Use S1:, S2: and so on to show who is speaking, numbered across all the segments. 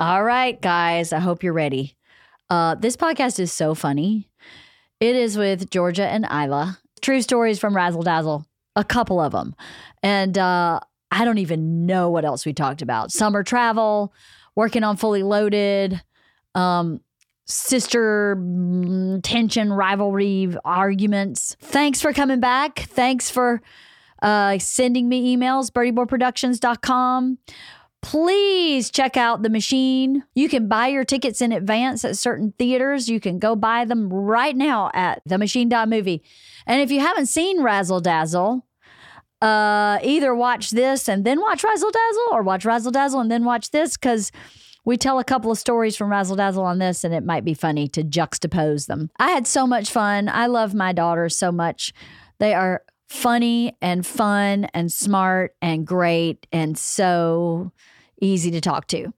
S1: All right, guys, I hope you're ready. Uh, this podcast is so funny. It is with Georgia and Isla. True stories from Razzle Dazzle, a couple of them. And uh, I don't even know what else we talked about. Summer travel, working on Fully Loaded, um, sister mm, tension, rivalry, arguments. Thanks for coming back. Thanks for uh, sending me emails, birdieboardproductions.com. Please check out The Machine. You can buy your tickets in advance at certain theaters. You can go buy them right now at themachine.movie. And if you haven't seen Razzle Dazzle, uh, either watch this and then watch Razzle Dazzle or watch Razzle Dazzle and then watch this because we tell a couple of stories from Razzle Dazzle on this, and it might be funny to juxtapose them. I had so much fun. I love my daughters so much. They are funny and fun and smart and great and so easy to talk to.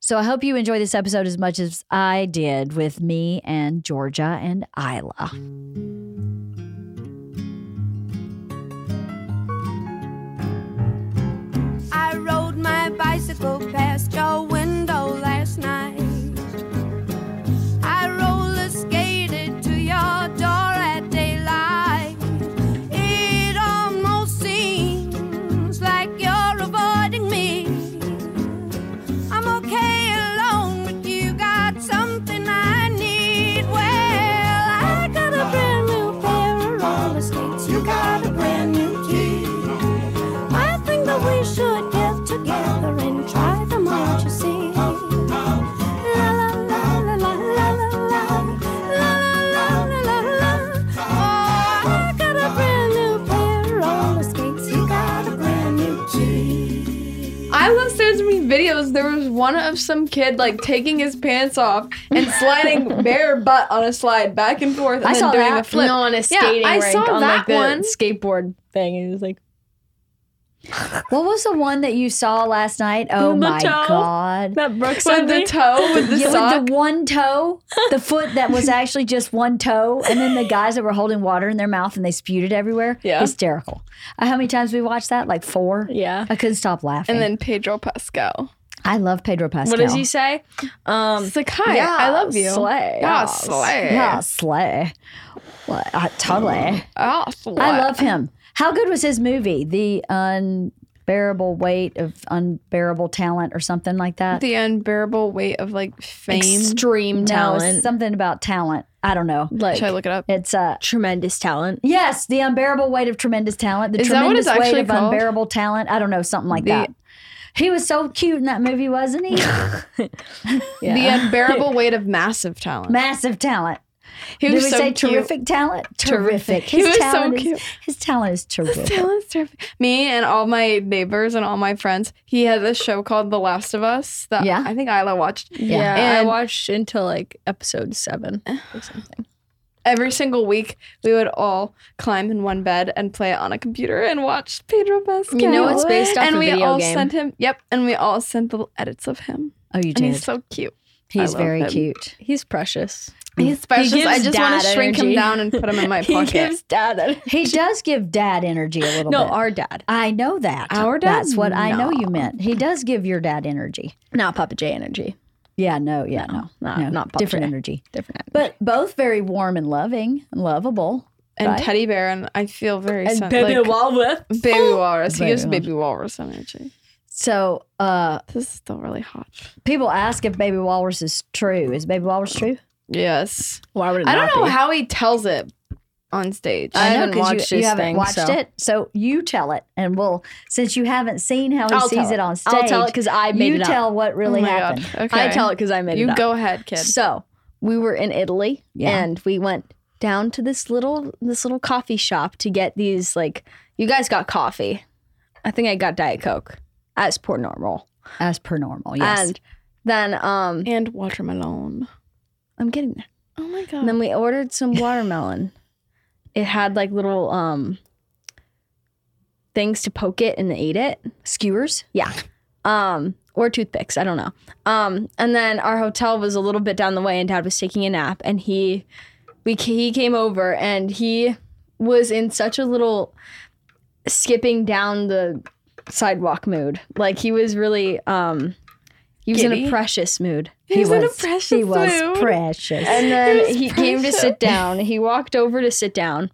S1: So I hope you enjoy this episode as much as I did with me and Georgia and Isla.
S2: I rode my bicycle past your window last night. I roller skated to your door at daylight. It almost seems like you're avoiding me. I'm okay alone, but you got something I need. Well, I got a brand new pair of roller skates. You got a brand new key. I think that we should get together and try them out, you see. La la la la la la la la la la la la. Oh, I got a brand new pair of roller skates. You got a brand new key.
S3: I once there's these videos. There was one of some kid like taking his pants off and sliding bare butt on a slide back and forth, and
S1: I
S3: then
S1: saw
S3: doing
S1: that.
S3: a flip.
S4: No, on a skating
S3: yeah, I
S4: rink
S3: saw
S4: on
S3: that
S4: like the
S3: one.
S4: skateboard thing. It was like
S1: What was the one that you saw last night? Oh
S4: The
S1: my
S4: toe.
S1: god.
S4: that Brooks
S3: With the toe, with the
S1: Yeah,
S3: sock.
S1: with the one toe, the foot that was actually just one toe, and then the guys that were holding water in their mouth and they spewed it everywhere.
S4: Yeah.
S1: Hysterical. Uh, how many times we watched that? Like four?
S4: Yeah.
S1: I couldn't stop laughing.
S3: and then Pedro Pascal.
S1: I love Pedro Pascal.
S4: What does he say? Um,
S3: Sakai, I love you.
S1: Slay.
S3: Yeah, slay.
S1: Yeah, slay. Well, I, totally.
S3: Oh,
S1: I love him. How good was his movie? The unbearable weight of unbearable talent, or something like that.
S3: the unbearable weight of like fame.
S4: extreme
S1: no, it's
S4: talent,
S1: something about talent. I don't know.
S4: like
S3: Should I look it up?
S1: It's uh
S4: tremendous talent.
S1: yes, the unbearable weight of tremendous talent. The
S3: Is that what
S1: tremendous
S3: it's
S1: weight
S3: actually
S1: of
S3: called?
S1: unbearable talent. I don't know, something like
S3: The-
S1: that. He was so cute in that movie, wasn't he?
S3: The
S1: yeah.
S3: unbearable weight of massive talent.
S1: Massive talent.
S3: he
S1: Did
S3: was
S1: we
S3: so
S1: say
S3: cute.
S1: terrific talent? Terrific.
S3: He
S1: His
S3: was so
S1: talent is,
S3: cute.
S1: His talent is terrific.
S3: Talent's terrific. Me and all my neighbors and all my friends. He had this show called The Last of Us that
S1: Yeah.
S3: I think Isla watched.
S1: Yeah.
S4: Yeah, I
S3: And-
S4: watched until like episode seven or something.
S3: Every single week, we would all climb in one bed and play it on a computer and watch Pedro Pascal.
S4: You know it's based off
S3: and
S4: a
S3: we
S4: video
S3: all
S4: game.
S3: sent him. Yep, and we all sent the edits of him.
S1: Oh, you
S3: And
S1: did.
S3: he's so cute. I
S1: He's
S3: love
S1: very
S3: him.
S1: cute.
S4: He's precious.
S3: He's precious. I
S4: gives
S3: just want to
S4: dad
S3: shrink him
S4: energy.
S3: down and put him in my
S4: he
S3: pocket.
S4: gives dad. A-
S1: He does give dad energy a little
S4: no,
S1: bit.
S4: our dad,
S1: I know that.
S4: Our dad?
S1: That's what I know you
S4: No.
S1: meant. He does give your dad energy.
S4: not Papa J energy.
S1: Yeah, no, yeah, no.
S4: not- not Papa
S1: different
S4: Jay.
S1: energy.
S4: Different. Energy.
S1: But both very warm and loving and lovable.
S3: and
S1: right?
S3: teddy bear, and I feel very
S4: and
S3: sen-
S4: Baby
S3: like,
S4: Walworth.
S3: baby walrus. He
S1: Baby
S3: gives
S1: walrus.
S3: baby walrus energy.
S1: So uh
S3: This is still really hot.
S1: people ask if baby walrus is true. Is baby walrus true?
S3: Yes.
S4: Why would it
S3: I don't
S4: not
S3: know
S4: be?
S3: how he tells it on stage.
S4: I haven't
S1: 'cause you-
S4: watched
S1: you,
S4: his
S1: haven't
S4: thing,
S1: watched
S4: so-
S1: it. So you tell it and we'll since you haven't seen how he
S4: I'll
S1: sees
S4: tell
S1: it. on stage.
S4: I'll tell it because I made
S1: you
S4: it up.
S1: tell what really
S3: Oh my God.
S1: happened.
S3: Okay.
S4: I tell it because I made it
S3: You
S4: up.
S3: go ahead, kid.
S4: So we were in Italy,
S1: Yeah.
S4: and we went down to this little this little coffee shop to get these like you guys got coffee. I think I got Diet Coke as per normal,
S1: As per normal, yes.
S4: and then um
S3: and watermelon.
S4: I'm getting there.
S3: Oh my god.
S4: And then we ordered some watermelon. it had like little um things to poke it and eat it.
S1: Skewers?
S4: Yeah. Um, or toothpicks. I don't know. Um, and then our hotel was a little bit down the way, and Dad was taking a nap, and he, we he came over, and he was in such a little skipping down the sidewalk mood. Like he was really um, He was in
S3: Giddy.
S4: a precious mood.
S1: He
S3: Isn't it
S1: was,
S3: precious
S1: he was
S3: mood?
S1: precious.
S4: And then he came to sit down. He walked over to sit down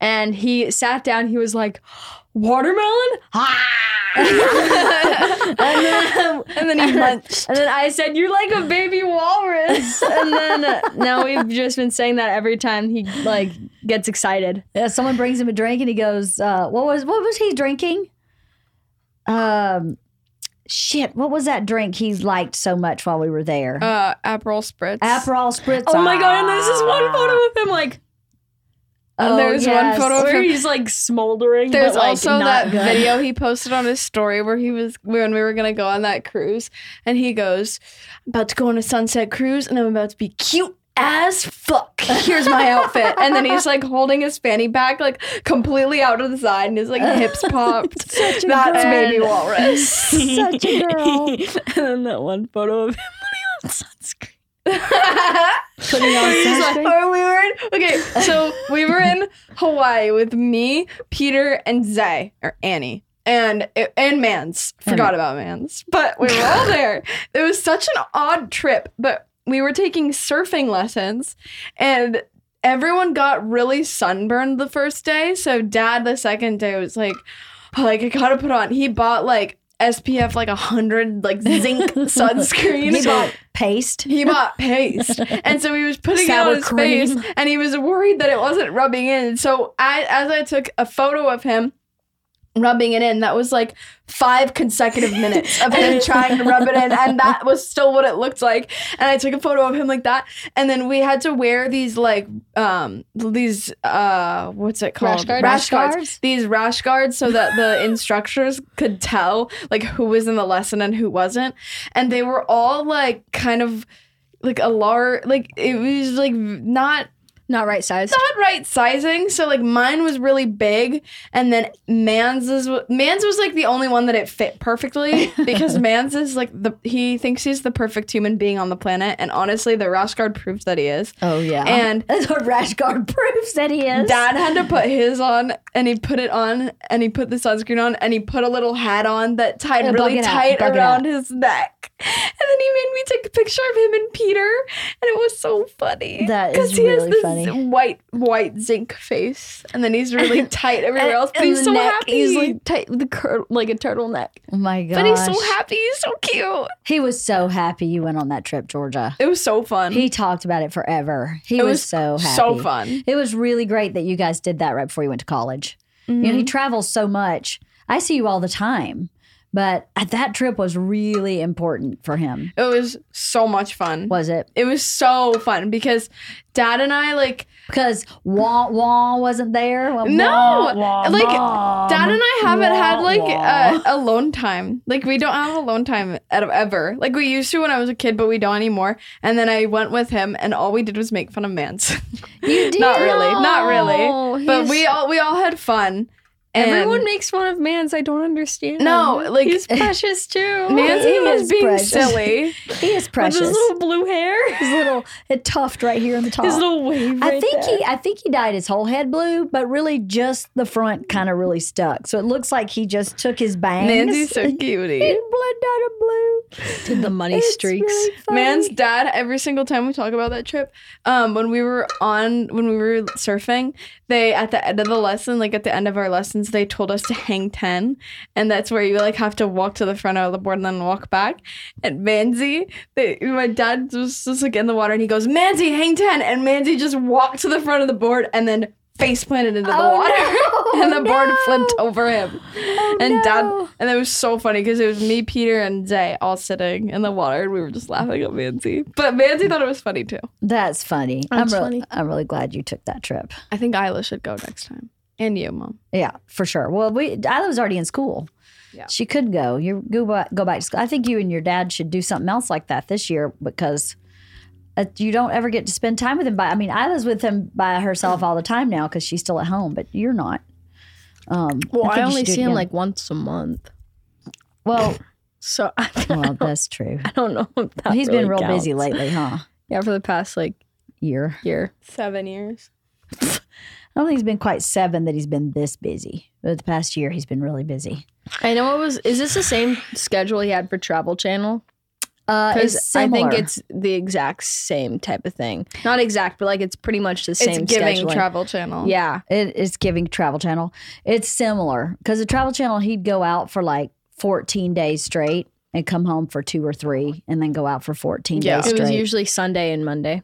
S4: and he sat down. He was like, Watermelon? Ah! and, then,
S3: And then he munched.
S4: and then I said, You're like a baby walrus. And then uh, now we've just been saying that every time he like gets excited.
S1: Uh, someone brings him a drink and he goes, uh, "What was what was he drinking?" Um, shit, what was that drink he liked so much while we were there?
S3: Uh, Aperol spritz.
S1: Aperol spritz. Ah.
S4: Oh my god, and there's this one photo of him like
S1: Oh,
S3: There's one
S1: yes.
S3: photo of
S4: where
S3: him.
S4: he's like smoldering.
S3: There's
S4: but, like,
S3: also
S4: not
S3: that
S4: good.
S3: video he posted on his story where he was when we were gonna go on that cruise, and he goes, "I'm about to go on a sunset cruise, and I'm about to be cute." As fuck. Here's my outfit. And then he's like holding his fanny back, like completely out to the side, and his like hips popped.
S1: a girl.
S3: That's baby walrus.
S1: Such a girl.
S4: and then that one photo of him when he was on sunscreen.
S1: Putting on
S3: He's like,
S1: sunscreen.
S3: "Are we were in okay, so we were in Hawaii with me, Peter, and Zay or Annie. And and Mans forgot about Mans, but we were all there. It was such an odd trip, but we were taking surfing lessons, and everyone got really sunburned the first day. So Dad the second day was like, "Oh, like I gotta put on. He bought like SPF like a hundred like zinc sunscreen.
S1: He bought paste.
S3: He bought paste, and so he was putting it
S1: Sour
S3: on his
S1: cream.
S3: face, and he was worried that it wasn't rubbing in. So I, as I took a photo of him rubbing it in, that was like five consecutive minutes of him trying to rub it in, and that was still what it looked like. And I took a photo of him like that, and then we had to wear these like um these uh what's it called
S4: guards?
S1: Rash
S3: guards.
S1: guards?
S3: These rash guards so that the instructors could tell like who was in the lesson and who wasn't, and they were all like kind of like a large like it was like not
S4: Not right size.
S3: not right sizing. So like mine was really big, and then Mans is Mans was like the only one that it fit perfectly because Mans is like the he thinks he's the perfect human being on the planet, and honestly, the rash guard proves that he is.
S1: Oh yeah.
S3: And-
S1: that's what rash guard proves that he is.
S3: Dad had to put his on, and he put it on, and he put the sunscreen on, and he put a little hat on that tied
S1: Yeah, bug
S3: really
S1: it out,
S3: tight
S1: bug it
S3: around his neck. And then he made me take a picture of him and Peter, and it was so funny.
S1: That is
S3: 'Cause
S1: really funny.
S3: white, white zinc face, and then he's really tight everywhere else. But he's so happy.
S4: He's like tight, the cur- like a turtleneck.
S1: oh my god.
S3: but he's so happy. He's so cute.
S1: He was so happy you went on that trip, Georgia.
S3: It was so fun.
S1: He talked about it forever. He
S3: it
S1: was, so happy.
S3: so fun.
S1: It was really great that you guys did that right before you went to college. You
S4: Mm-hmm.
S1: know, he travels so much. I see you all the time, but that trip was really important for him.
S3: It was so much fun.
S1: Was it?
S3: It was so fun because Dad and I like
S1: Because Wah Wah wasn't there. Wah,
S3: No,
S1: wah,
S3: like,
S1: wah,
S3: Dad and I haven't
S1: wah,
S3: had like
S1: wah.
S3: a alone time. Like we don't have alone time at, ever. Like we used to when I was a kid, but we don't anymore. And then I went with him, and all we did was make fun of Mans.
S1: you did.
S3: not really, not really.
S4: No,
S3: But
S4: he's-
S3: we all we all had fun. And
S4: everyone makes fun of Mans. I don't understand.
S3: No, like-
S4: he's precious too.
S3: Mans
S1: He
S3: was
S1: is
S3: being
S1: precious.
S3: silly.
S1: He is precious.
S4: With his little blue hair,
S1: his little it tuft right here on the top.
S4: his little wave.
S1: I
S4: right
S1: think
S4: there.
S1: he I think he dyed his whole head blue, but really just the front kind of really stuck. So it looks like he just took his bangs
S3: Nancy's so cutie.
S1: and blended out a blue.
S4: did the money
S1: It's
S4: streaks.
S1: really funny.
S3: Man's dad, every single time we talk about that trip, um, when we were on when we were surfing, they at the end of the lesson, like at the end of our lessons, they told us to hang ten. And that's where you like have to walk to the front of the board and then walk back. And Manzi, they, my dad was just like in the water and he goes, Manzi, hang ten. And Manzi just walked to the front of the board and then face planted into the
S1: Oh,
S3: water.
S1: no.
S3: and the board
S1: No.
S3: flipped over him. and
S1: no.
S3: dad and it was so funny because it was me, Peter, and Zay all sitting in the water, and we were just laughing at Manzi. But Manzi thought it was funny too.
S1: That's funny.
S4: That's
S1: I'm
S4: funny.
S1: I'm really glad you took that trip.
S3: I think Isla should go next time, and you, Mom.
S1: Yeah, for sure. Well, we Isla was already in school.
S3: Yeah.
S1: She could go. You go back, go back to school. I think you and your dad should do something else like that this year because uh, you don't ever get to spend time with him. By I mean, Isla's with him by herself all the time now because she's still at home, but you're not. Um,
S4: Well,
S1: think
S4: I,
S1: you
S4: only
S1: should do it
S4: see him
S1: again.
S4: like once a month,
S1: well,
S4: so I,
S1: well, that's true.
S4: I don't know. If that
S1: He's been
S4: really
S1: real
S4: counts.
S1: busy lately, huh?
S4: Yeah, for the past like
S1: Year.
S4: year.
S3: Seven years.
S1: I don't think he's been quite seven that he's been this busy. But the past year, he's been really busy.
S4: I know it was. Is this the same schedule he had for Travel Channel?
S1: Uh, is
S4: Because I think
S1: similar.
S4: it's the exact same type of thing. Not exact, but like it's pretty much the same
S3: it's giving
S4: scheduling.
S3: Travel Channel.
S4: Yeah.
S1: It is giving Travel Channel. It's similar because the Travel Channel, he'd go out for like 14 days straight and come home for two or three and then go out for 14
S3: Yeah.
S1: days
S4: It was
S1: straight.
S4: usually Sunday and Monday.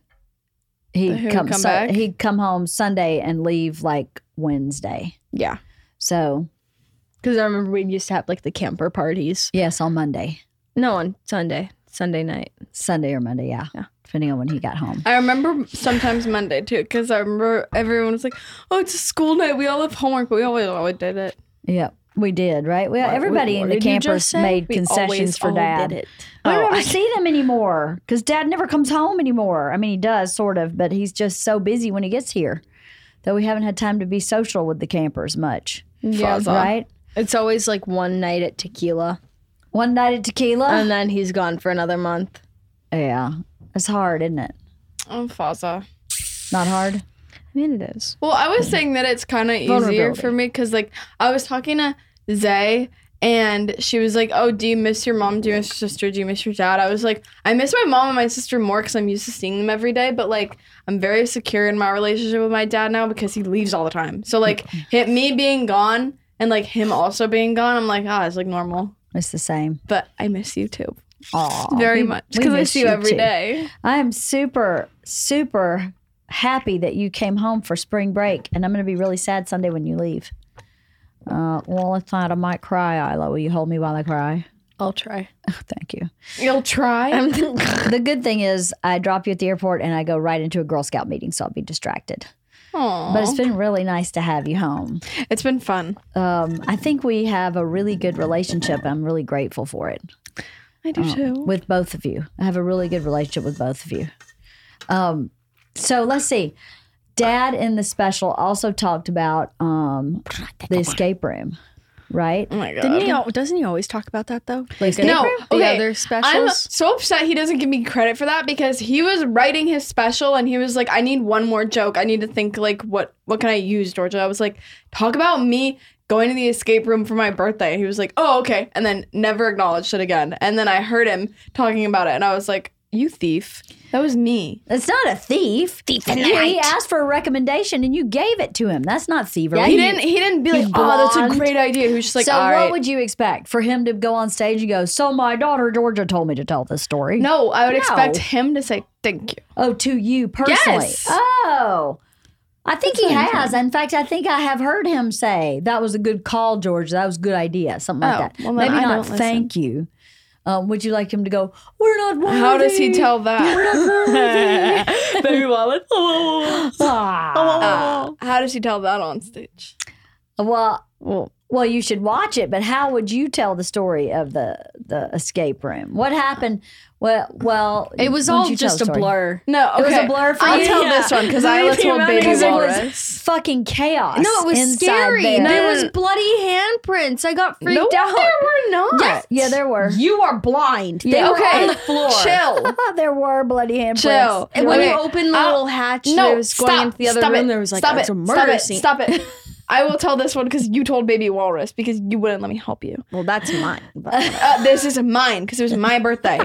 S3: He
S1: he'd,
S3: would
S1: come,
S3: come
S1: so-
S3: back?
S1: he'd come home Sunday and leave like Wednesday.
S4: Yeah.
S1: So,
S4: Because I remember we used to have like the camper parties.
S1: yes, on Monday,
S4: No, on Sunday, Sunday night.
S1: Sunday or Monday. Yeah.
S4: Yeah.
S1: Depending on when he got home.
S3: I remember sometimes Monday too, because I remember everyone was like, "Oh, it's a school night. We all have homework, but we always always did it."
S1: Yep. We did, right? Well,
S4: What-
S1: everybody
S4: what
S1: in the
S4: did you just
S1: campus
S4: say?
S1: made
S4: We
S1: concessions
S4: always
S1: for
S4: all
S1: dad.
S4: did it.
S1: I
S4: Oh,
S1: don't
S4: I-
S1: ever see them anymore because dad never comes home anymore. I mean, he does sort of, but he's just so busy when he gets here that we haven't had time to be social with the campers much.
S4: Yeah,
S3: Faza.
S1: Right?
S4: It's always like one night at tequila,
S1: One night at tequila.
S4: and then he's gone for another month.
S1: yeah. It's hard, isn't it?
S3: Oh, Faza.
S1: Not hard.
S4: I mean, it is.
S3: Well, I was saying that it's kind of easier
S4: Vulnerability.
S3: for me because, like, I was talking to Zay, and she was like, "Oh, do you miss your mom? Do you miss your sister? Do you miss your dad?" I was like, "I miss my mom and my sister more because I'm used to seeing them every day, but like, I'm very secure in my relationship with my dad now because he leaves all the time. So like, hit me being gone and like him also being gone, I'm like, ah, it's like normal.
S1: It's the same.
S3: But I miss you too
S1: Aw,
S3: very
S1: we-
S3: much
S1: we
S3: because I
S1: miss
S3: see you every
S1: too.
S3: day.
S1: I'm super, super happy that you came home for spring break, and I'm going to be really sad Sunday when you leave. Uh, well, if not, I might cry, Isla. Will you hold me while I cry?
S4: I'll try.
S1: Thank you.
S3: You'll try.
S4: I'm
S1: The good thing is, I drop you at the airport and I go right into a Girl Scout meeting, so I'll be distracted.
S3: Aw.
S1: But it's been really nice to have you home.
S3: it's been fun.
S1: Um, I think we have a really good relationship. I'm really grateful for it
S3: I
S4: Oh
S3: do too.
S1: Hmm. with both of you. I have a really good relationship with both of you. Um, so let's see. Dad in the special also talked about um, the escape room, right?
S3: Oh my god.
S4: Didn't he? al- Doesn't he always talk about that though? Like
S3: No,
S4: the
S3: okay.
S4: other
S3: I'm
S4: specials.
S3: so upset he doesn't give me credit for that because he was writing his special and he was like, I need one more joke. I need to think like what what can I use, Georgia? I was like, talk about me going to the escape room for my birthday. He was like, Oh, okay. And then never acknowledged it again. And then I heard him talking about it and I was like, You thief. That was me.
S1: It's not a thief. Thief He asked for a recommendation and you gave it to him. That's not thievery.
S4: Yeah,
S3: He didn't he didn't be like, Oh, that's
S1: blonde.
S3: a great idea. He was just like,
S1: so
S3: All
S1: what
S3: right.
S1: would you expect for him to go on stage and go, So my daughter Georgia told me to tell this story.
S3: no, I would
S1: No.
S3: expect him to say thank you.
S1: Oh, to you personally.
S3: Yes.
S1: Oh. I think he has. In fact, I think I have heard him say, That was a good call, George. That was a good idea. Something
S3: Oh,
S1: like that.
S3: well, then
S1: Maybe
S3: I
S1: not
S3: don't listen.
S1: thank you. Um, would you like him to go, We're not worthy.
S3: How does he tell that?
S4: Baby wallet.
S1: Ah.
S3: Uh, how does he tell that on stage?
S1: Well,
S4: Well,
S1: Well, you should watch it, but how would you tell the story of the the escape room? What happened? Well, well,
S4: it was
S1: why don't
S4: all
S1: you tell
S4: just
S1: the
S4: a
S1: story?
S4: blur.
S3: No,
S1: It was
S3: okay.
S1: a blur for
S3: I'll
S1: you?
S3: tell
S4: Yeah.
S3: this one because
S4: The
S3: I
S4: amount
S3: told
S4: of
S3: baby
S4: because it was-
S3: walrus.
S1: Fucking chaos! inside There.
S4: There
S3: No,
S4: was bloody handprints. I got freaked
S3: No,
S4: out.
S3: there were not.
S1: Yes. Yeah, there were.
S4: You are blind. They
S1: Yeah,
S4: were
S1: okay.
S4: on the floor.
S3: Chill.
S1: there were bloody handprints.
S3: Chill.
S4: And when
S3: Okay.
S4: you open the
S3: I'll-
S4: little hatch,
S3: no,
S4: there was going
S3: stop,
S4: into the other
S3: stop
S4: room.
S3: It.
S4: There was like
S3: stop
S4: it's
S3: it,
S4: a murder
S3: stop
S4: scene.
S3: It, stop it. I will tell this one because you told baby walrus because you wouldn't let me help you.
S4: Well, that's mine. But
S3: Uh, this is mine because it was my birthday.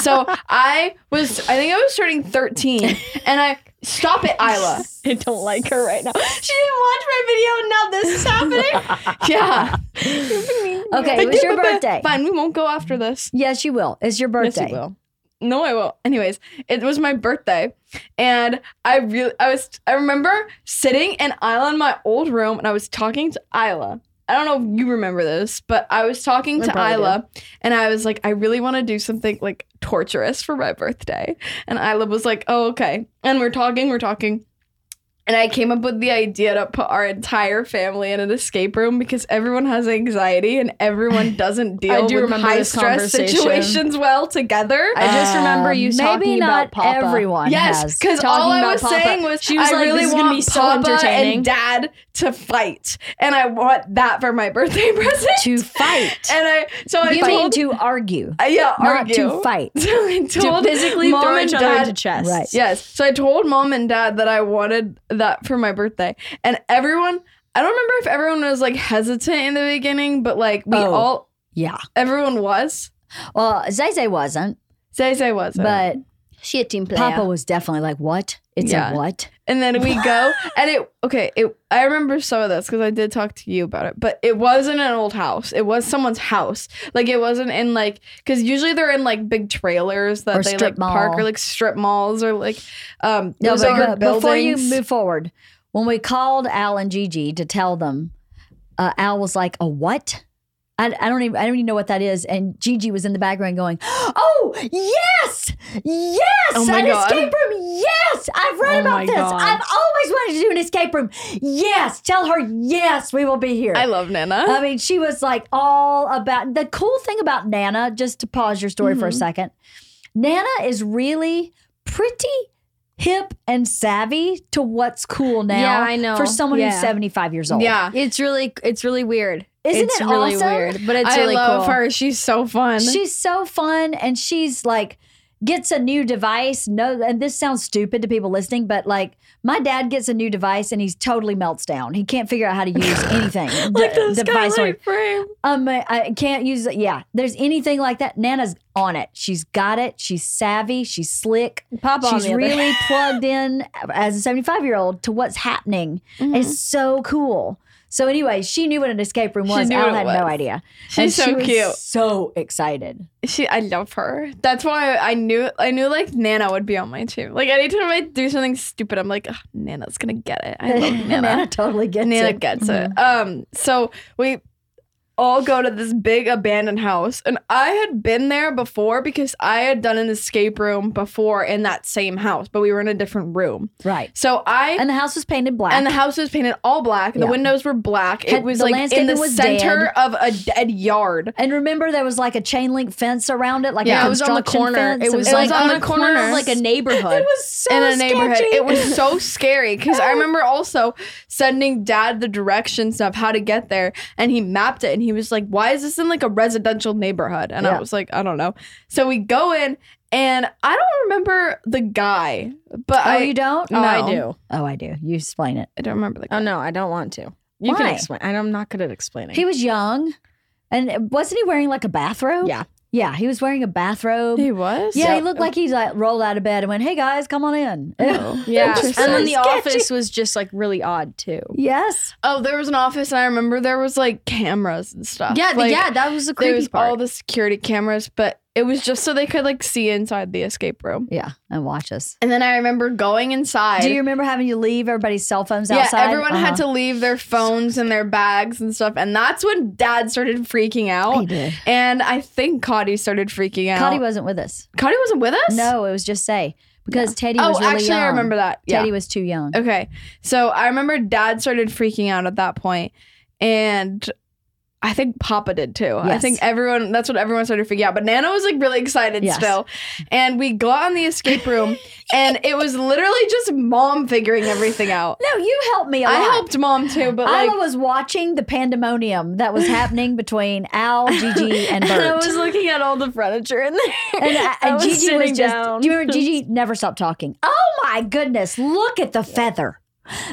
S3: so I was, I think I was turning 13 and I, stop it, Isla.
S4: I don't like her right now.
S3: She didn't watch my video. Now this is happening. yeah.
S1: Okay, it was your birthday.
S3: Fine, we won't go after this.
S1: Yes, you will. It's your birthday.
S3: Yes, you will. No, I won't. Anyways, it was my birthday, and I really, I was, I remember sitting in Isla in my old room, and I was talking to Isla. I don't know if you remember this, but I was talking
S4: I
S3: to
S4: probably
S3: Isla, and I was like, I really want to do something like torturous for my birthday, and Isla was like, Oh, okay. And we're talking, we're talking. And I came up with the idea to put our entire family in an escape room because everyone has anxiety and everyone doesn't deal
S4: do
S3: with
S4: remember
S3: high
S4: this
S3: stress
S4: conversation.
S3: situations well together.
S4: I just remember you
S1: Uh, maybe
S4: talking
S1: not
S4: about Papa.
S1: everyone
S3: yes,
S1: has.
S3: because
S4: Talking
S3: all I
S4: about
S3: was
S4: Papa.
S3: saying was
S4: She was
S3: I
S4: like,
S3: really
S4: "This is
S3: want
S4: gonna be so
S3: Papa
S4: entertaining."
S3: and Dad to fight, and I want that for my birthday present.
S1: to fight.
S3: and I so I
S1: you mean
S3: told
S1: to argue,
S3: I- yeah
S1: not
S3: argue
S1: to fight.
S3: So I told
S4: physically
S3: mom
S4: throw
S3: and
S4: each other
S3: dad
S4: into chests.
S1: Right.
S3: Yes. So I told mom and dad that I wanted that for my birthday. And everyone, I don't remember if everyone was like hesitant in the beginning, but like we
S1: Oh.
S3: all,
S1: Yeah.
S3: everyone was.
S1: Well, Zay Zay wasn't.
S3: Zay Zay wasn't.
S1: But
S4: She a team player.
S1: Papa was definitely like, what? It's
S3: Yeah.
S1: a what?
S3: and then we go and it okay it i remember some of this because i did talk to you about it but it wasn't an old house it was someone's house like it wasn't in like because usually they're in like big trailers that
S1: Or
S3: they
S1: strip
S3: like park
S1: mall.
S3: or like strip malls or like um those
S1: but
S3: are
S1: be- before you
S3: buildings.
S1: move forward, when we called Al and Gigi to tell them, uh, Al was like, "A what?" I, I don't even I don't even know what that is. And Gigi was in the background going, "Oh yes, yes,
S3: Oh my
S1: an
S3: God.
S1: escape room. Yes, I've read
S4: Oh my
S1: about this.
S4: God.
S1: I've always wanted to do an escape room. Yes, tell her yes, we will be here."
S3: i love nana
S1: I mean, she was like all about the cool thing about Nana, just to pause your story for a
S4: Mm-hmm.
S1: second. Nana is really pretty hip and savvy to what's cool now.
S4: Yeah, I know.
S1: For someone who's
S4: Yeah.
S1: 75 years old.
S3: yeah
S4: It's really it's really weird.
S1: Isn't
S4: it's
S1: it
S4: really
S1: awesome?
S4: weird? But it's
S3: i
S4: really
S3: love
S4: cool.
S3: her she's so fun
S1: She's so fun and she's like gets a new device. No, and this sounds stupid to people listening, but like my dad gets a new device and he's totally melts down. He can't figure out how to use anything.
S3: like
S1: D-
S3: the
S1: device or-
S3: skylight frame
S1: um, I- I can't use it. Yeah, there's anything like that. Nana's on it. She's got it. She's savvy. She's slick.
S4: Papa on
S1: She's
S4: the other-
S1: really plugged in as a 75 year old to what's happening.
S3: Mm-hmm.
S1: It's so cool. So anyway, she knew what an escape room
S3: She
S1: was.
S3: knew
S1: Al
S3: what it
S1: had no
S3: was.
S1: idea.
S3: she's
S1: And
S3: so
S1: she was
S3: cute
S1: So excited.
S3: She, I love her. That's why I knew, I knew like Nana would be on my team. Like anytime I do something stupid, I'm like, "Ugh, Nana's gonna get it. I love
S1: Nana
S3: Nana.
S1: totally gets
S3: Nana
S1: it. Mm-hmm.
S3: gets it. Um, so we all go to this big abandoned house, and I had been there before because I had done an escape room before in that same house, but we were in a different room.
S1: Right.
S3: So I
S1: And the house was painted black.
S3: and the house was painted all black. The
S1: Yeah.
S3: windows were black. It
S1: Had-
S3: was
S1: the
S3: like in
S1: landscaping
S3: the
S1: was
S3: center of a dead yard.
S1: And remember, there was like a chain link fence around it, like
S3: Yeah,
S1: a
S3: it was on the
S1: construction
S4: corner.
S1: Fence.
S4: It was
S3: It
S4: like
S3: was on the corner.
S4: of like a neighborhood.
S1: was so
S3: in a neighborhood.
S1: sketchy.
S3: It was so scary because I remember also sending dad the directions of how to get there, and he mapped it, and he was like, "Why is this in like a residential neighborhood?" And
S1: Yeah.
S3: I was like, "I don't know." So we go in, and I don't remember the guy, but
S1: Oh,
S3: I
S1: you don't?
S3: No.
S4: oh, I do.
S1: Oh, I do. You explain it.
S3: I don't remember the guy.
S4: Oh no, I don't want to. You can
S1: Why?
S4: explain. and I'm not good at explaining.
S1: He was young, and wasn't he wearing like a bathrobe?
S4: Yeah.
S1: yeah, he was wearing a bathrobe.
S3: Oh, He was.
S1: yeah, he looked like he like rolled out of bed and went, "Hey guys, come on in."
S3: Oh.
S4: yeah, and
S3: Interesting.
S4: then the
S1: Sketchy.
S4: office was just like really odd too.
S1: yes,
S3: Oh, there was an office, and I remember there was like cameras and stuff.
S4: Yeah,
S3: Like,
S4: yeah, that was the
S3: There
S4: creepy
S3: was
S4: part.
S3: all the security cameras, but it was just so they could like see inside the escape room.
S1: yeah, and watch us.
S3: And then I remember going inside.
S1: Do you remember having to leave everybody's cell phones
S3: yeah,
S1: outside? Uh-huh.
S3: everyone had to leave their phones and their bags and stuff, and that's when Dad started freaking
S1: He
S3: out.
S1: did.
S3: And I think Cody started freaking out.
S1: Cody wasn't with us.
S3: Cody wasn't with us.
S1: No, it was just say because Teddy
S3: oh,
S1: was really
S3: actually,
S1: young.
S3: I remember that. Yeah.
S1: Teddy was too young.
S3: Okay. So I remember Dad started freaking out at that point, and I think Papa did too. I
S1: Yes.
S3: think everyone. That's what everyone started freaking out. But Nana was like really excited
S1: Yes.
S3: still, and we got on the escape room, and it was literally just Mom figuring everything out.
S1: No, you helped me a lot.
S3: I helped Mom too, but like.
S1: Isla was watching the pandemonium that was happening between Al, Gigi, and Bert.
S4: And I was looking at all the furniture in there.
S1: And, I, and
S4: I was
S1: Gigi was
S4: sitting
S1: just.
S4: down.
S1: Do you remember Gigi never stopped talking? Oh my goodness! Look at the feather.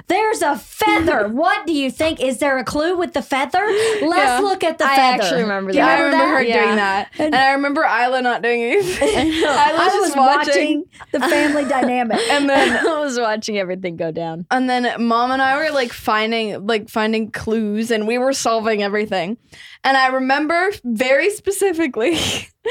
S1: There's a feather. what do you think? Is there a clue with the feather? Let's
S3: Yeah.
S1: look at the
S4: I
S1: feather.
S4: actually remember
S1: Do you
S3: Yeah, I
S4: that.
S1: remember
S3: remember her
S1: that?
S4: Yeah.
S3: doing that. And, I remember Isla not doing anything.
S4: I
S3: I
S1: I
S3: was
S1: was
S3: just watching.
S1: watching the family dynamic.
S3: And then
S4: I was watching everything go down.
S3: and then mom and I were like finding like finding clues and we were solving everything. And I remember very specifically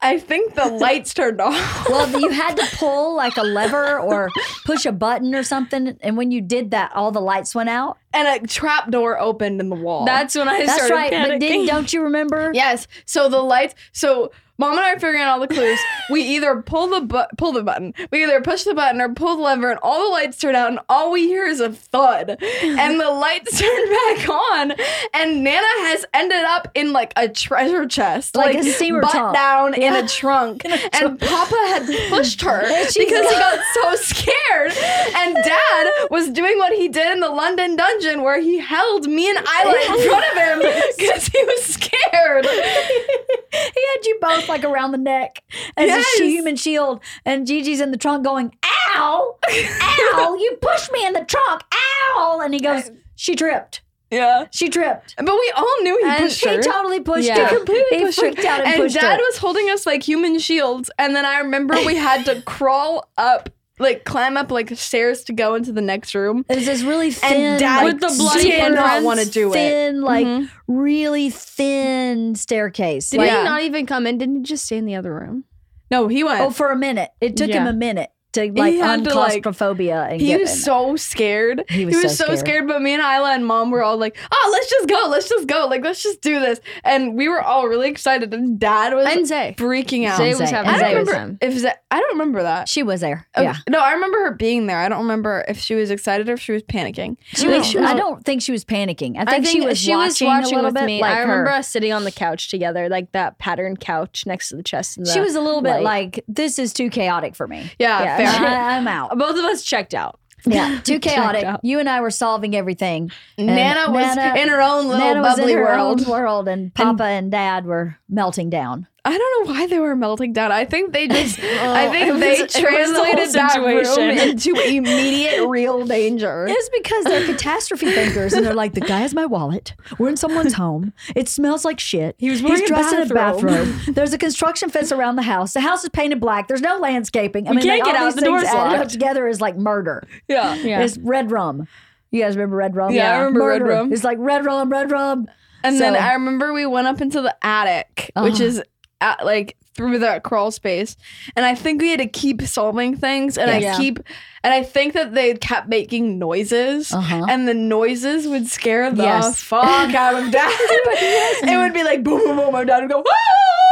S3: I think the lights turned off.
S1: Well, you had to pull like a lever or push a button or something, and when you did that, all the lights went out.
S3: And a trap door opened in the wall.
S4: That's when I
S1: That's
S4: started
S1: right. But
S4: panicking.
S1: did, don't you remember?
S3: Yes. So the lights. So mom and I are figuring out all the clues. we either pull the bu- pull the button. We either push the button or pull the lever, and all the lights turn out, and all we hear is a thud, and the lights turn back on, and Nana has ended up in like a treasure chest,
S1: Like a steamer
S3: butt
S1: trunk.
S3: down in a trunk, and Papa had pushed her because he got so scared, and Dad was doing what he did in the London dungeon where he held me and Isla in front of him because he was scared.
S1: He had you both like around the neck as
S3: Yes.
S1: a sh- human shield, and Gigi's in the trunk going, "Ow, ow! You pushed me in the trunk, ow!" And he goes, "She tripped."
S3: Yeah.
S1: She tripped.
S3: But we all knew he
S4: And
S3: pushed
S1: She
S3: her.
S1: totally pushed
S4: Yeah.
S1: her.
S3: completely
S1: They
S3: pushed her.
S1: freaked out and,
S3: and
S1: pushed
S3: dad
S1: her.
S3: was holding us like human shields. And then I remember we had to crawl up, like climb up like stairs to go into the next room.
S1: It was this really thin,
S3: Dad
S1: like,
S3: With the bloody
S1: super
S3: handprints? wanna do it. Mm-hmm.
S1: Thin, like really thin staircase.
S4: Did
S1: Like,
S3: Yeah.
S4: he not even come in? Didn't he just stay in the other room?
S3: No, he went.
S1: oh, for a minute, it took him
S4: Yeah.
S1: a minute to like
S3: had
S1: on
S3: to, like-
S1: claustrophobia and
S3: he
S1: get in.
S3: was so scared.
S1: He was
S3: he was
S1: so
S3: so,
S1: scared.
S3: scared. But me and Isla and mom were all like, "Oh, let's just go, let's just go, like let's just do this." And we were all really excited. And Dad was
S4: And Zay.
S3: freaking out.
S4: Zay was
S1: Zay.
S4: having
S1: I
S3: I
S1: don't
S4: Zay
S3: don't
S4: with
S3: remember
S4: him.
S3: if Zay, I don't remember that.
S1: she was there.
S3: Oh,
S1: yeah,
S3: No, I remember her being there. I don't remember if she was excited or if she was panicking.
S1: she
S4: no,
S1: was.
S4: no.
S1: I don't think she was panicking. I think, she was watching, a little
S4: with
S1: bit.
S4: me.
S1: Like
S4: I remember
S1: her.
S4: us sitting on the couch together, like that pattern couch next to the chest. And the,
S1: she was a little bit
S4: light.
S1: like, "This is too chaotic for me.
S3: Yeah,
S4: Yeah.
S3: fair.
S1: I, I'm out."
S4: both of us checked out.
S1: Yeah, too
S4: Checked
S1: chaotic.
S4: out.
S1: You and I were solving everything. And
S3: Nana was
S1: Nana-
S3: in her own little
S1: Nana was in
S3: bubbly
S1: her
S3: world.
S1: own world, and Papa and, Dad were melting down.
S3: I don't know why they were melting down. I think they just, I
S4: it
S3: think
S4: was-
S3: they
S4: it was the whole
S3: translated that room
S4: situation.
S3: into immediate real danger.
S1: It's because they're catastrophe thinkers, and they're like, "The guy has my wallet. We're in someone's home. It smells like shit. He
S4: was wearing
S1: He's
S4: a
S1: dressed
S4: bathrobe."
S1: in a bathrobe. There's a construction fence around the house. The house is painted black. There's no landscaping. I mean,
S4: can't
S1: like,
S4: get
S1: all
S4: out.
S1: these
S4: The
S1: things
S4: door's
S1: added up
S4: locked.
S1: together is like murder.
S3: Yeah.
S4: Yeah.
S1: It's red rum. You guys remember red rum?
S3: Yeah, I remember red
S1: Murder.
S3: rum.
S1: It's like red rum, red rum.
S3: And then
S1: So-
S3: I remember we went up into the attic, which
S1: Uh-huh.
S3: is at, like through that crawl space. And I think we had to keep solving things, and
S4: Yeah.
S3: I keep, and I think that they kept making noises,
S1: Uh-huh.
S3: and the noises would scare the
S1: Yes.
S3: fuck out of dad. It would be like boom, boom, boom. My dad would go.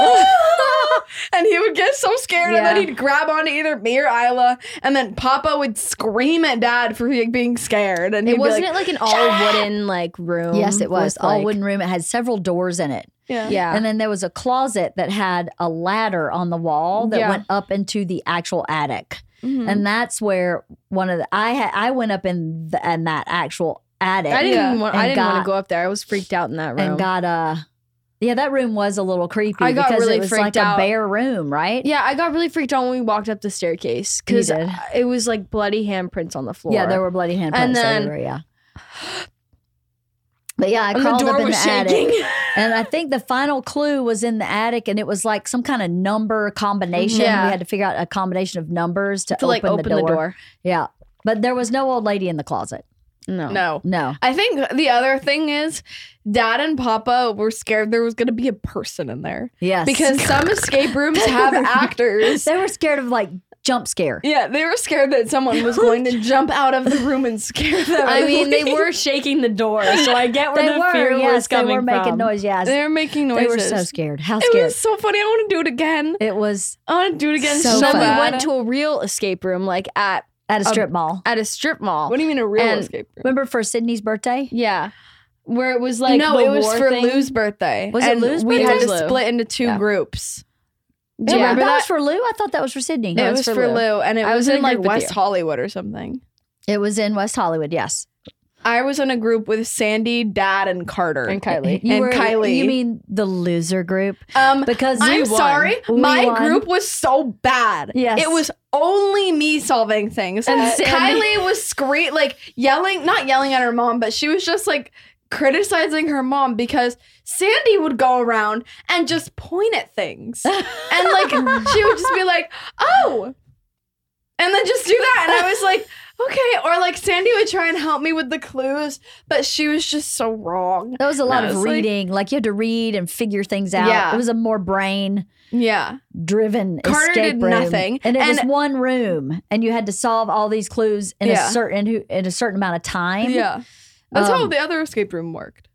S3: "Ah!" And he would get so scared, and
S1: Yeah.
S3: then he'd grab onto either me or Isla, and then Papa would scream at Dad for like, being scared, and he'd
S4: It wasn't
S3: be like,
S4: it like an all wooden like room.
S1: Yes, it was
S4: Mm, with,
S1: all
S4: like-
S1: wooden room. It had several doors in it.
S3: yeah.
S4: Yeah,
S1: And then there was a closet that had a ladder on the wall that
S3: Yeah.
S1: went up into the actual attic.
S3: Mhm.
S4: Mm.
S1: And that's where one of the I had I went up in the, in that actual attic
S4: I didn't
S3: Yeah.
S4: want.
S1: And
S4: I didn't want
S1: got-
S4: to go up there. I was freaked out in that room.
S1: and got a Yeah, that room was a little creepy
S4: I got
S1: because
S4: really
S1: it was like
S4: freaked out.
S1: a bare room, right?
S4: yeah, I got really freaked out when we walked up the staircase because
S1: You did.
S4: it was like bloody handprints on the floor.
S1: Yeah, there were bloody handprints
S4: And then-
S1: everywhere, yeah. But yeah, I
S4: And the
S1: crawled
S4: door
S1: up in
S4: was
S1: the attic.
S4: shaking.
S1: And I think the final clue was in the attic, and it was like some kind of number combination.
S4: Yeah.
S1: We had to figure out a combination of numbers to,
S4: to like open the door.
S1: Yeah. But there was no old lady in the closet. Oh.
S4: No.
S3: No.
S1: No.
S3: I think the other thing is dad and papa were scared there was going to be a person in there
S1: Yes.
S3: because some escape rooms have actors.
S1: they were scared of like jump scare.
S3: Yeah, they were scared that someone was going to jump out of the room and scare them.
S4: I mean, they were shaking the door, so I get where
S1: They
S4: the
S1: were,
S4: fear
S1: yes,
S4: was
S1: they
S4: coming
S1: were making
S4: from.
S1: noise. Yes.
S3: they were making
S1: they
S3: noises.
S1: were so scared. How
S3: It
S1: scared?
S3: was so funny. I want to do it again.
S1: It was
S3: I want to do it again.
S1: So
S3: So,
S4: So
S1: fun.
S4: we
S3: bad.
S4: went to a real escape room, like at
S1: at a
S4: Um,
S1: strip mall.
S4: at a strip mall.
S3: What do you mean a real
S4: and-
S3: escape room?
S1: Remember for Sydney's birthday?
S4: Yeah, where it was like
S3: no,
S4: the
S3: it was
S4: war
S3: for
S4: thing.
S3: Lou's birthday.
S1: Was it
S3: and
S1: Lou's
S3: we
S1: birthday?
S3: had to
S4: Lou.
S3: split into two
S4: Yeah.
S3: groups.
S1: Yeah,
S4: Yeah,
S1: that,
S3: remember
S1: was
S3: that?
S1: for Lou. I thought that was for Sydney.
S4: No,
S3: it
S4: it's
S3: was
S4: for
S3: for
S4: Lou.
S3: Lou. and it
S4: I
S3: was,
S4: was in
S3: in
S4: a
S3: like
S4: group with
S3: West
S4: you.
S3: Hollywood or something.
S1: It was in West Hollywood. Yes.
S3: I was in a group with Sandy, Dad, and Carter.
S4: and Kylie.
S1: You
S3: And
S1: were-
S3: Kylie.
S1: You mean the loser group?
S3: um,
S1: Because
S3: I'm
S1: we won.
S3: sorry,
S1: We
S3: my
S1: won.
S3: group was so bad.
S1: Yes.
S3: it was only me solving things. Uh,
S4: And Sandy.
S3: Kylie was screaming, like yelling, not yelling at her mom, but she was just like criticizing her mom because Sandy would go around and just point at things, and like she would just be like, "Oh," and then just do that, and I was like. Okay, or like Sandy would try and help me with the clues, but she was just so wrong.
S1: That was a lot
S3: No,
S1: of
S3: it's like-
S1: reading. Like, you had to read and figure things out.
S3: Yeah.
S1: It was a more brain
S3: Yeah.
S1: driven
S3: Carter
S1: escape
S3: did
S1: room.
S3: nothing,
S1: And it was
S3: and-
S1: one room and you had to solve all these clues in
S3: Yeah.
S1: a certain who in a certain amount of time.
S3: Yeah. That's how
S1: Um,
S3: the other escape room worked.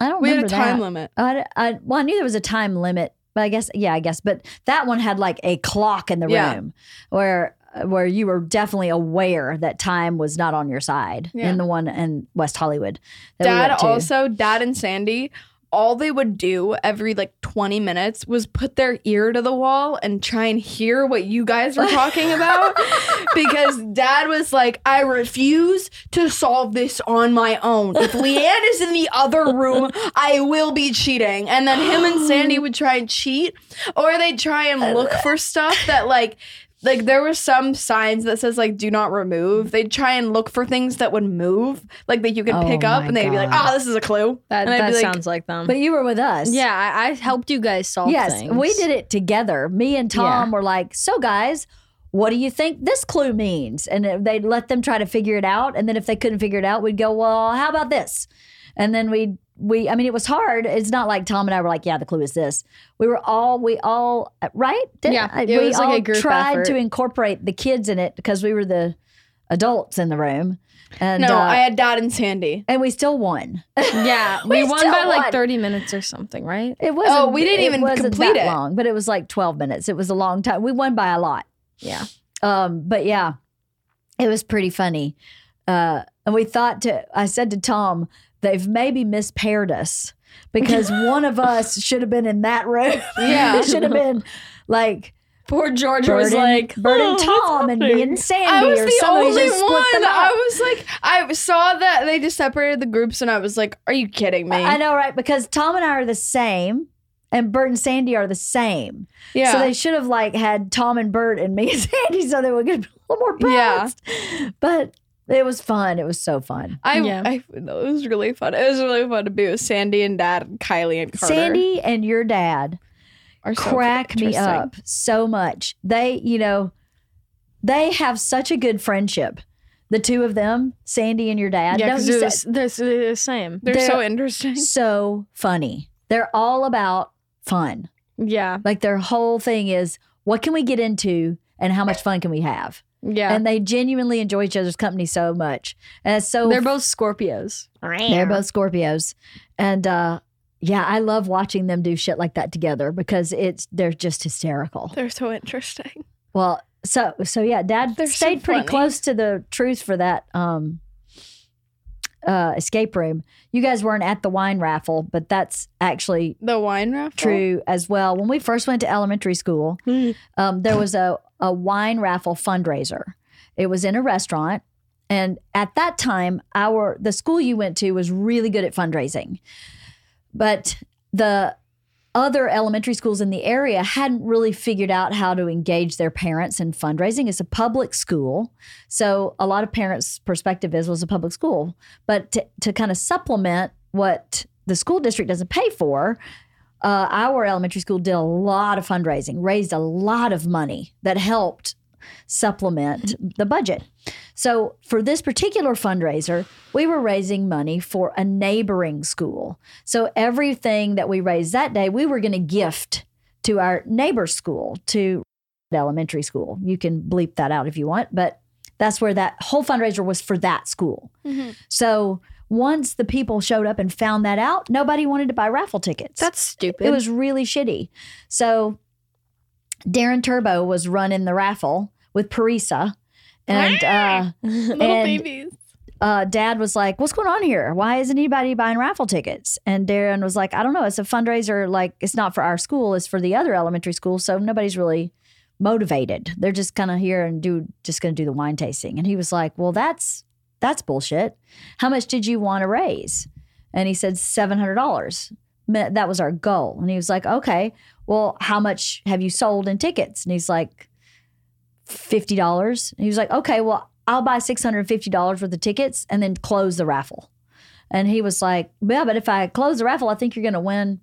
S1: I don't
S3: We had
S1: remember
S3: a time
S1: that.
S3: limit.
S1: Oh, I, d- I- well, I knew there was a time limit, but I guess yeah, I guess. But that one had like a clock in the
S3: Yeah.
S1: room where where you were definitely aware that time was not on your side.
S3: Yeah.
S1: In the one in West Hollywood, that we
S3: Dad
S1: went to.
S3: also, Dad and Sandy, all they would do every like 20 minutes was put their ear to the wall and try and hear what you guys were talking about because Dad was like, I refuse to solve this on my own. If Leanne is in the other room, I will be cheating. And then him and Sandy would try and cheat or they'd try and look for stuff that like like there were some signs that says like do not remove. They'd try and look for things that would move, like that you could
S1: Oh
S3: pick up,
S1: my
S3: and they'd be like,
S1: God.
S3: "Oh, this is a clue."
S4: That,
S3: and I'd
S4: that
S3: be like,
S4: sounds like them.
S1: But you were with us.
S4: yeah, I, I helped you guys solve
S1: Yes,
S4: things.
S1: we did it together. Me and Tom
S4: Yeah.
S1: were like, "So guys, what do you think this clue means?" And it- they'd let them try to figure it out, and then if they couldn't figure it out, we'd go, "Well, how about this?" And then we would we I mean, it was hard. It's not like Tom and I were like, "Yeah, the clue is this." We were all we all right? Didn't-
S4: Yeah,
S1: I-
S4: it
S1: we
S4: was like a
S1: all
S4: group
S1: tried
S4: effort.
S1: to incorporate the kids in it because we were the adults in the room, and
S3: "No,
S1: uh,
S3: I had Dot and Sandy."
S1: and we still won.
S4: Yeah,
S1: We
S4: we, won
S1: still
S4: by
S1: won.
S4: like 30 minutes or something, right?
S1: It wasn't.
S3: Oh, we didn't
S1: it
S3: even
S1: wasn't
S3: complete
S1: that
S3: it.
S1: long, but it was like twelve minutes. It was a long time. We won by a lot.
S4: Yeah.
S1: Um, but yeah, it was pretty funny. Uh, and we thought to, I said to Tom, they've maybe mispaired us because one of us should have been in that room.
S4: Yeah.
S1: it should have been like
S4: Poor George
S1: Bird
S4: was
S1: and,
S4: like,
S1: Bert
S4: "Oh,
S1: and
S4: what's
S1: Tom and me
S4: happening?"
S1: and Sandy
S3: I was
S1: or
S3: the
S1: somebody
S3: only
S1: just
S3: one.
S1: split them up.
S3: I was like, I saw that they just separated the groups, and I was like, "Are you kidding me?"
S1: I know, right? Because Tom and I are the same. And Bert and Sandy are the same.
S3: Yeah.
S1: So they should have like had Tom and Bert and me and Sandy so they would get a little more
S3: Yeah.
S1: balanced. But it was fun. It was so fun.
S3: I,
S4: Yeah.
S3: I no, it was really fun. It was really fun to be with Sandy and Dad and Kylie and Carter.
S1: Sandy and your dad
S3: Are so
S1: crack me
S3: interesting.
S1: up so much. They, you know, they have such a good friendship. The two of them, Sandy and your dad.
S4: Yeah,
S1: Don't
S4: because
S1: you
S4: they're,
S1: say-
S4: the s- they're s- they're the same.
S3: They're,
S1: They're-
S3: so interesting.
S1: so funny. They're all about fun.
S4: Yeah,
S1: Like their whole thing is what can we get into and how much fun can we have?
S4: yeah.
S1: And they genuinely enjoy each other's company so much. And it's so
S4: they're both Scorpios.
S1: They're both Scorpios. And uh yeah, I love watching them do shit like that together because it's they're just hysterical.
S3: They're so interesting.
S1: Well, so so yeah, dad
S3: They're so
S1: stayed pretty
S3: funny.
S1: close to the truth for that um uh escape room. You guys weren't at the wine raffle, but that's actually
S3: The wine raffle.
S1: true as well. When we first went to elementary school,
S4: Mm.
S1: um, there was a, a wine raffle fundraiser. It was in a restaurant. And at that time, our the school you went to was really good at fundraising. But the other elementary schools in the area hadn't really figured out how to engage their parents in fundraising. It's a public school. So a lot of parents' perspective is was a public school. But to, to kind of supplement what the school district doesn't pay for, uh, our elementary school did a lot of fundraising, raised a lot of money that helped supplement the budget. So for this particular fundraiser, we were raising money for a neighboring school. So everything that we raised that day, we were going to gift to our neighbor school, to elementary school. You can bleep that out if you want, but that's where that whole fundraiser was for that school. So once the people showed up and found that out, nobody wanted to buy raffle tickets.
S4: That's stupid.
S1: It was really shitty. So Darren Turbo was running the raffle with Parisa. And uh,
S3: Little
S1: and
S3: babies.
S1: uh, dad was like, What's going on here? Why isn't anybody buying raffle tickets? And Darren was like, I don't know. It's a fundraiser. Like, it's not for our school, it's for the other elementary school. So nobody's really motivated. They're just kind of here and do just going to do the wine tasting. And he was like, Well, that's that's bullshit. How much did you want to raise? And he said, $700. Me- That was our goal. And he was like, Okay, well, how much have you sold in tickets? And he's like, $50. And he was like, Okay, well, I'll buy $650 worth of tickets and then close the raffle. And he was like, Yeah, but if I close the raffle, I think you're going to win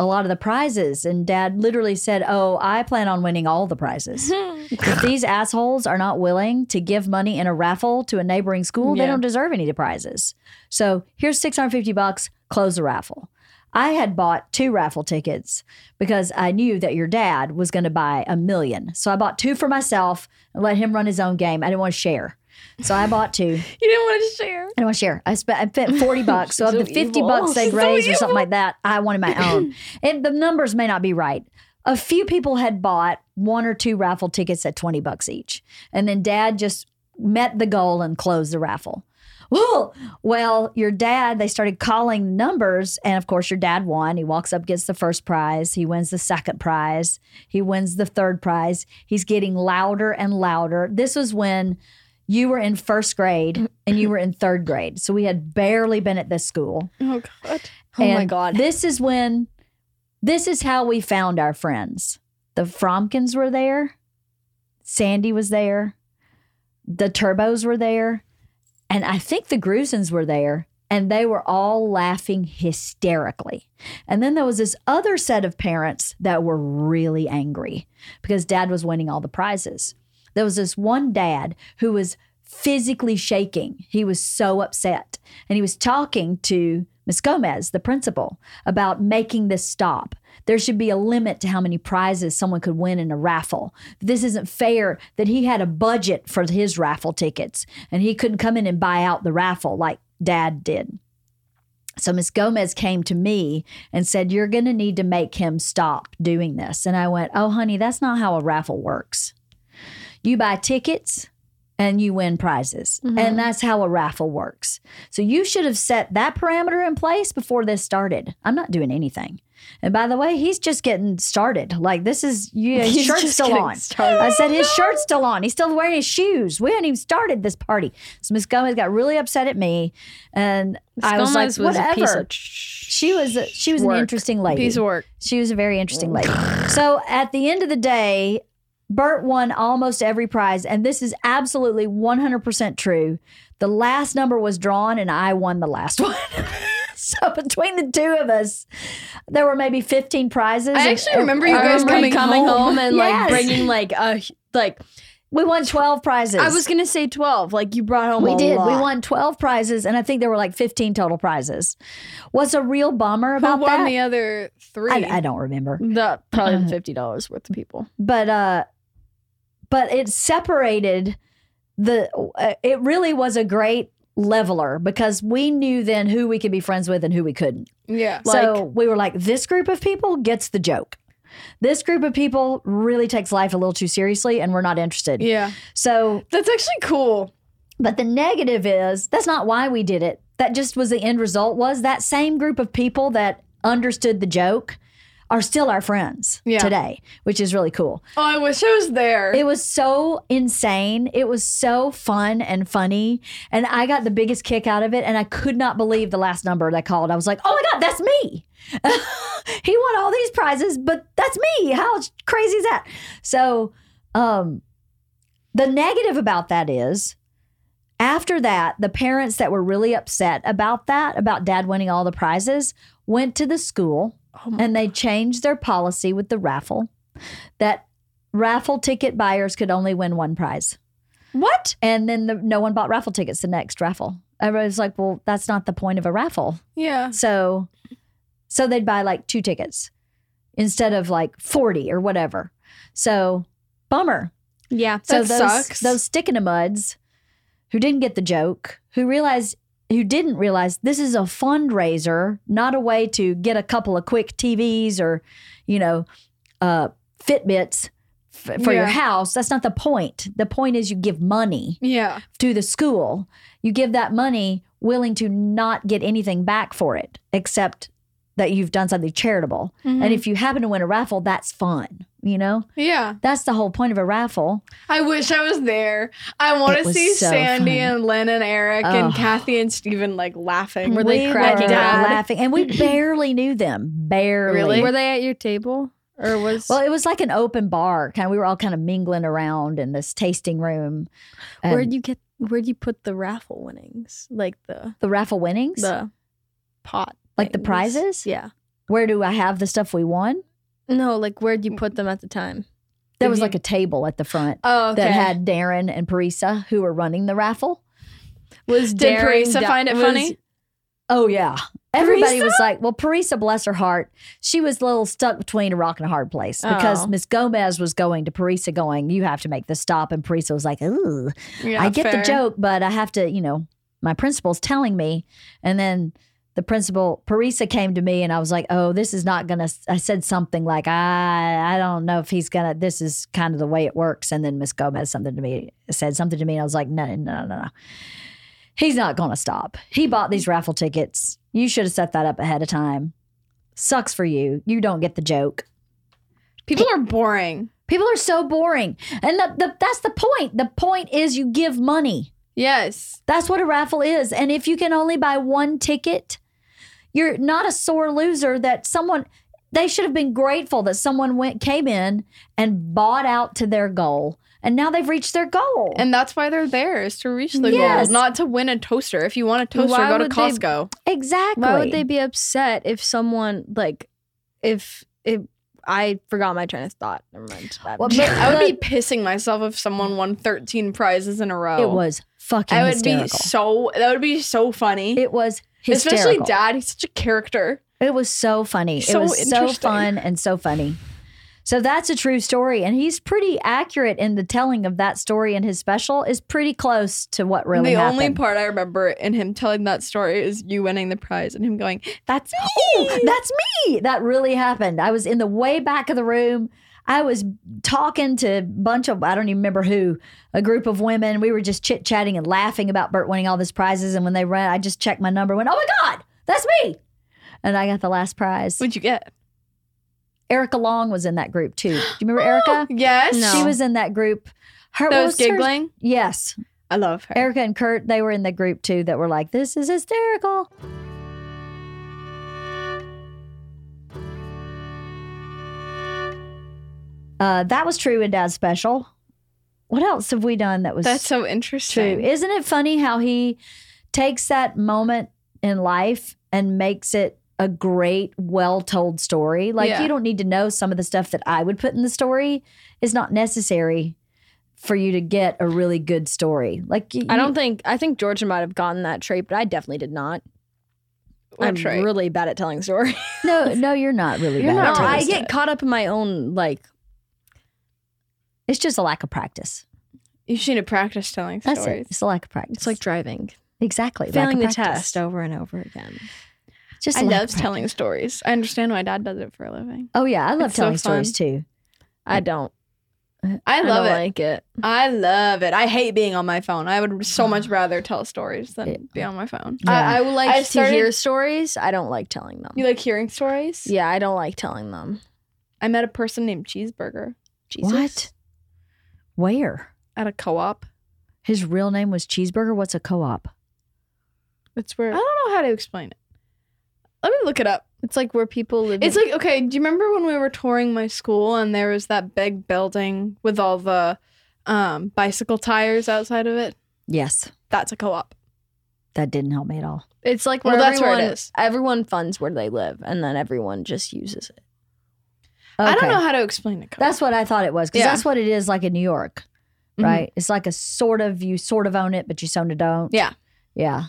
S1: a lot of the prizes. And dad literally said, Oh, I plan on winning all the prizes. if these assholes are not willing to give money in a raffle to a neighboring school, they
S4: Yeah.
S1: don't deserve any of the prizes. So here's 650 bucks, close the raffle. I had bought two raffle tickets because I knew that your dad was going to buy a million. So I bought two for myself and let him run his own game. I didn't want to share. So I bought two.
S3: You didn't want to share.
S1: I don't want to share. I spent, I spent 40 bucks. So, of
S4: So
S1: the 50
S4: evil.
S1: bucks they'd
S3: So
S1: raised or something
S3: evil.
S1: like that, I wanted my own. and the numbers may not be right. A few people had bought one or two raffle tickets at 20 bucks each. And then dad just met the goal and closed the raffle. Whoa. Well, your dad, they started calling numbers. And of course, your dad won. He walks up, gets the first prize. He wins the second prize. He wins the third prize. He's getting louder and louder. This was when you were in first grade and you were in third grade. So we had barely been at this school.
S3: Oh God.
S4: oh my
S1: And
S4: god.
S1: This is when, this is how we found our friends. The Fromkins were there. Sandy was there, the Turbos were there, and I think the Grusins were there, and they were all laughing hysterically. And then there was this other set of parents that were really angry because dad was winning all the prizes. There was this one dad who was physically shaking. He was so upset. And he was talking to Miss Gomez, the principal, about making this stop. There should be a limit to how many prizes someone could win in a raffle. This isn't fair that he had a budget for his raffle tickets and he couldn't come in and buy out the raffle like dad did. So Miss Gomez came to me and said, You're going to need to make him stop doing this. And I went, Oh, honey, that's not how a raffle works. You buy tickets and you win prizes.
S4: Mm-hmm.
S1: And that's how a raffle works. So you should have set that parameter in place before this started. I'm not doing anything. And by the way, he's just getting started. Like this is you, his
S4: He's
S1: shirt's
S4: just
S1: still
S4: getting
S1: on.
S4: started.
S1: I said his shirt's still on. He's still wearing his shoes. We haven't even started this party. So Miss Gomez got really upset at me, and I was like,
S4: Gomez was a piece
S1: whatever.
S4: of
S1: she was a, she was an
S4: work.
S1: interesting lady.
S3: Piece of work.
S1: She was a very interesting lady. So at the end of the day, Bert won almost every prize. And this is absolutely 100% true. The last number was drawn, and I won the last one. so between the two of us, there were maybe 15 prizes.
S3: I
S1: And-
S3: actually
S1: and-
S3: remember you
S1: oh, I
S4: I
S3: guys
S4: remember
S3: coming
S4: coming,
S3: home.
S4: home. and like
S1: Yes.
S4: bringing like a like
S1: We won 12 prizes.
S4: I was gonna say twelve. Like you brought home.
S1: Oh, We
S4: a
S1: did.
S4: Lot.
S1: We won 12 prizes, and I think there were like 15 total prizes. What's a real bummer about
S3: Who won
S1: that?
S3: the other three?
S1: I, I don't remember.
S4: the probably
S1: Uh-huh.
S4: the fifty dollars worth of people.
S1: but uh but it separated the uh, it really was a great leveler because we knew then who we could be friends with and who we couldn't
S3: yeah.
S1: so we were like this group of people gets the joke this group of people really takes life a little too seriously and we're not interested
S3: Yeah.
S1: so
S3: That's actually cool.
S1: but the negative is that's not why we did it. That just was the end result was that same group of people that understood the joke are still our friends
S3: Yeah.
S1: today, which is really cool.
S3: Oh, I wish I was there.
S1: It was so insane. It was so fun and funny. And I got the biggest kick out of it. And I could not believe the last number that called. I was like, oh my God, that's me. he won all these prizes, but that's me. How crazy is that? So, um, the negative about that is after that, the parents that were really upset about that, about dad winning all the prizes, went to the school and they changed their policy with the raffle that raffle ticket buyers could only win one prize.
S4: What?
S1: And then the, no one bought raffle tickets the next raffle. Everybody's like, well, that's not the point of a raffle.
S3: yeah.
S1: So, so they'd buy like two tickets instead of like 40 or whatever. So, bummer.
S4: Yeah.
S1: So
S3: That
S1: those
S3: sucks.
S1: those stick in the muds who didn't get the joke, who realized who didn't realize this is a fundraiser, not a way to get a couple of quick TVs or, you know, uh Fitbits f- for your
S3: Yeah.
S1: house. That's not the point. The point is you give money
S3: Yeah.
S1: to the school. You give that money willing to not get anything back for it except that you've done something charitable.
S3: Mm-hmm. Mm.
S1: And if you happen to win a raffle, that's fun, you know?
S3: Yeah.
S1: That's the whole point of a raffle.
S3: I wish I was there. I want
S1: It
S3: to
S1: was
S3: see
S1: so
S3: Sandy
S1: fun.
S3: and Lynn and Eric and
S1: Oh.
S3: Kathy and Steven like laughing.
S4: Were they
S1: we
S4: cracking
S1: were
S3: up?
S1: laughing, and we barely knew them. Barely.
S3: Really?
S4: Were they at your table or was?
S1: Well, it was like an open bar. Kind of, we were all kind of mingling around in this tasting room. Um, And
S4: where'd you get? Where'd you put the raffle winnings? Like the
S1: the raffle winnings?
S4: the pot.
S1: Like the
S4: things?
S1: prizes?
S4: Yeah.
S1: Where do I have the stuff we won?
S4: No, like where'd you put them at the time?
S1: There
S3: Did
S1: was
S4: Mhm.
S3: you-
S1: like a table at the front
S4: Oh,
S1: that had Darren and Parisa who were running the raffle.
S4: was
S3: Did
S4: Darren
S3: Parisa
S4: di-
S3: find it
S4: was-
S3: funny?
S1: Oh yeah. Everybody
S3: Parisa?
S1: was like, well, Parisa, bless her heart, she was a little stuck between a rock and a hard place because
S4: Oh.
S1: Miss Gomez was going to Parisa, going, you have to make this stop. And Parisa was like, ooh,
S3: Yeah,
S1: I get
S3: fair.
S1: the joke, but I have to, you know, my principal's telling me. And then the principal, Parisa, came to me and I was like, oh, this is not going to, I said something like, I, I don't know if he's going to, this is kind of the way it works. And then Miss Gomez something to me, said something to me. And I was like, no, no, no, no, no. He's not going to stop. He bought these raffle tickets. You should have set that up ahead of time. Sucks for you. You don't get the joke.
S3: People are boring.
S1: People are so boring. And the, the, that's the point. The point is you give money.
S3: Yes.
S1: That's what a raffle is. And if you can only buy one ticket, you're not a sore loser that someone they should have been grateful that someone went came in and bought out to their goal and now they've reached their goal.
S3: And that's why they're there is to reach the
S1: Yes.
S3: goal, not to win a toaster. If you want a toaster,
S4: Why
S3: go to
S4: would they-
S3: Costco.
S1: exactly.
S4: Why would they be upset if someone like if if I forgot my train of thought? Never mind. That-
S1: Well, but-
S3: I would be pissing myself if someone won 13 prizes in a row.
S1: It was fucking
S3: I would be
S1: hysterical.
S3: so. That would be so funny.
S1: it was hysterical.
S3: Especially Dad. He's such a character.
S1: It was so funny.
S3: So
S1: it was so
S3: interesting.
S1: fun and so funny. So that's a true story. And he's pretty accurate in the telling of that story and his special is pretty close to what really
S3: the
S1: happened.
S3: only part I remember in him telling that story is you winning the prize and him going, "That's me."
S4: oh,
S1: "Ooh, that's me. That really happened. I was in the way back of the room. I was talking to a bunch of, I don't even remember who, a group of women. We were just chit chatting and laughing about Bert winning all these prizes. And when they ran, I just checked my number, went, oh my God, that's me. And I got the last prize.
S3: What'd you get?
S1: Erica Long was in that group too. Do you remember Erica?
S3: Oh, Yes.
S4: No.
S1: She was in that group. Her
S3: That
S1: what
S3: was
S1: her-
S3: giggling.
S1: Yes.
S3: I love her.
S1: Erica and Kurt, they were in the group too that were like, this is hysterical. Uh, that was true in Dad's special. What else have we done that was
S3: That's so
S1: true?
S3: interesting.
S1: Isn't it funny how he takes that moment in life and makes it a great, well told story? Like,
S3: Yeah.
S1: you don't need to know some of the stuff that I would put in the story, it's not necessary for you to get a really good story. Like, y-
S4: I
S1: you-
S4: don't think I think Georgia might have gotten that trait, but I definitely did not.
S3: What
S4: I'm
S3: trait?
S4: really bad at telling stories.
S1: No, no, you're not really
S3: You're
S1: bad.
S3: not
S1: at
S4: No,
S1: all.
S4: I
S3: telling
S1: I-
S4: get caught up in my own like
S1: It's just a lack of practice.
S3: You should need to practice telling
S1: That's
S3: stories.
S1: it. It's a lack of practice.
S4: it's like driving,
S1: exactly lack
S4: failing
S1: of
S4: the
S1: practice.
S4: test over and over again.
S1: Just
S3: I
S1: a lack of
S3: love
S1: practice.
S3: telling stories. I understand why Dad does it for a living.
S1: Oh yeah, I love
S3: It's so
S1: telling stories too.
S4: I don't.
S3: I
S4: I,
S3: love
S4: don't
S3: it.
S4: like it.
S3: I love it. I hate being on my phone. I would so much rather tell stories than
S1: Yeah.
S3: be on my phone.
S1: Yeah.
S4: I, I would like
S3: I
S4: to
S3: started-
S4: hear stories. I don't like telling them.
S3: You like hearing stories?
S4: yeah, I don't like telling them.
S3: I met a person named Cheeseburger
S4: Jesus.
S1: What? Where?
S3: at a co-op.
S1: His real name was Cheeseburger. What's a co-op?
S4: It's
S3: I
S4: where
S3: don't know how to explain it. Let me look it up.
S4: it's like where people live.
S3: It's like okay, do you remember when we were touring my school and there was that big building with all the um, bicycle tires outside of it?
S1: Yes,
S3: That's a co-op.
S1: that didn't help me at all.
S4: it's like
S3: Well,
S4: where
S3: that's where it
S4: everyone
S3: is.
S4: everyone funds where they live, and then everyone just uses it.
S3: I don't
S1: Okay.
S3: know how to explain it.
S1: That's what I thought it was because
S3: Yeah.
S1: that's what it is like in New York,
S3: Mhm.
S1: right? It's like a sort of you sort of own it, but you sort of don't.
S3: Yeah.
S1: Yeah.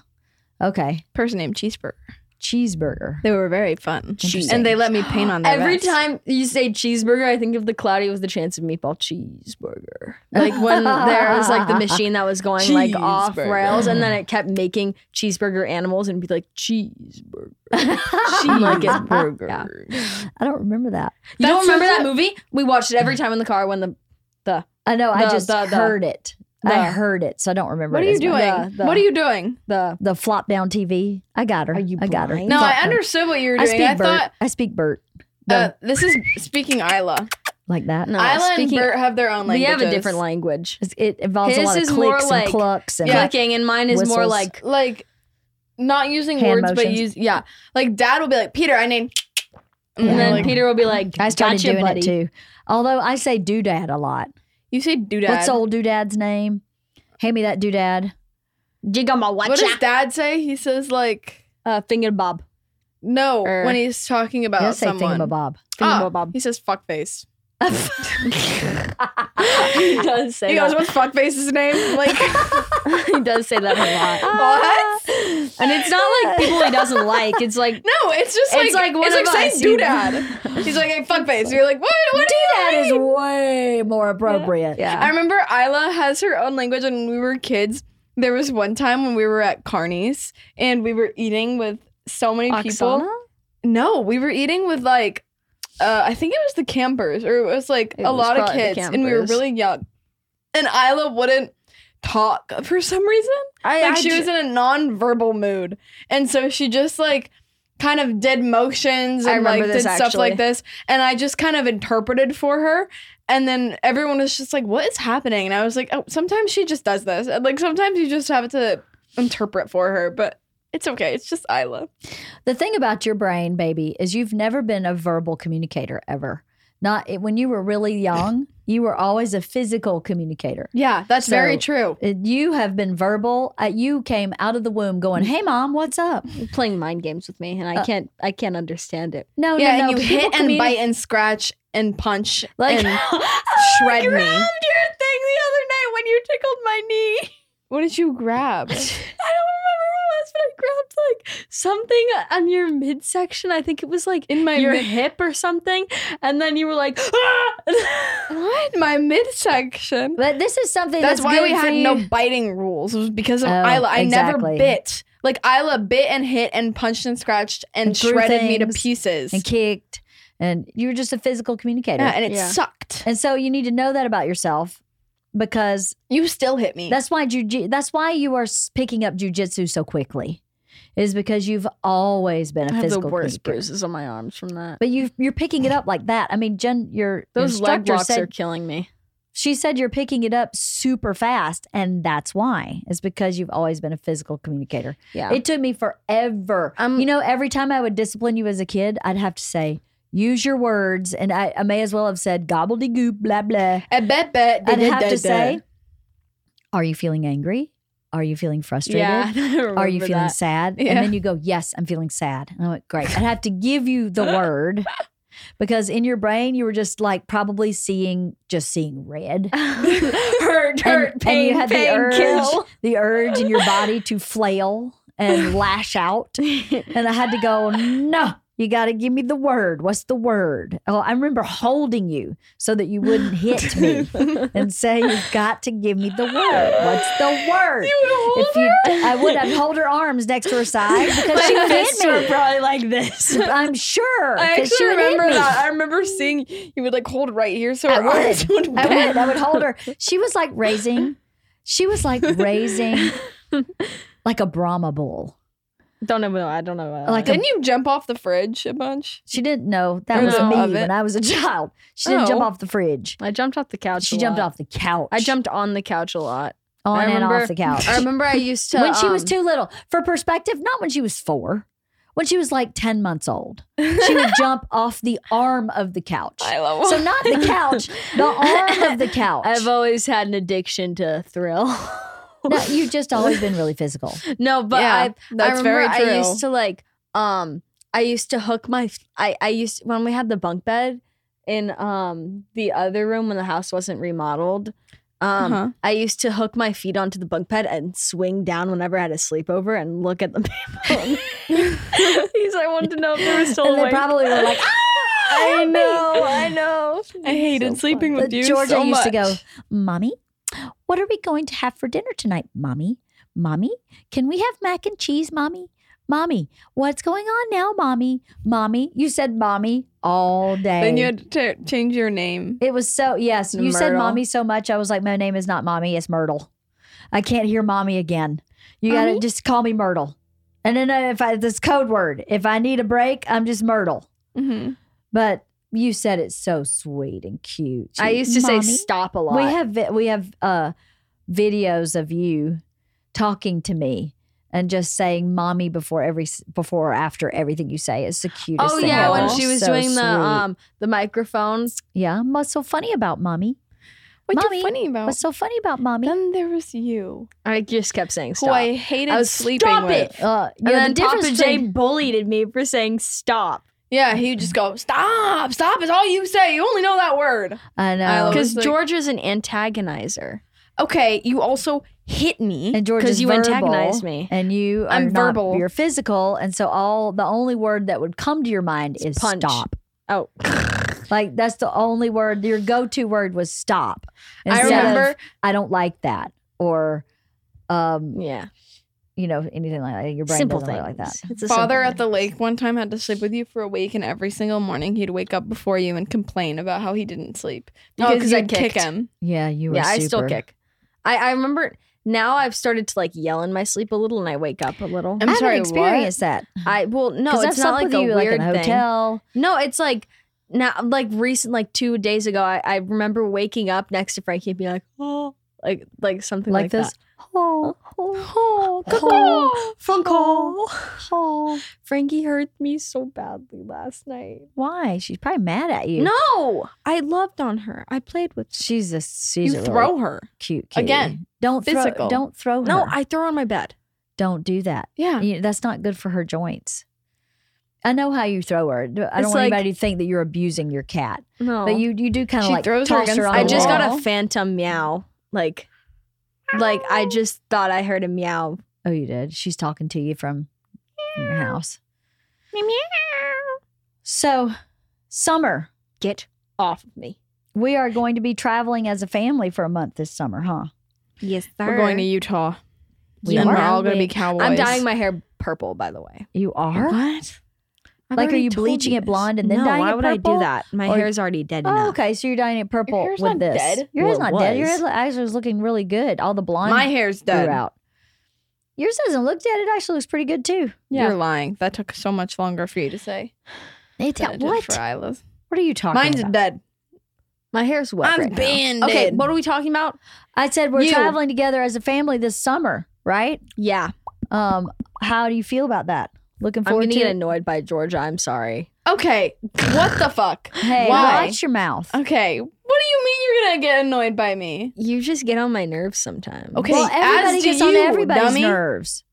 S1: Okay.
S3: person named Cheeseburger.
S1: Cheeseburger.
S3: They were very fun,
S1: Interesting.
S3: and they let me paint on their
S4: Every
S3: vests.
S4: time you say cheeseburger, I think of the cloudy with the chance of meatball cheeseburger. Like when there was like the machine that was going like off
S3: Cheeseburger.
S4: rails, and then it kept making cheeseburger animals and it'd be like cheeseburger, cheeseburger. Oh Yeah.
S1: I don't remember that.
S4: You don't
S3: That's
S4: remember
S3: such
S4: that
S3: a-
S4: movie? We watched it every time in the car when the
S1: I know. I
S4: The-
S1: just
S4: the- the-
S1: heard it. I
S4: the-
S1: heard it, so I don't remember.
S3: What are
S1: it as
S3: you
S1: much.
S3: doing?
S4: The- the-
S3: what are you doing?
S4: the
S1: The flop down TV. I got her.
S4: Are you
S1: I got her.
S4: blind?
S3: No,
S1: Flop
S3: I
S1: down.
S3: understood what you were
S1: I
S3: doing.
S1: speak
S3: I,
S1: Bert.
S3: thought
S1: I speak Bert.
S3: uh,
S1: No,
S3: this is speaking Isla.
S1: like that.
S4: no,
S3: Isla
S4: speaking-
S3: and Bert have their own
S4: we
S3: languages.
S4: have a different language.
S1: It's- It involves a
S4: His
S1: lot of
S4: is more
S1: clicks
S4: like-
S1: and clucks and
S3: Yeah.
S4: Clicking and mine is more
S1: Whistles.
S4: like
S3: Like not using
S1: Hand
S3: words, but
S1: motions.
S3: use yeah. like dad will be like, Peter, I named and
S1: Yeah.
S4: and
S3: then
S4: then
S3: like,
S4: Peter will be like,
S1: I started
S4: gotcha,
S1: doing
S4: buddy.
S1: it too. Although I say doodad a lot.
S3: You say doodad.
S1: What's old doodad's name? Hand me that doodad.
S4: Jigama
S3: what
S4: watcha.
S3: does dad say? He says like
S4: Uh, finger bob.
S3: no
S4: Er.
S3: when he's talking about
S1: You don't say
S3: someone.
S1: thingamabob.
S3: Ah,
S4: Thingamabob.
S3: he says fuckface.
S4: he does say
S3: He
S4: that.
S3: goes, What's fuckface's name? Like
S4: he does say that a lot.
S3: what?
S4: And it's not like people he doesn't like. It's like
S3: No, it's just like
S4: It's like one
S3: it's like
S4: of
S3: saying
S4: us, you know?
S3: doodad. He's like, hey, fuckface. You're like, what? What do you
S1: Doodad
S3: mean?
S1: is way more appropriate.
S4: yeah.
S3: I remember Isla has her own language, and when we were kids, there was one time when we were at Carney's and we were eating with so many people. No, we were eating with like, uh, I think it was the campers, or it was like
S4: It
S3: a
S4: was
S3: lot of
S4: probably the
S3: kids, and we were
S4: campers.
S3: really young. And Isla wouldn't talk for some reason.
S4: I,
S3: Like she was in a non-verbal mood, and so she just like kind of did motions
S4: I
S3: and like
S4: remember
S3: did
S4: this,
S3: stuff like
S4: actually.
S3: this, and I just kind of interpreted for her. And then everyone was just like, "What is happening?" And I was like, "Oh, sometimes she just does this. And, like sometimes you just have to interpret for her, but it's okay. It's just Isla.
S1: The thing about your brain, baby, is you've never been a verbal communicator ever. Not when you were really young, you were always a physical communicator.
S3: Yeah, that's
S1: So-
S3: very true.
S1: Uh, You have been verbal. Uh, You came out of the womb going, "Hey, mom, what's up?"
S4: You're playing mind games with me, and I
S1: Uh,
S4: can't. I can't understand it.
S1: No,
S3: yeah,
S1: Oh, no, no.
S3: and you
S1: People
S3: hit and
S1: communi-
S3: bite and scratch and punch
S1: Like,
S3: and
S1: shred
S3: shred me.
S4: your thing the other night when you tickled my knee.
S3: What did you grab?
S4: I don't remember what it was, but I grabbed like something on your midsection. I think it was like
S3: In my
S4: your
S3: mid-
S4: hip or something, and then you were like, ah!
S3: what? My midsection.
S1: But this is something
S3: That's,
S1: that's,
S3: why
S1: good
S3: we
S1: for
S3: had
S1: you.
S3: no biting rules. It was because of
S1: Oh,
S3: Isla. I
S1: exactly.
S3: never bit. Like Isla bit and hit and punched and scratched and,
S1: And threw
S3: shredded me to
S1: things
S3: pieces.
S1: and kicked, and you were just a physical communicator.
S3: yeah, and it
S4: Yeah.
S3: sucked.
S1: and so you need to know that about yourself because
S3: You still hit me.
S1: That's why juji- That's why you are s- picking up jujitsu so quickly, is because you've always been
S4: I
S1: a
S4: have the
S1: physical
S4: worst
S1: communicator.
S4: bruises on my arms from that.
S1: But you you're picking it up like that. I mean, Jen, your your
S4: Those leg
S1: instructor
S4: locks
S1: said
S4: are killing me.
S1: she said you're picking it up super fast, and that's why is because you've always been a physical communicator.
S4: Yeah.
S1: It took me forever.
S4: Um,
S1: you know, every time I would discipline you as a kid, I'd have to say. Use your words, and I, I may as well have said gobbledygook, blah blah.
S3: I bet bet.
S1: I'd have to say, "Are you feeling angry? Are you feeling frustrated?
S4: yeah.
S1: Are you feeling sad? And
S3: Yeah.
S1: then you go, Yes, I'm feeling sad. And I went, Great. I'd have to give you the word because in your brain, you were just like probably seeing, just seeing red.
S4: hurt, hurt,
S1: and,
S4: pain,
S1: and you had
S4: pain,
S1: the urge,
S4: kill.
S1: the urge in your body to flail and lash out. And I had to go, No, you got to give me the word. What's the word? Oh, I remember holding you so that you wouldn't hit me and say, You've got to give me the word. What's the word? if you, I would. I'd hold her arms next to her side because she
S4: fists were
S1: would hit me.
S4: probably like this.
S1: I'm sure.
S3: I
S1: 'cause she
S3: actually
S1: would hit
S3: remember
S1: me.
S3: that. I remember seeing you would like hold right here, so
S1: I
S3: her
S1: would.
S3: arms would
S1: I
S3: bend.
S1: would. I would hold her. She was like raising. She was like raising, like a Brahma bull.
S4: Don't know. I don't know.
S1: Like a-
S3: Didn't you jump off the fridge a bunch?
S1: She didn't know that
S3: No,
S1: was
S3: of
S1: me
S3: it.
S1: when I was a child. She didn't
S3: Oh.
S1: jump off the fridge.
S4: I jumped off the couch.
S1: She
S4: a
S1: jumped
S4: lot.
S1: off the couch.
S4: I jumped on the couch a lot.
S1: on
S4: I
S1: and
S4: remember-
S1: off the couch.
S4: I remember I used to
S1: when she was
S4: um,
S1: too little. For perspective, not when she was four. When she was like ten months old, she would jump off the arm of the couch.
S3: I love
S1: So not the couch, the arm of the couch.
S4: I've always had an addiction to thrill.
S1: No, you've just always been really physical.
S4: no, but
S3: Yeah,
S4: I
S3: that's
S4: I
S3: very
S4: remember
S3: true.
S4: I used to like um I used to hook my I I used when we had the bunk bed in um the other room when the house wasn't remodeled. Um,
S3: Uh-huh.
S4: I used to hook my feet onto the bunk bed and swing down whenever I had a sleepover and look at the people. Because I wanted to know if they were still
S1: and they
S4: awake.
S1: probably were like,
S4: I know, I know.
S3: I hated sleeping
S1: "Ah!"
S3: with you.
S1: Georgia
S3: so
S1: used to go,
S3: much.
S1: Mommy, what are we going to have for dinner tonight, Mommy? Mommy, can we have mac and cheese, Mommy? Mommy, what's going on now, Mommy? Mommy, you said Mommy all day.
S3: Then you had to t- change your name.
S1: It was so yes. You said
S4: Myrtle.
S1: mommy so much. I was like, my name is not mommy. It's Myrtle. I can't hear mommy again. You gotta
S4: Mommy?
S1: just call me Myrtle. And then uh, if I this code word, if I need a break, I'm just Myrtle.
S3: Mhm.
S1: But you said it so sweet and cute.
S4: I
S1: You-
S4: used to
S1: "Mommy."
S4: say stop a lot.
S1: We have vi- we have uh, videos of you talking to me and just saying mommy before every s- before or after everything you say. It's the cutest.
S4: Oh
S1: thing ever.
S4: yeah, when she was
S1: So
S4: doing
S1: sweet.
S4: the um the microphones.
S1: yeah, what's so funny about mommy?
S3: What's
S1: Mommy,
S3: so funny about?
S1: What's so funny about mommy?
S3: Then there was you,
S4: I just kept saying
S3: who
S4: stop.
S3: I hated
S4: I was
S3: sleeping
S4: stop
S3: with.
S4: it.
S1: Uh, you
S4: and
S1: know,
S4: then
S1: the difference
S4: Papa J
S1: between-
S4: bullied me for saying stop.
S3: Yeah, he would just go, stop, stop is all you say. You only know that word.
S1: I
S3: I
S1: know.
S3: love-
S4: Because
S3: was like-
S4: Georgia's an antagonizer.
S3: Okay, you also hit me.
S1: And George
S4: 'Cause
S1: is
S4: you
S1: verbal,
S4: antagonize me.
S1: and you are
S3: I'm
S1: not-
S3: verbal.
S1: You're physical, and so all the only word that would come to your mind is
S4: punch.
S1: stop.
S4: Oh.
S1: Like that's the only word. Your go-to word was stop.
S3: I
S1: instead of,
S3: remember
S1: I don't like that, or um,
S4: Yeah.
S1: you know, anything like that. Your brain
S4: Simple
S1: doesn't
S4: things.
S1: work like that.
S4: It's a
S3: father
S4: simple
S3: at the lake one time had to sleep with you for a week, and every single morning he'd wake up before you and complain about how he didn't sleep
S4: Oh,
S3: because
S4: 'cause I
S3: you'd kick
S4: kicked.
S3: him.
S1: Yeah, you
S4: thing.
S1: were.
S4: Yeah, I
S1: super.
S4: still kick. I, I remember now I've started to like yell in my sleep a little and I wake up a little.
S3: I'm
S1: I haven't
S3: sorry,
S1: experienced that.
S4: I well no,
S1: 'Cause I've
S4: it's not
S1: slept
S4: like
S1: with
S4: a
S1: you,
S4: weird
S1: like in a
S4: thing.
S1: hotel.
S4: No, it's like now like recent like two days ago, I, I remember waking up next to Frankie and being like, Oh like like something
S1: like,
S4: like,
S1: this.
S4: that.
S1: Oh,
S4: Oh,
S1: Oh,
S4: phone call.
S1: oh.
S4: Frankie hurt me so badly last night.
S1: Why? She's probably mad at you.
S4: No, I loved on her. I played with.
S1: she's a she's
S4: You
S1: a
S4: throw
S1: really
S4: her.
S1: cute kitty.
S3: Again,
S1: Don't throw.
S3: physical.
S1: Don't throw her.
S4: No, I throw her on my bed.
S1: don't do that.
S4: Yeah.
S1: You- that's not good for her joints. I know how you throw her. I don't
S4: It's
S1: want
S4: like-
S1: anybody to think that you're abusing your cat,
S4: No.
S1: but you you do kind of
S3: She
S1: like
S3: throws her
S1: toss her,
S3: against
S1: on
S3: the
S4: I just
S1: the
S3: wall.
S4: got a phantom meow. Like, like I just thought I heard a meow.
S1: Oh, you did. She's talking to you from your house. So, summer,
S4: Get off of me.
S1: we are going to be traveling as a family for a month this summer, huh?
S4: Yes, sir.
S3: We're going to Utah.
S1: We
S3: and
S1: are.
S3: we're all going to be
S4: Aren't
S3: cowboys.
S4: I'm dyeing my hair purple, by the way.
S1: You are.
S4: What?
S1: Like, are you bleaching it blonde and then
S4: no,
S1: dyeing
S4: why
S1: it
S4: would I
S1: purple?
S4: do that? My
S1: Or-
S4: hair's already dead
S1: Oh,
S4: enough.
S1: okay. So you're dyeing it purple
S3: hair's
S1: with
S3: not
S1: this.
S3: dead.
S1: Your hair's
S4: Well, it
S1: not dead. Your
S4: was.
S1: hair actually is looking really good. All the blonde
S3: my hair's
S1: grew
S3: dead.
S1: out. Yours doesn't look dead. It actually looks pretty good too.
S3: You're lying. That took so much longer for you to say.
S1: It,
S3: than it did
S1: what?
S3: For Isla's.
S1: What are you talking
S3: Mine's
S1: about?
S3: dead.
S4: My hair's wet.
S3: I'm
S4: right now.
S3: banded.
S4: Okay, what are we talking about?
S1: I said we're
S4: You.
S1: traveling together as a family this summer, right?
S4: Yeah,
S1: Um, how do you feel about that? Looking
S4: I'm
S1: forward
S4: gonna
S1: to
S4: get
S1: it.
S4: annoyed by Georgia. I'm sorry.
S3: Okay. What the fuck?
S1: Hey,
S3: Why?
S1: watch your mouth.
S3: Okay. What do you mean you're gonna get annoyed by me?
S4: You just get on my nerves sometimes.
S3: Okay,
S1: well, everybody
S3: as do
S1: gets on
S3: you,
S1: everybody's
S3: dummy.
S1: nerves.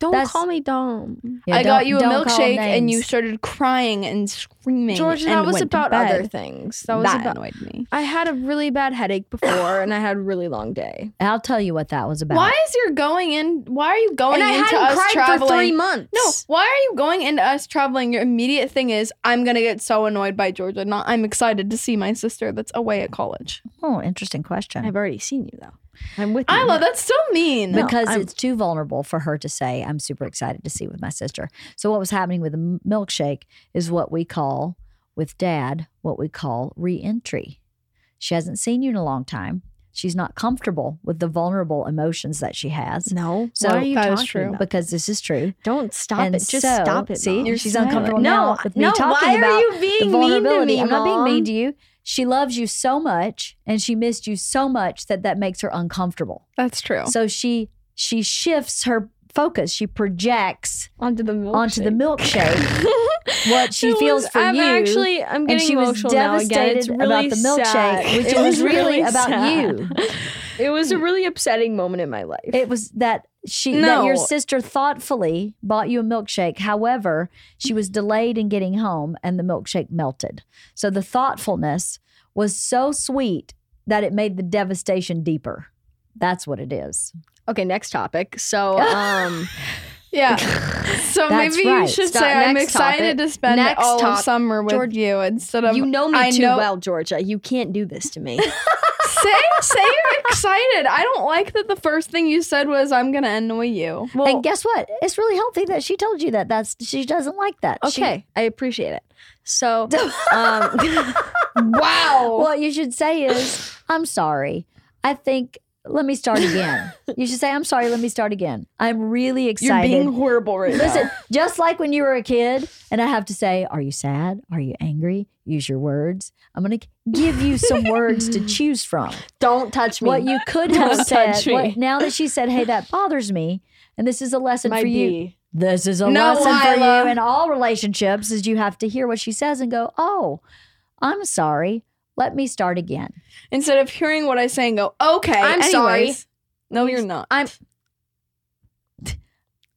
S4: don't
S1: that's-
S4: call me dumb.
S1: Yeah,
S3: I got
S1: don't-
S3: you a
S1: don't call
S3: milkshake and you
S1: names.
S3: started crying and screaming.
S4: Georgia, that
S3: and
S4: was
S3: went to
S4: about
S3: bed.
S4: other things. That was
S3: that
S4: about.
S3: annoyed me.
S4: I had a really bad headache before, and I had a really long day.
S1: I'll tell you what that was about.
S3: Why is your going in? Why are you
S1: Oh,
S3: going
S4: and I
S3: into
S4: hadn't
S3: us
S4: cried
S3: traveling?
S4: for three months.
S3: no, why are you going into us traveling? Your immediate thing is, I'm gonna get so annoyed by Georgia. Not, I'm excited to see my sister that's away at college.
S1: Oh, interesting question.
S4: I've already seen you though. I'm with you.
S3: I love that's so mean.
S4: No,
S1: because
S4: I'm-
S1: it's too vulnerable for her to say i'm super excited to see with my sister so what was happening with the m- milkshake is what we call with dad what we call reentry she hasn't seen you in a long time she's not comfortable with the vulnerable emotions that she has
S4: No,
S1: So-
S4: so why are you
S3: That
S4: talking
S3: is true.
S4: about?
S1: because this is true
S4: Don't stop
S1: And
S4: it. Just
S1: so,
S4: stop it.
S1: see,
S4: Mom.
S1: you're she's uncomfortable
S4: No,
S1: now with me
S4: no,
S1: talking
S4: why
S1: about
S4: are you being
S1: the vulnerability
S4: Mean to
S1: i'm
S4: me,
S1: not being
S4: Mom?
S1: mean to you she loves you so much and she missed you so much that that makes her uncomfortable
S3: that's true.
S1: so she she shifts her focus she projects
S4: onto the milkshake.
S1: onto the milkshake what she feels for
S4: I'm
S1: you.
S4: Actually, I'm
S1: and
S4: getting
S1: she was
S4: emotional now again. It's
S1: devastated
S4: really
S1: about the milkshake,
S4: sad.
S1: which
S4: It
S1: was
S4: was
S1: really
S4: really
S1: about
S4: sad.
S1: you.
S4: It was a really upsetting moment in my life.
S1: It was that she that your
S3: No.
S1: sister thoughtfully bought you a milkshake. However, she was delayed in getting home and the milkshake melted. So the thoughtfulness was so sweet that it made the devastation deeper. That's what it is.
S4: okay, next topic. So, um,
S3: yeah. So
S1: That's
S3: maybe
S1: right.
S3: you should
S4: Stop.
S3: say I'm
S4: Next
S3: excited to
S4: topic.
S3: spend
S4: Next
S3: all
S4: top-
S3: of summer with
S4: George-
S3: you instead of
S4: you know me
S3: I
S4: too
S3: know-
S4: well, Georgia. You can't do this to me.
S3: say say you're excited. I don't like that the first thing you said was I'm gonna annoy you.
S4: Well,
S1: and guess what? It's really healthy that she told you that. That's she doesn't like that. She-
S4: okay, I appreciate it. So, um,
S3: Wow.
S1: What you should say is, I'm sorry. I think, let me start again. you should say, I'm sorry, let me start again. I'm really
S3: you're
S1: excited.
S3: being horrible right now.
S1: Listen, just like when you were a kid, and I have to say, Are you sad? Are you angry? Use your words. I'm going to give you some words to choose from.
S4: don't touch me.
S1: What you could have
S4: Don't
S1: said,
S4: touch me.
S1: what, now that she said, Hey, that bothers me, and this is a lesson
S4: my
S1: for you.
S4: bee.
S1: This is a
S3: No,
S1: lesson for
S3: Lila.
S1: you in all relationships is you have to hear what she says and go, "Oh, I'm sorry. Let me start again."
S3: Instead of hearing what I say and go, okay,
S4: I'm sorry.
S3: anyways." No, you're not.
S4: I'm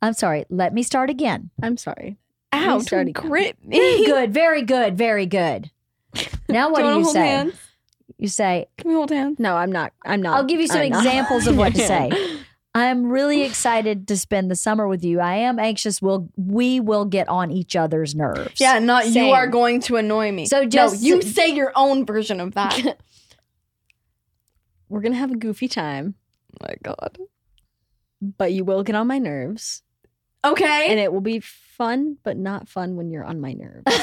S1: I'm sorry. Let me start again.
S4: I'm sorry.
S3: Ow,
S4: please start
S3: don't
S4: again.
S3: grip
S1: Very
S3: me.
S1: good. Very good. Very good. Now what
S3: do
S1: do
S3: you wanna
S1: you
S3: hold
S1: say?
S3: hands? Oh,
S1: You say,
S3: Can we hold hands?
S4: No, I'm not. I'm not.
S1: I'll give you some
S4: I'm not.
S1: examples of what to
S4: Yeah.
S1: say. "I'm really excited to spend the summer with you. I am anxious. We'll we will get on each other's nerves."
S3: Yeah, not
S4: Same.
S3: you are going to annoy me.
S1: So just-
S3: no, you say your own version of that. oh
S4: We're gonna have a goofy time,
S3: my god.
S4: but you will get on my nerves,
S3: Okay.
S4: and it will be fun, but not fun when you're on my nerves.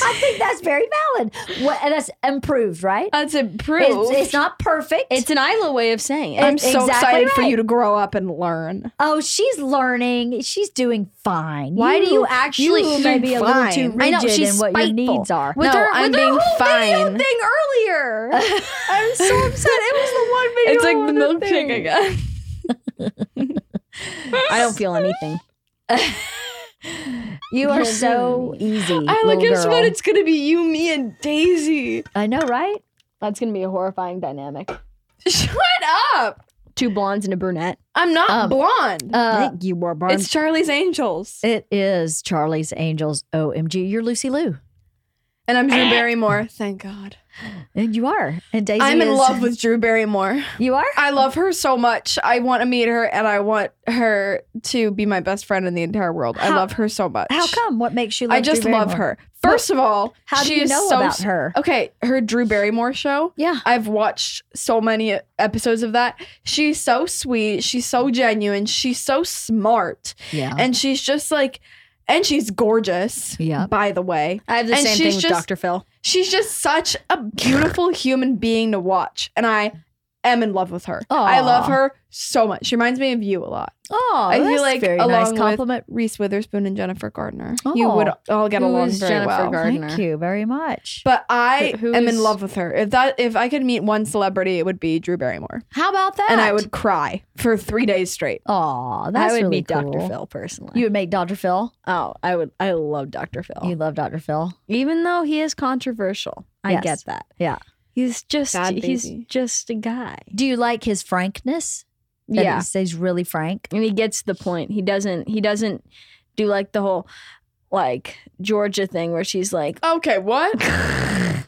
S1: I think that's very valid. What, and that's improved, right?
S3: That's
S1: It's,
S3: improved.
S1: it's not perfect.
S4: It's an Isla way of saying it.
S3: I'm
S1: it's
S3: so
S1: exactly
S3: excited for
S1: right.
S3: you to grow up and learn.
S1: oh, she's learning. She's doing fine.
S4: Why do you actually
S1: you may be a little too
S3: fine.
S1: rigid
S4: I know, she's
S1: in what your
S4: spiteful.
S1: needs are?
S4: With
S3: No,
S4: her,
S3: I'm
S4: with her
S3: being
S4: whole video
S3: fine.
S4: thing earlier. I'm so upset. It was the one
S3: It's like
S4: video. I
S3: the
S4: wanted to
S3: milkshake
S4: think.
S3: again.
S4: I don't feel anything.
S1: You are so easy.
S3: I look
S1: little
S3: at
S1: girl.
S3: what it's gonna be you, me, and Daisy.
S1: I know, right?
S4: That's gonna be a horrifying dynamic.
S3: Shut up!
S4: Two blondes and a brunette.
S3: I'm not
S1: Um,
S3: blonde.
S1: Uh,
S4: you were
S3: it's Charlie's Angels,
S1: it is Charlie's Angels. OMG, you're Lucy Lou,
S3: and I'm Drew Barrymore. Thank God.
S1: and you are. And Daisy,
S3: I'm in
S1: is-
S3: love with Drew Barrymore.
S1: you. Are
S3: I love her so much. I want to meet her, and I want her to be my best friend in the entire world. I
S1: How-
S3: love her so much.
S1: how come? What makes you? Love
S3: I just
S1: Drew
S3: love
S1: Barrymore?
S3: her. First of all,
S1: How
S3: she
S1: do you
S3: is
S1: know
S3: so
S1: about her?
S3: Okay, her Drew Barrymore show.
S1: Yeah.
S3: I've watched so many episodes of that. She's so sweet. She's so genuine. She's so smart.
S1: Yeah.
S3: And she's just like, and she's gorgeous.
S1: Yeah.
S3: By the way,
S4: I have the
S3: And
S4: same thing
S3: she's
S4: with
S3: just-
S4: Dr. Phil.
S3: she's just such a beautiful human being to watch. And I am in love with her. I
S1: Aw.
S3: love her so much. She reminds me of you a lot.
S1: oh,
S3: I feel
S1: that's
S3: like
S1: very
S3: along
S1: nice
S3: with-
S1: compliment.
S3: Reese Witherspoon and Jennifer Gardner. You
S1: Oh.
S3: would all get
S4: Who
S3: along
S4: is
S3: very
S4: Jennifer
S3: well.
S4: Gardner?
S1: Thank you very much.
S3: But I
S4: Who- who
S3: am
S4: is-
S3: in love with her. If that if I could meet one celebrity, it would be Drew Barrymore.
S1: how about that?
S3: And I would cry for three days straight.
S1: Oh, that's
S4: I would
S1: really
S4: meet
S1: cool.
S4: Dr. Phil personally.
S1: You would make Dr. Phil.
S4: oh, I would. I love Dr. Phil.
S1: You love Dr. Phil.
S3: Oh.
S4: Even though he is controversial, I
S1: Yes.
S4: get that.
S1: Yeah.
S4: He's just
S3: Bad
S4: he's
S3: baby.
S4: just a guy.
S1: Do you like his frankness? That
S4: Yeah.
S1: he says really frank.
S4: and he gets to the point. He doesn't he doesn't do like the whole like Georgia thing where she's like,
S3: Okay, what?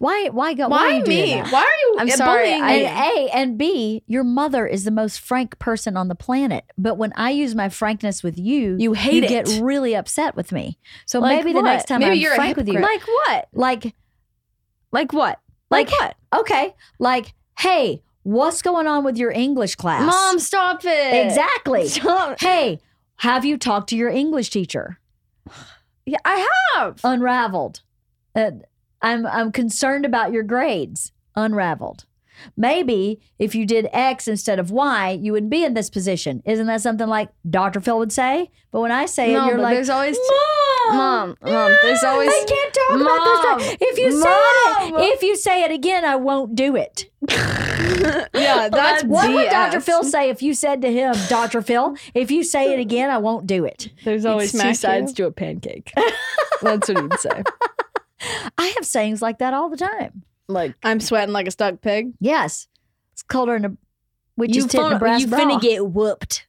S1: Why? Why go? Why, are
S3: Why,
S1: you doing
S3: me?
S1: that?
S3: Why are you
S4: I'm
S3: uh,
S4: sorry,
S3: bullying
S4: I-
S3: me?
S1: And A and B, your mother is the most frank person on the planet. But when I use my frankness with
S4: "Oh,
S1: you,
S3: You hate
S1: get
S3: it.
S1: really upset with me. So
S4: Like
S1: maybe the
S4: what?
S1: next time
S3: Maybe
S1: I'm
S3: you're a
S1: frank with you,
S4: like what?
S1: like,
S4: Like what? Like, what?
S1: okay, like, hey, what's going on with your English class?
S4: Mom, stop it.
S1: exactly.
S4: Stop.
S1: hey, have you talked to your English teacher?
S4: Yeah, I have.
S1: Unraveled. Uh, I'm I'm concerned about your grades. Unraveled. Maybe if you did X instead of Y, you wouldn't be in this position. Isn't that something like Dr. Phil would say? But when I say it,
S4: no,
S1: you're
S4: but
S1: like,
S4: there's always
S1: Mom,
S4: Mom, Mom, there's
S1: I
S4: always
S1: can't talk about this.
S4: Mom,
S1: stuff. If you
S4: Mom.
S1: say it, if you say it again, I won't do it.
S3: Yeah, that's
S1: What would
S3: BS.
S1: Dr. Phil say if you said to him, Dr. Phil, if you say it again, I won't do it?
S4: there's always
S3: smack
S4: two
S3: you.
S4: sides to a pancake. That's what he'd say.
S1: I have sayings like that all the time.
S4: Like
S3: I'm sweating like a stuck pig.
S1: Yes. It's colder in a which is tit in a
S4: fin-
S1: brass
S4: you
S1: bra.
S4: finna get whooped.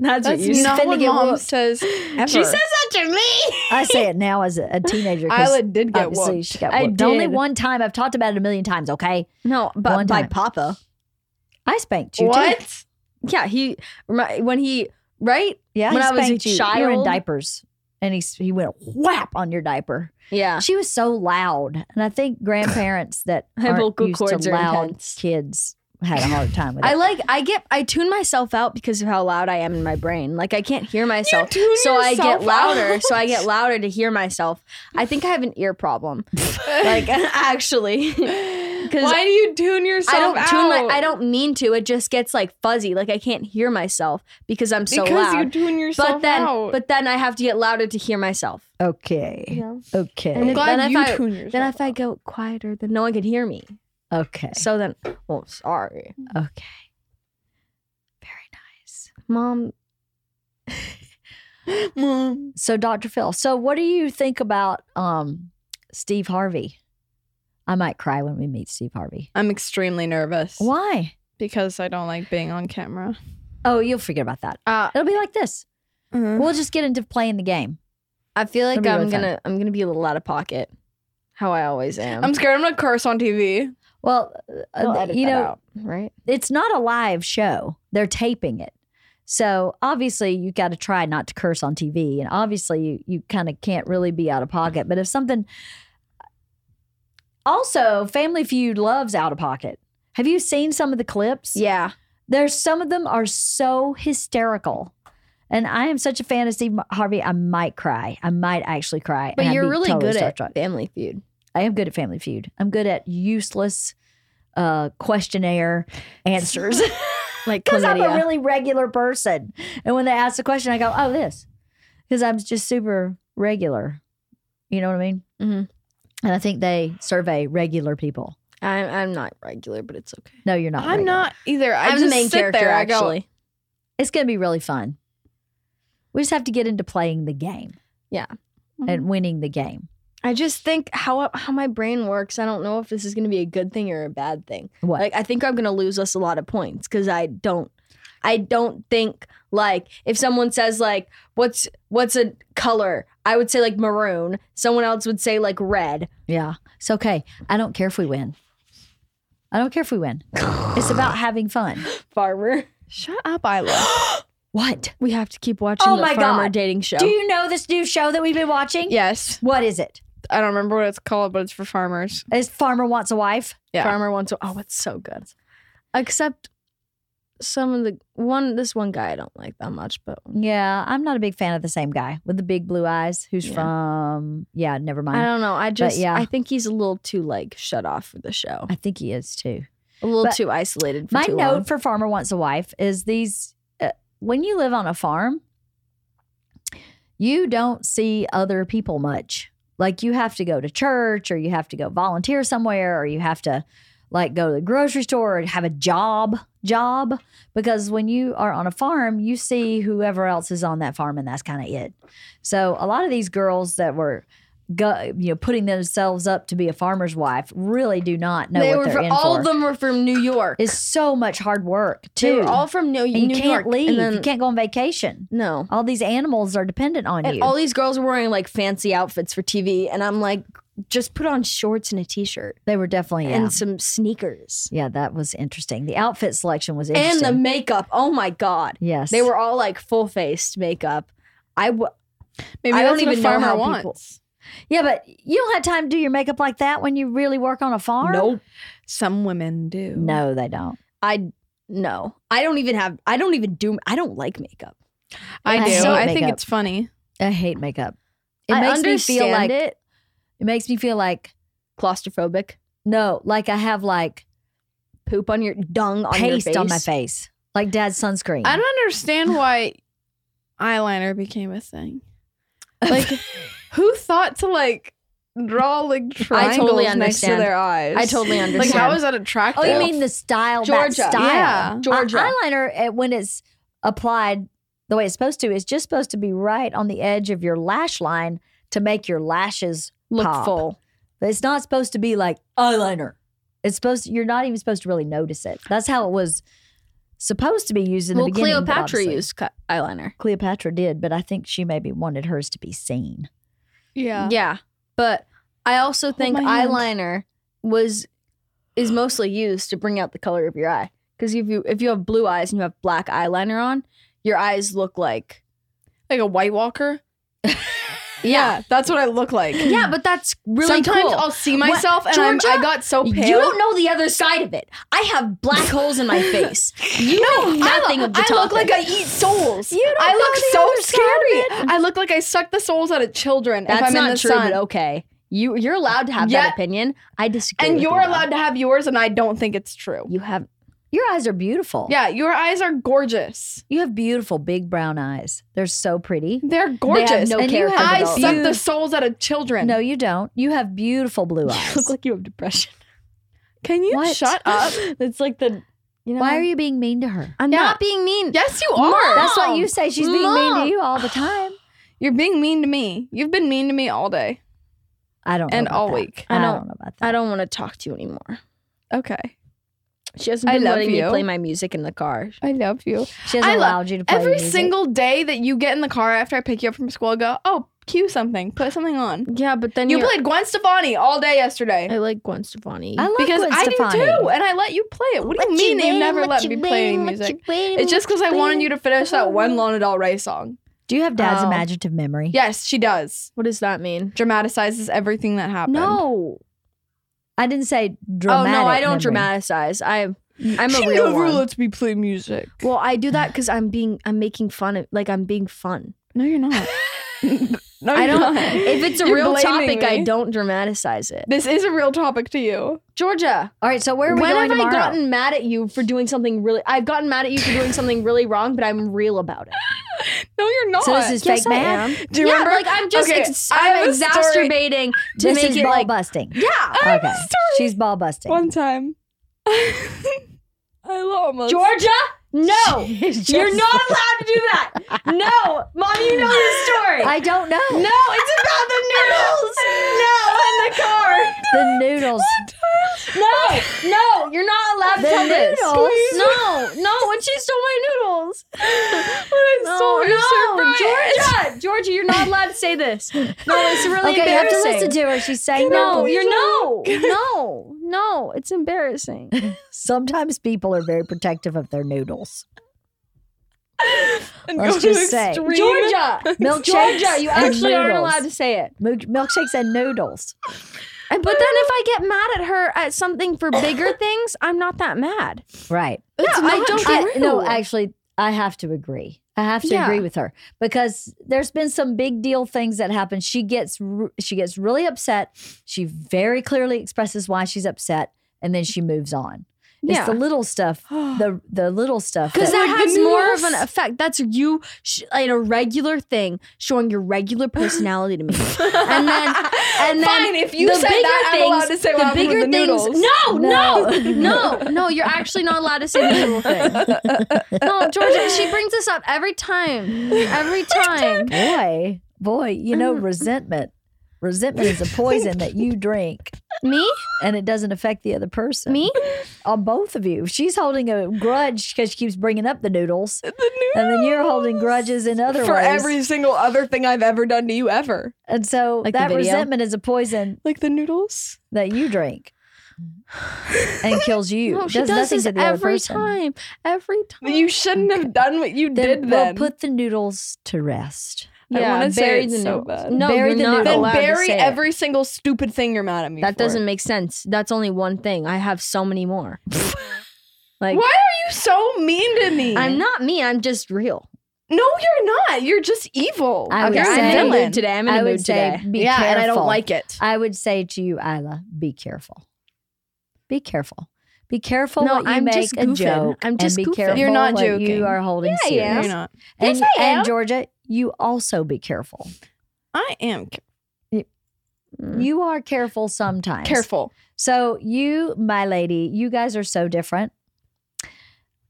S4: That's, what you
S3: not
S4: say.
S3: what
S1: finna get
S3: mom
S1: whooped.
S3: says. Ever.
S4: She says that to me.
S1: I say it now as a, a teenager. 'cause
S3: Isla did get
S1: obviously
S3: whooped.
S1: She got
S4: I
S1: whooped. Only
S4: did.
S1: one time. I've talked about it a million times, okay?
S4: No,
S1: One
S4: but by
S1: time.
S4: Papa.
S1: I spanked you too.
S3: What?
S4: Yeah, he remi- when he right.
S1: Yeah,
S4: When
S1: he
S4: I was a
S1: spanked you. You were in
S4: child-
S1: diapers. And he, s- he went whap on your diaper.
S4: Yeah,
S1: She was so loud. And I think grandparents that
S4: My
S1: aren't
S4: vocal
S1: used
S4: cords
S1: to
S4: are
S1: loud
S4: intense.
S1: kids had a hard time with it.
S4: I like I get I tune myself out because of how loud I am in my brain. Like I can't hear myself,
S3: tune
S4: so I get
S3: yourself
S4: louder.
S3: out.
S4: So I get louder to hear myself. I think I have an ear problem. like actually, because
S3: Why do you tune yourself
S4: I don't
S3: out?
S4: tune my, I don't mean to. It just gets like fuzzy. Like I can't hear myself because I'm so
S3: because you
S4: loud.
S3: tune yourself
S4: but then,
S3: out.
S4: but then I have to get louder to hear myself.
S1: okay.
S4: And
S1: Okay.
S3: I'm
S4: if-
S3: glad
S4: then
S3: you
S4: if I-
S3: tune yourself.
S4: Then if I go quieter, then no one could hear me.
S1: Okay.
S4: So then, oh, sorry,
S1: Okay. Very nice.
S4: mom.
S3: out. mom,
S1: So Dr. Phil, so what do you think about um Steve Harvey? I might cry when we meet Steve Harvey.
S3: I'm extremely nervous
S1: Why?
S3: because I don't like being on camera.
S1: Oh, you'll forget about that.
S4: Uh,
S1: It'll be like this.
S3: Uh-huh.
S1: We'll just get into playing the game.
S4: I feel like
S1: It'll be
S4: I'm
S1: really fun.
S4: gonna I'm gonna be a little out of pocket, how I always am.
S3: I'm scared I'm gonna curse on TV.
S1: Well, uh,
S4: We'll
S1: th-
S4: edit
S1: you
S4: that
S1: know,
S4: out, right?
S1: it's not a live show. They're taping it. So obviously you got to try not to curse on TV and obviously you, you kind of can't really be out of pocket. But if something also Family Feud loves out of pocket. Have you seen some of the clips?
S4: Yeah,
S1: There's some of them are so hysterical. And I am such a fan of Steve Harvey. I might cry. I might actually cry.
S4: but
S1: and I'd
S4: you're
S1: be
S4: really
S1: totally
S4: good at
S1: starstruck.
S4: Family Feud.
S1: I am good at Family Feud. I'm good at useless uh, questionnaire answers
S4: Like
S1: because I'm a
S4: chlamydia.
S1: really regular person. And when they ask a question, I go, "Oh, this," because I'm just super regular. You know what I mean?
S4: Mhm.
S1: And I think they survey regular people.
S4: I'm, I'm not regular, but it's okay.
S1: No, you're not.
S3: I'm
S1: regular.
S3: not either. I
S4: I'm
S3: just
S4: the main
S3: sit
S4: character,
S3: there, I go,
S4: actually.
S1: It's gonna be really fun. We just have to get into playing the game.
S4: Yeah. Mm-hmm.
S1: and winning the game.
S4: I just think how how my brain works. I don't know if this is going to be a good thing or a bad thing.
S1: What?
S4: Like I think I'm gonna lose us a lot of points because I don't I don't think like if someone says like what's what's a color, I would say like maroon. Someone else would say like red.
S1: yeah, it's okay. I don't care if we win. I don't care if we win. it's about having fun.
S4: Farmer.
S3: Shut up, Isla.
S1: What?
S4: We have to keep watching
S1: Oh
S4: the
S1: my
S4: farmer
S1: God.
S4: dating show.
S1: Do you know this new show that we've been watching?
S3: yes.
S1: What is it?
S3: I don't remember what it's called, but it's for farmers.
S1: Is Farmer Wants a Wife?
S3: Yeah.
S4: Farmer wants to oh it's so good. Except some of the one this one guy I don't like that much, but
S1: Yeah, I'm not a big fan of the same guy with the big blue eyes who's
S4: Yeah.
S1: from, yeah, never mind.
S4: I
S1: I,
S4: don't know. I just
S1: yeah.
S4: I think he's a little too like shut off for the show.
S1: think he is too.
S4: A little
S1: But
S4: too isolated for
S1: My
S4: too
S1: note
S4: long.
S1: for Farmer Wants a Wife is these uh, when you live on a farm, you don't see other people much. Like you have to go to church or you have to go volunteer somewhere or you have to like go to the grocery store or have a job job because when you are on a farm you see whoever else is on that farm and that's kind of it so a lot of these girls that were go, you know putting themselves up to be a farmer's wife really do not know
S4: they
S1: what
S4: were
S1: they're
S4: fr-
S1: in
S4: all
S1: for
S4: of them were from New York.
S1: is so much hard work too.
S4: They were all from New,
S1: and you
S4: New
S1: can't
S4: York.
S1: leave.
S4: And then,
S1: you can't go on vacation.
S4: no.
S1: All these animals are dependent on
S4: And
S1: you.
S4: all these girls were wearing like fancy outfits for TV, and I'm like, just put on shorts and a t-shirt
S1: they were definitely yeah.
S4: and some sneakers
S1: yeah, that was interesting. The outfit selection was
S4: and
S1: interesting.
S4: the makeup. Oh my god,
S1: yes,
S4: they were all like full faced makeup. I w-
S3: Maybe
S4: I
S3: that's
S4: don't
S3: what
S4: even
S3: a
S4: know
S3: farmer
S4: how
S3: wants.
S4: people-
S1: Yeah, but you don't have time to do your makeup like that when you really work on a farm.
S4: nope.
S3: Some women do.
S1: no, they don't.
S4: I no. I don't even have. I don't even do. I don't like makeup.
S1: I
S3: I do.
S1: hate
S3: I think
S1: makeup.
S3: it's funny.
S1: I hate makeup. It
S4: I
S1: makes me feel
S4: understand
S1: like
S4: it.
S1: it makes me feel like
S4: Claustrophobic.
S1: no, like I have like
S4: Poop on your dung on your
S1: paste
S4: face.
S1: on my face, like dad's sunscreen.
S3: I don't understand why eyeliner became a thing. Like, who thought to like draw like triangles
S4: totally
S3: next to
S4: understand.
S3: their eyes?
S4: I totally
S3: Like, how
S4: understand.
S3: is that attractive?
S1: Oh, you mean the style,
S4: Georgia.
S1: That style.
S3: Yeah.
S4: Georgia.
S1: Uh, eyeliner, uh, when it's applied the way it's supposed to, is just supposed to be right on the edge of your lash line to make your lashes
S4: look
S1: pop.
S4: full.
S1: But it's not supposed to be like eyeliner. It's supposed. you're not even supposed to really notice it. That's how it was supposed to be used in
S4: well,
S1: the beginning. but
S4: Cleopatra
S1: obviously-
S4: used cut eyeliner.
S1: Cleopatra did, but I think she maybe wanted hers to be seen.
S3: yeah.
S4: Yeah. But I also think
S3: my hand.
S4: eyeliner was is mostly used to bring out the color of your eye. Because if you if you have blue eyes and you have black eyeliner on, your eyes look like
S3: Like a White Walker.
S4: yeah.
S3: That's what I look like.
S4: Yeah, but that's really
S3: Sometimes
S4: cool.
S3: I'll see myself and I'm, I
S4: Georgia,
S3: got so pale.
S4: You don't know the other side of it. I have black holes in my face. You know nothing
S3: I,
S4: of the
S3: I look like I
S4: topic.
S3: eat souls.
S1: You don't
S3: I
S1: know
S3: look
S1: the
S3: so
S1: other side
S3: scary. I look like I suck the souls out of children if
S4: That's
S3: I'm in
S4: not
S3: the
S4: true,
S3: sun.
S4: but okay. You you're allowed to have
S3: Yeah.
S4: that opinion. I disagree.
S3: And
S4: with
S3: you're
S4: you, though.
S3: allowed to have yours, and I don't think it's true.
S4: You have
S1: Your eyes are beautiful.
S3: Yeah, your eyes are gorgeous.
S1: You have beautiful big brown eyes. They're so pretty.
S3: They're gorgeous.
S4: no
S3: and
S4: character
S3: I suck the
S1: development.
S3: souls out of children.
S1: No, you don't. You have beautiful blue eyes.
S4: you look like you have depression.
S3: Can you
S1: What?
S3: shut up?
S4: It's like the you know
S1: Why are you being mean to her?
S4: I'm
S3: Yeah.
S4: not being mean.
S3: Yes, you are.
S1: That's what you say. She's being mean
S4: Mom.
S1: to you all the time.
S3: You're being mean to me. You've been mean to me all day
S1: I don't know
S3: and
S1: about
S3: all
S1: that.
S3: week.
S1: I
S4: I
S1: don't,
S4: don't-
S1: know about that.
S4: I don't want to talk to you anymore.
S3: Okay.
S4: She hasn't
S3: I
S4: been
S3: love
S4: letting
S3: you.
S4: me play my music in the car.
S3: I love you.
S1: she hasn't
S3: I love-
S1: allowed you to play
S3: Every
S1: music.
S3: single day that you get in the car after I pick you up from school, I go, oh, cue something, put something on.
S4: Yeah, but then
S3: You
S4: you're-
S3: played Gwen Stefani all day yesterday.
S4: I like Gwen Stefani.
S1: I love
S3: because
S1: Gwen
S3: I do
S1: Stefani.
S3: too, and I let you play it. What do you mean you never let me play any music? It's just because I wanted you to finish that one Lana Del Rey song.
S1: Do you have dad's
S4: Oh.
S1: imaginative memory?
S3: Yes, she does.
S4: what does that mean?
S3: Dramatizes everything that happened.
S4: No.
S1: I didn't say
S4: Oh
S1: dramatic.
S4: no, I don't
S1: memory.
S4: dramatize. I I'm
S3: she
S4: a real
S3: never
S4: one.
S3: lets me play music.
S4: well, I do that because I'm being I'm making fun of like I'm being fun.
S3: no, you're not. No, Oh,
S4: I
S3: you're
S4: don't.
S3: not.
S4: If it's a
S3: You're
S4: real
S3: blaming
S4: topic, I
S3: me.
S4: don't dramatize it.
S3: This is a real topic to you.
S4: Georgia,
S1: All right, so where are we
S4: when
S1: going
S4: have
S1: tomorrow?
S4: I gotten mad at you for doing something really? I've gotten mad at you for doing something really wrong, but I'm real about it.
S3: No, you're not.
S1: so this is
S4: Yes,
S1: fake
S4: I
S1: mad.
S4: am.
S3: Do you
S4: yeah,
S3: remember?
S4: like I'm just
S3: Okay,
S4: ex-
S3: I have
S4: I'm
S3: a story.
S4: exacerbating to
S1: This
S4: make
S1: is
S4: it
S1: ball
S4: like
S1: busting.
S3: Yeah.
S1: Okay,
S3: I have a story.
S1: she's ball busting.
S3: One time. I almost.
S4: Georgia. No,
S1: She's
S4: you're
S1: just-
S4: not allowed to do that. No, mom, you know this story.
S1: I don't know.
S4: no, it's about the noodles. No, in the car.
S1: The noodles.
S4: No, no, you're not allowed to
S1: The
S4: tell this.
S1: noodles?
S4: No, no, when she stole my noodles.
S3: I stole her surprise.
S4: Georgia, Georgia, you're not allowed to say this. No, it's really
S1: okay, you have to
S4: embarrassing.
S1: listen to her. She's saying
S4: No,
S1: that.
S4: you're no, no, no. It's embarrassing.
S1: Sometimes people are very protective of their noodles.
S3: And
S1: Let's
S3: go to
S1: just say.
S3: extreme-
S4: Georgia,
S1: Milkshakes.
S4: Georgia, you
S1: and
S4: actually aren't
S1: noodles.
S4: allowed to say it.
S1: Mo- Milkshakes and noodles.
S4: And but then if I get mad at her at something for bigger things, I'm not that mad.
S1: Right.
S4: It's
S3: Yeah, I
S4: not
S3: don't-
S1: I,
S4: true.
S1: no, actually, I have to agree. I have to
S4: Yeah.
S1: agree with her because there's been some big deal things that happen. She gets r- she gets really upset. She very clearly expresses why she's upset, and then she moves on. It's
S4: yeah.
S1: the little stuff, the the little stuff.
S4: Because
S1: that-
S4: that
S3: Like the
S4: has more of an
S3: noodles.
S4: effect. That's you sh- in a regular thing showing your regular personality to me, and then and then
S3: Fine, if you
S4: the
S3: said
S4: bigger
S3: that, I'm allowed to say
S4: the
S3: what happened
S4: bigger
S3: with the
S4: things.
S3: noodles.
S4: No, no, no, no. You're actually not allowed to say the noodle thing. No, Georgia. She brings this up every time. Every time.
S1: boy, boy, you
S4: Mm.
S1: know, resentment. Resentment is a poison that you drink
S4: me,
S1: and it doesn't affect the other person.
S4: me.
S1: On both of you. She's holding a grudge because she keeps bringing up the noodles. And then you're holding grudges in other
S3: for
S1: ways.
S3: every single other thing I've ever done to you ever.
S1: and so
S4: Like the
S1: that
S4: video?
S1: resentment is a poison
S3: Like the noodles.
S1: that you drink and kills you.
S4: No, she
S1: Does
S4: does
S1: nothing
S4: this
S1: to the other
S4: every
S1: person.
S4: time. Every time.
S3: You shouldn't have done what you
S1: Then
S3: did
S1: we'll
S3: then.
S1: put the noodles to rest.
S3: I wanna say it so bad.
S4: No,
S1: Bury
S4: you're
S1: the
S4: not
S1: noodle.
S3: then
S4: allowed to
S3: bury
S4: say it.
S3: every single stupid thing you're mad at me
S4: That
S3: for.
S4: doesn't make sense. That's only one thing. I have so many more. like
S3: Why are you so mean to me?
S4: I'm not me. I'm just real.
S3: No, you're not. You're just evil.
S1: I would
S3: You're a
S1: say-
S4: I'm in a
S3: villain.
S4: mood today. I'm in a
S1: I would
S4: mood
S1: say
S4: today.
S1: be
S3: yeah,
S1: careful.
S3: and I don't like it.
S1: I would say to you, Isla, be careful. Be careful. Be careful
S4: No,
S1: what you
S4: I'm
S1: make
S4: just
S1: a
S4: goofing.
S1: joke.
S4: I'm just
S1: and be
S4: goofing.
S1: careful
S3: You're not
S1: what
S3: joking.
S1: you are holding
S4: Yeah, I
S1: serious.
S4: am.
S3: You're not.
S1: And,
S4: Yes, I
S1: and
S4: am.
S1: Georgia, you also be careful.
S3: I am c-
S4: Mm.
S1: You are careful sometimes.
S3: careful.
S1: So you, my lady, you guys are so different.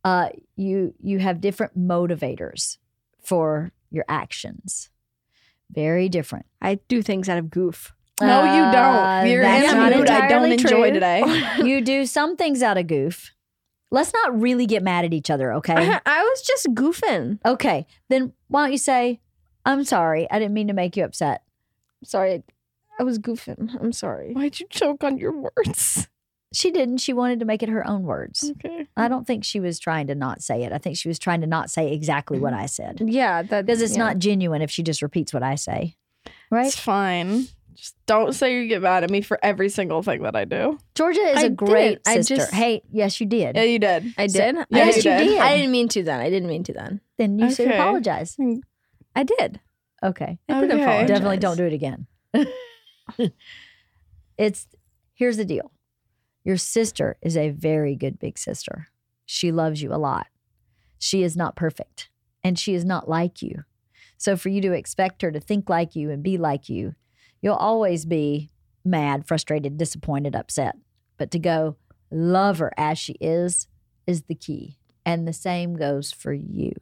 S1: Uh, you you have different motivators for your actions. Very different.
S4: I do things out of goof.
S3: No, you
S1: Uh,
S3: don't. You're
S1: that's
S3: in
S1: not
S3: a mood I
S1: entirely
S3: don't enjoy
S1: true.
S3: today.
S1: you do some things out of goof. Let's not really get mad at each other, okay?
S4: I, I was just goofing.
S1: okay, then why don't you say, I'm sorry, I didn't mean to make you upset.
S4: Sorry. I was goofing. I'm sorry.
S3: Why'd you choke on your words?
S1: She didn't. She wanted to make it her own words.
S3: Okay.
S1: I don't think she was trying to not say it. I think she was trying to not say exactly what I said
S4: Yeah, that
S1: because it's
S4: Mm-hmm. yeah.
S1: not genuine if she just repeats what I say.
S3: It's
S1: Right?
S3: fine. Just don't say you get mad at me for every single thing that I do.
S1: Georgia is
S4: I
S1: a great
S4: didn't. I
S1: sister.
S4: just- Uh,
S1: hey, yes, you did.
S3: Yeah, you did.
S4: I did. I
S3: Yes,
S4: did.
S3: you did.
S4: I didn't mean to. Then I didn't mean to. Then
S1: then you should
S3: Okay.
S1: apologize.
S4: Mm. I did.
S1: Okay.
S4: I did
S3: Okay.
S4: apologize.
S1: Definitely don't do it again. it's here's the deal. Your sister is a very good big sister. She loves you a lot. She is not perfect and she is not like you. So for you to expect her to think like you and be like you, you'll always be mad, frustrated, disappointed, upset. But to go love her as she is is the key. And the same goes for you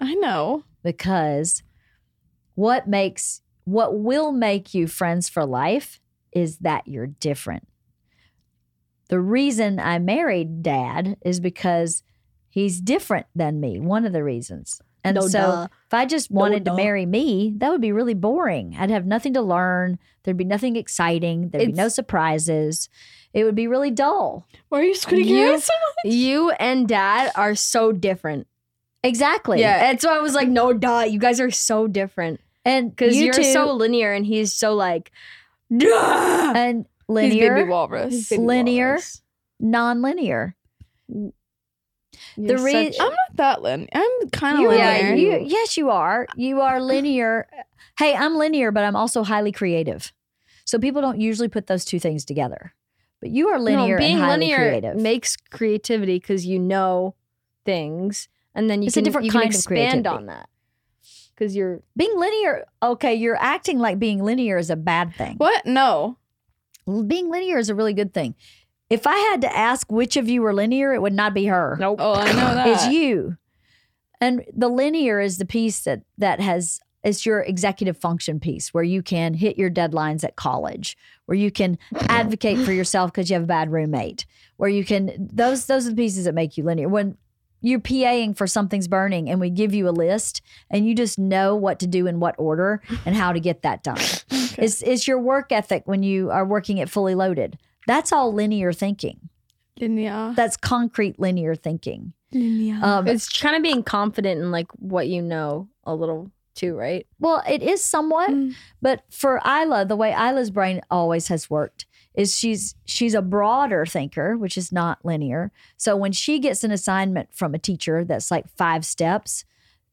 S3: I know.
S1: because what makes what will make you friends for life is that you're different. The reason I married dad is because he's different than me, one of the reasons. And
S4: No,
S1: so
S4: duh.
S1: if I just wanted to
S4: duh.
S1: marry me, that would be really boring. I'd have nothing to learn. There'd be nothing exciting. There'd be no
S4: It's-
S1: surprises. It would be really dull.
S3: Why are you squinting
S4: You-
S3: your eyes so
S4: You and Dad are so different.
S1: Exactly.
S4: Yeah, that's why I was like, no, duh. You guys are so different
S1: And
S4: because
S1: you
S4: you are
S1: two-
S4: so linear, and he's so like
S3: much?
S1: and
S3: He's
S1: linear.
S3: baby walrus.
S1: Linear. nonlinear. The re-
S3: I'm not that linear. I'm kind of
S1: You are-
S3: linear.
S1: yeah, you, yes, you are. You are linear. Hey, I'm linear, but I'm also highly creative. So people don't usually put those two things together. But you are linear
S4: no, being
S1: and highly
S4: linear
S1: creative.
S4: makes creativity because you know things, and then you
S1: It's a
S4: can
S1: different
S4: you can
S1: kind of
S4: expand
S1: creativity.
S4: on that because you're
S1: being linear, okay, you're acting like being linear is a bad thing.
S3: what? No.
S1: Well, Being linear is a really good thing. If I had to ask which of you were linear, it would not be her.
S4: nope.
S3: Oh, I know that.
S1: It's you. And the linear is the piece that that has it's your executive function piece where you can hit your deadlines at college, where you can advocate for yourself because you have a bad roommate, where you can those those are the pieces that make you linear. When you're PAing for something's burning and we give you a list and you just know what to do in what order and how to get that done. It's it's your work ethic when you are working at fully loaded. That's all linear thinking.
S3: Linear.
S1: That's concrete linear thinking.
S3: Linear.
S1: Um,
S4: It's kind of being confident in like what you know a little too, right?
S1: Well, it is somewhat,
S3: Mm.
S1: but for Isla, the way Isla's brain always has worked is she's she's a broader thinker, which is not linear. So when she gets an assignment from a teacher that's like five steps,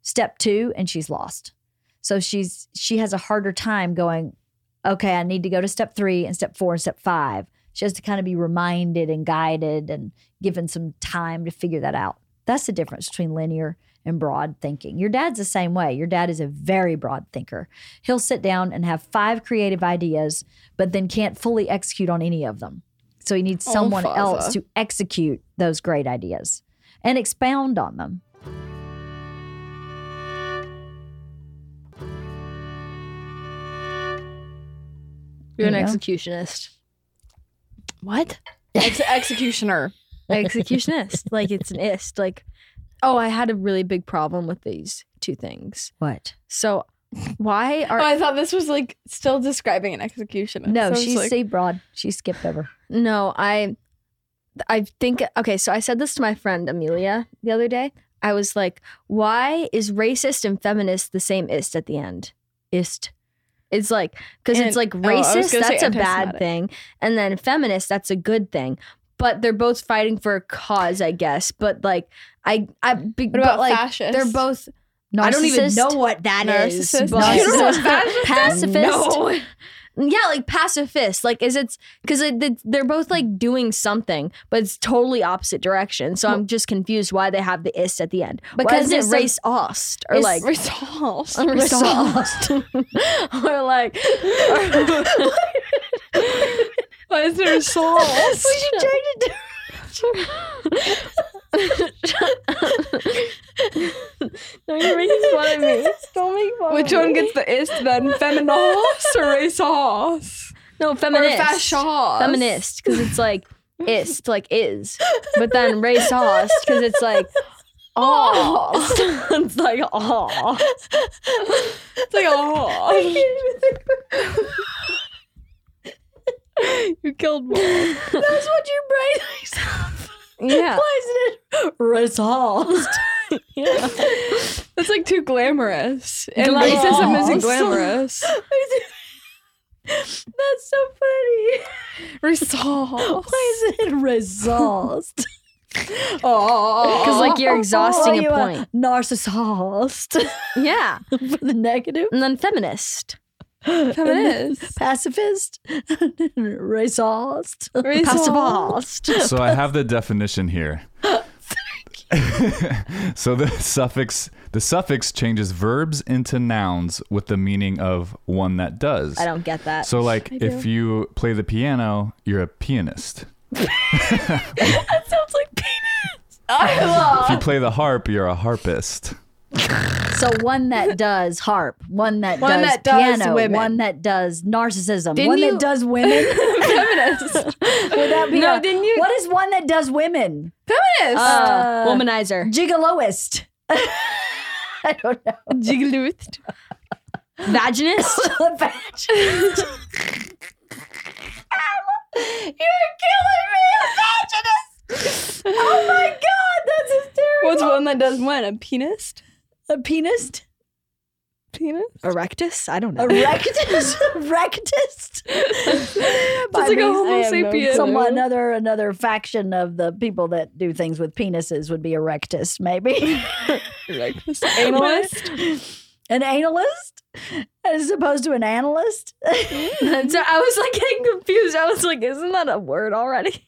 S1: step 2 and she's lost. So she's she has a harder time going, okay, I need to go to step 3 and step 4 and step 5. She has to kind of be reminded and guided and given some time to figure that out. That's the difference between linear and broad thinking. Your dad's the same way. Your dad is a very broad thinker. He'll sit down and have five creative ideas, but then can't fully execute on any of them. So he needs
S3: Oh,
S1: someone
S3: Faza.
S1: else to execute those great ideas and expound on them.
S4: You're an
S1: There you go.
S4: executionist.
S3: What? Ex- executioner.
S4: executionist. like it's an ist. Like, oh, I had a really big problem with these two things.
S1: What?
S4: So why
S3: Oh,
S4: are
S3: I thought this was like still describing an executioner. So I
S1: No,
S3: was
S1: she's
S3: like,
S1: so broad. She skipped over.
S4: no, I I think okay, so I said this to my friend Amelia the other day. I was like, why is racist and feminist the same ist at the end? Ist. It's like because
S3: And-
S4: it's like
S3: oh, I was
S4: racist,
S3: gonna say
S4: that's a bad
S3: anti-Semitic.
S4: thing. And then feminist, that's a good thing. But they're both fighting for a cause, I guess. But like I I be-
S3: What about
S4: but like
S3: fascist?
S4: they're both
S1: Narcissist?
S4: I don't even know what that is.
S3: Narcissist?
S4: but-
S1: You don't know what
S4: pacifist.
S1: No.
S4: Yeah, like pacifist. Like, is it's because it, it- they're both like doing something, but it's totally opposite direction. So I'm just confused why they have the ist at the end.
S1: Because
S4: Because why
S1: it's
S4: isn't
S1: a-
S4: it race ost or
S1: it's-
S4: like
S3: Resolved.
S4: resolved or like
S3: Why is there resolved?
S1: should change it to
S4: no, you're making fun of me.
S1: Don't make fun
S3: Which one gets the ist then? Feminist or racehorse?
S4: No,
S3: Or
S4: feminist.
S3: fascist?
S4: feminist because it's like ist like is but then race ost because it's like oh it's like oh
S3: It's like, oh. you killed one.
S1: That's what your brain plays
S4: yeah
S1: it. Resolved.
S4: yeah
S3: That's like too glamorous. And
S4: Glamorous.
S3: racism isn't glamorous.
S1: That's so funny.
S3: Resolved.
S1: Why is it resolved? Oh,
S3: Oh.
S4: because like you're exhausting
S1: you
S4: a point
S1: narcissist.
S4: yeah
S1: For the negative.
S4: and then feminist
S3: feminist.
S1: Pacifist. Racist.
S4: pacifist
S5: So I have the definition here. so the suffix the suffix changes verbs into nouns with the meaning of one that does.
S4: i don't get that
S5: So like if you play the piano, you're a pianist.
S1: Sounds like
S5: If you play the harp, you're a harpist.
S1: So one that does harp, one that
S3: One
S1: does
S3: that does
S1: piano,
S3: women.
S1: one that does narcissism,
S4: Didn't
S1: one
S4: you-
S1: that does women.
S3: Feminist.
S1: Would that be
S4: No,
S1: a-
S4: didn't you-
S1: What is one that does women?
S3: Feminist.
S4: uh, womanizer
S1: Gigoloist. I don't know.
S3: Jigglyuth.
S4: vaginist
S1: Vaginist. You're killing me, evangelist. Oh my god, that's hysterical.
S3: What's one that does when? A penist?
S1: a penist?
S3: penis?
S4: Erectus? I don't know.
S1: Rectist. Rectist.
S3: Just like a Homo sapien.
S1: Some another another faction of the people that do things with penises would be a rectist, maybe.
S3: Analyst?
S1: an analyst as opposed to an analyst.
S4: Mm-hmm. so I was like getting confused. I was like, isn't that a word already?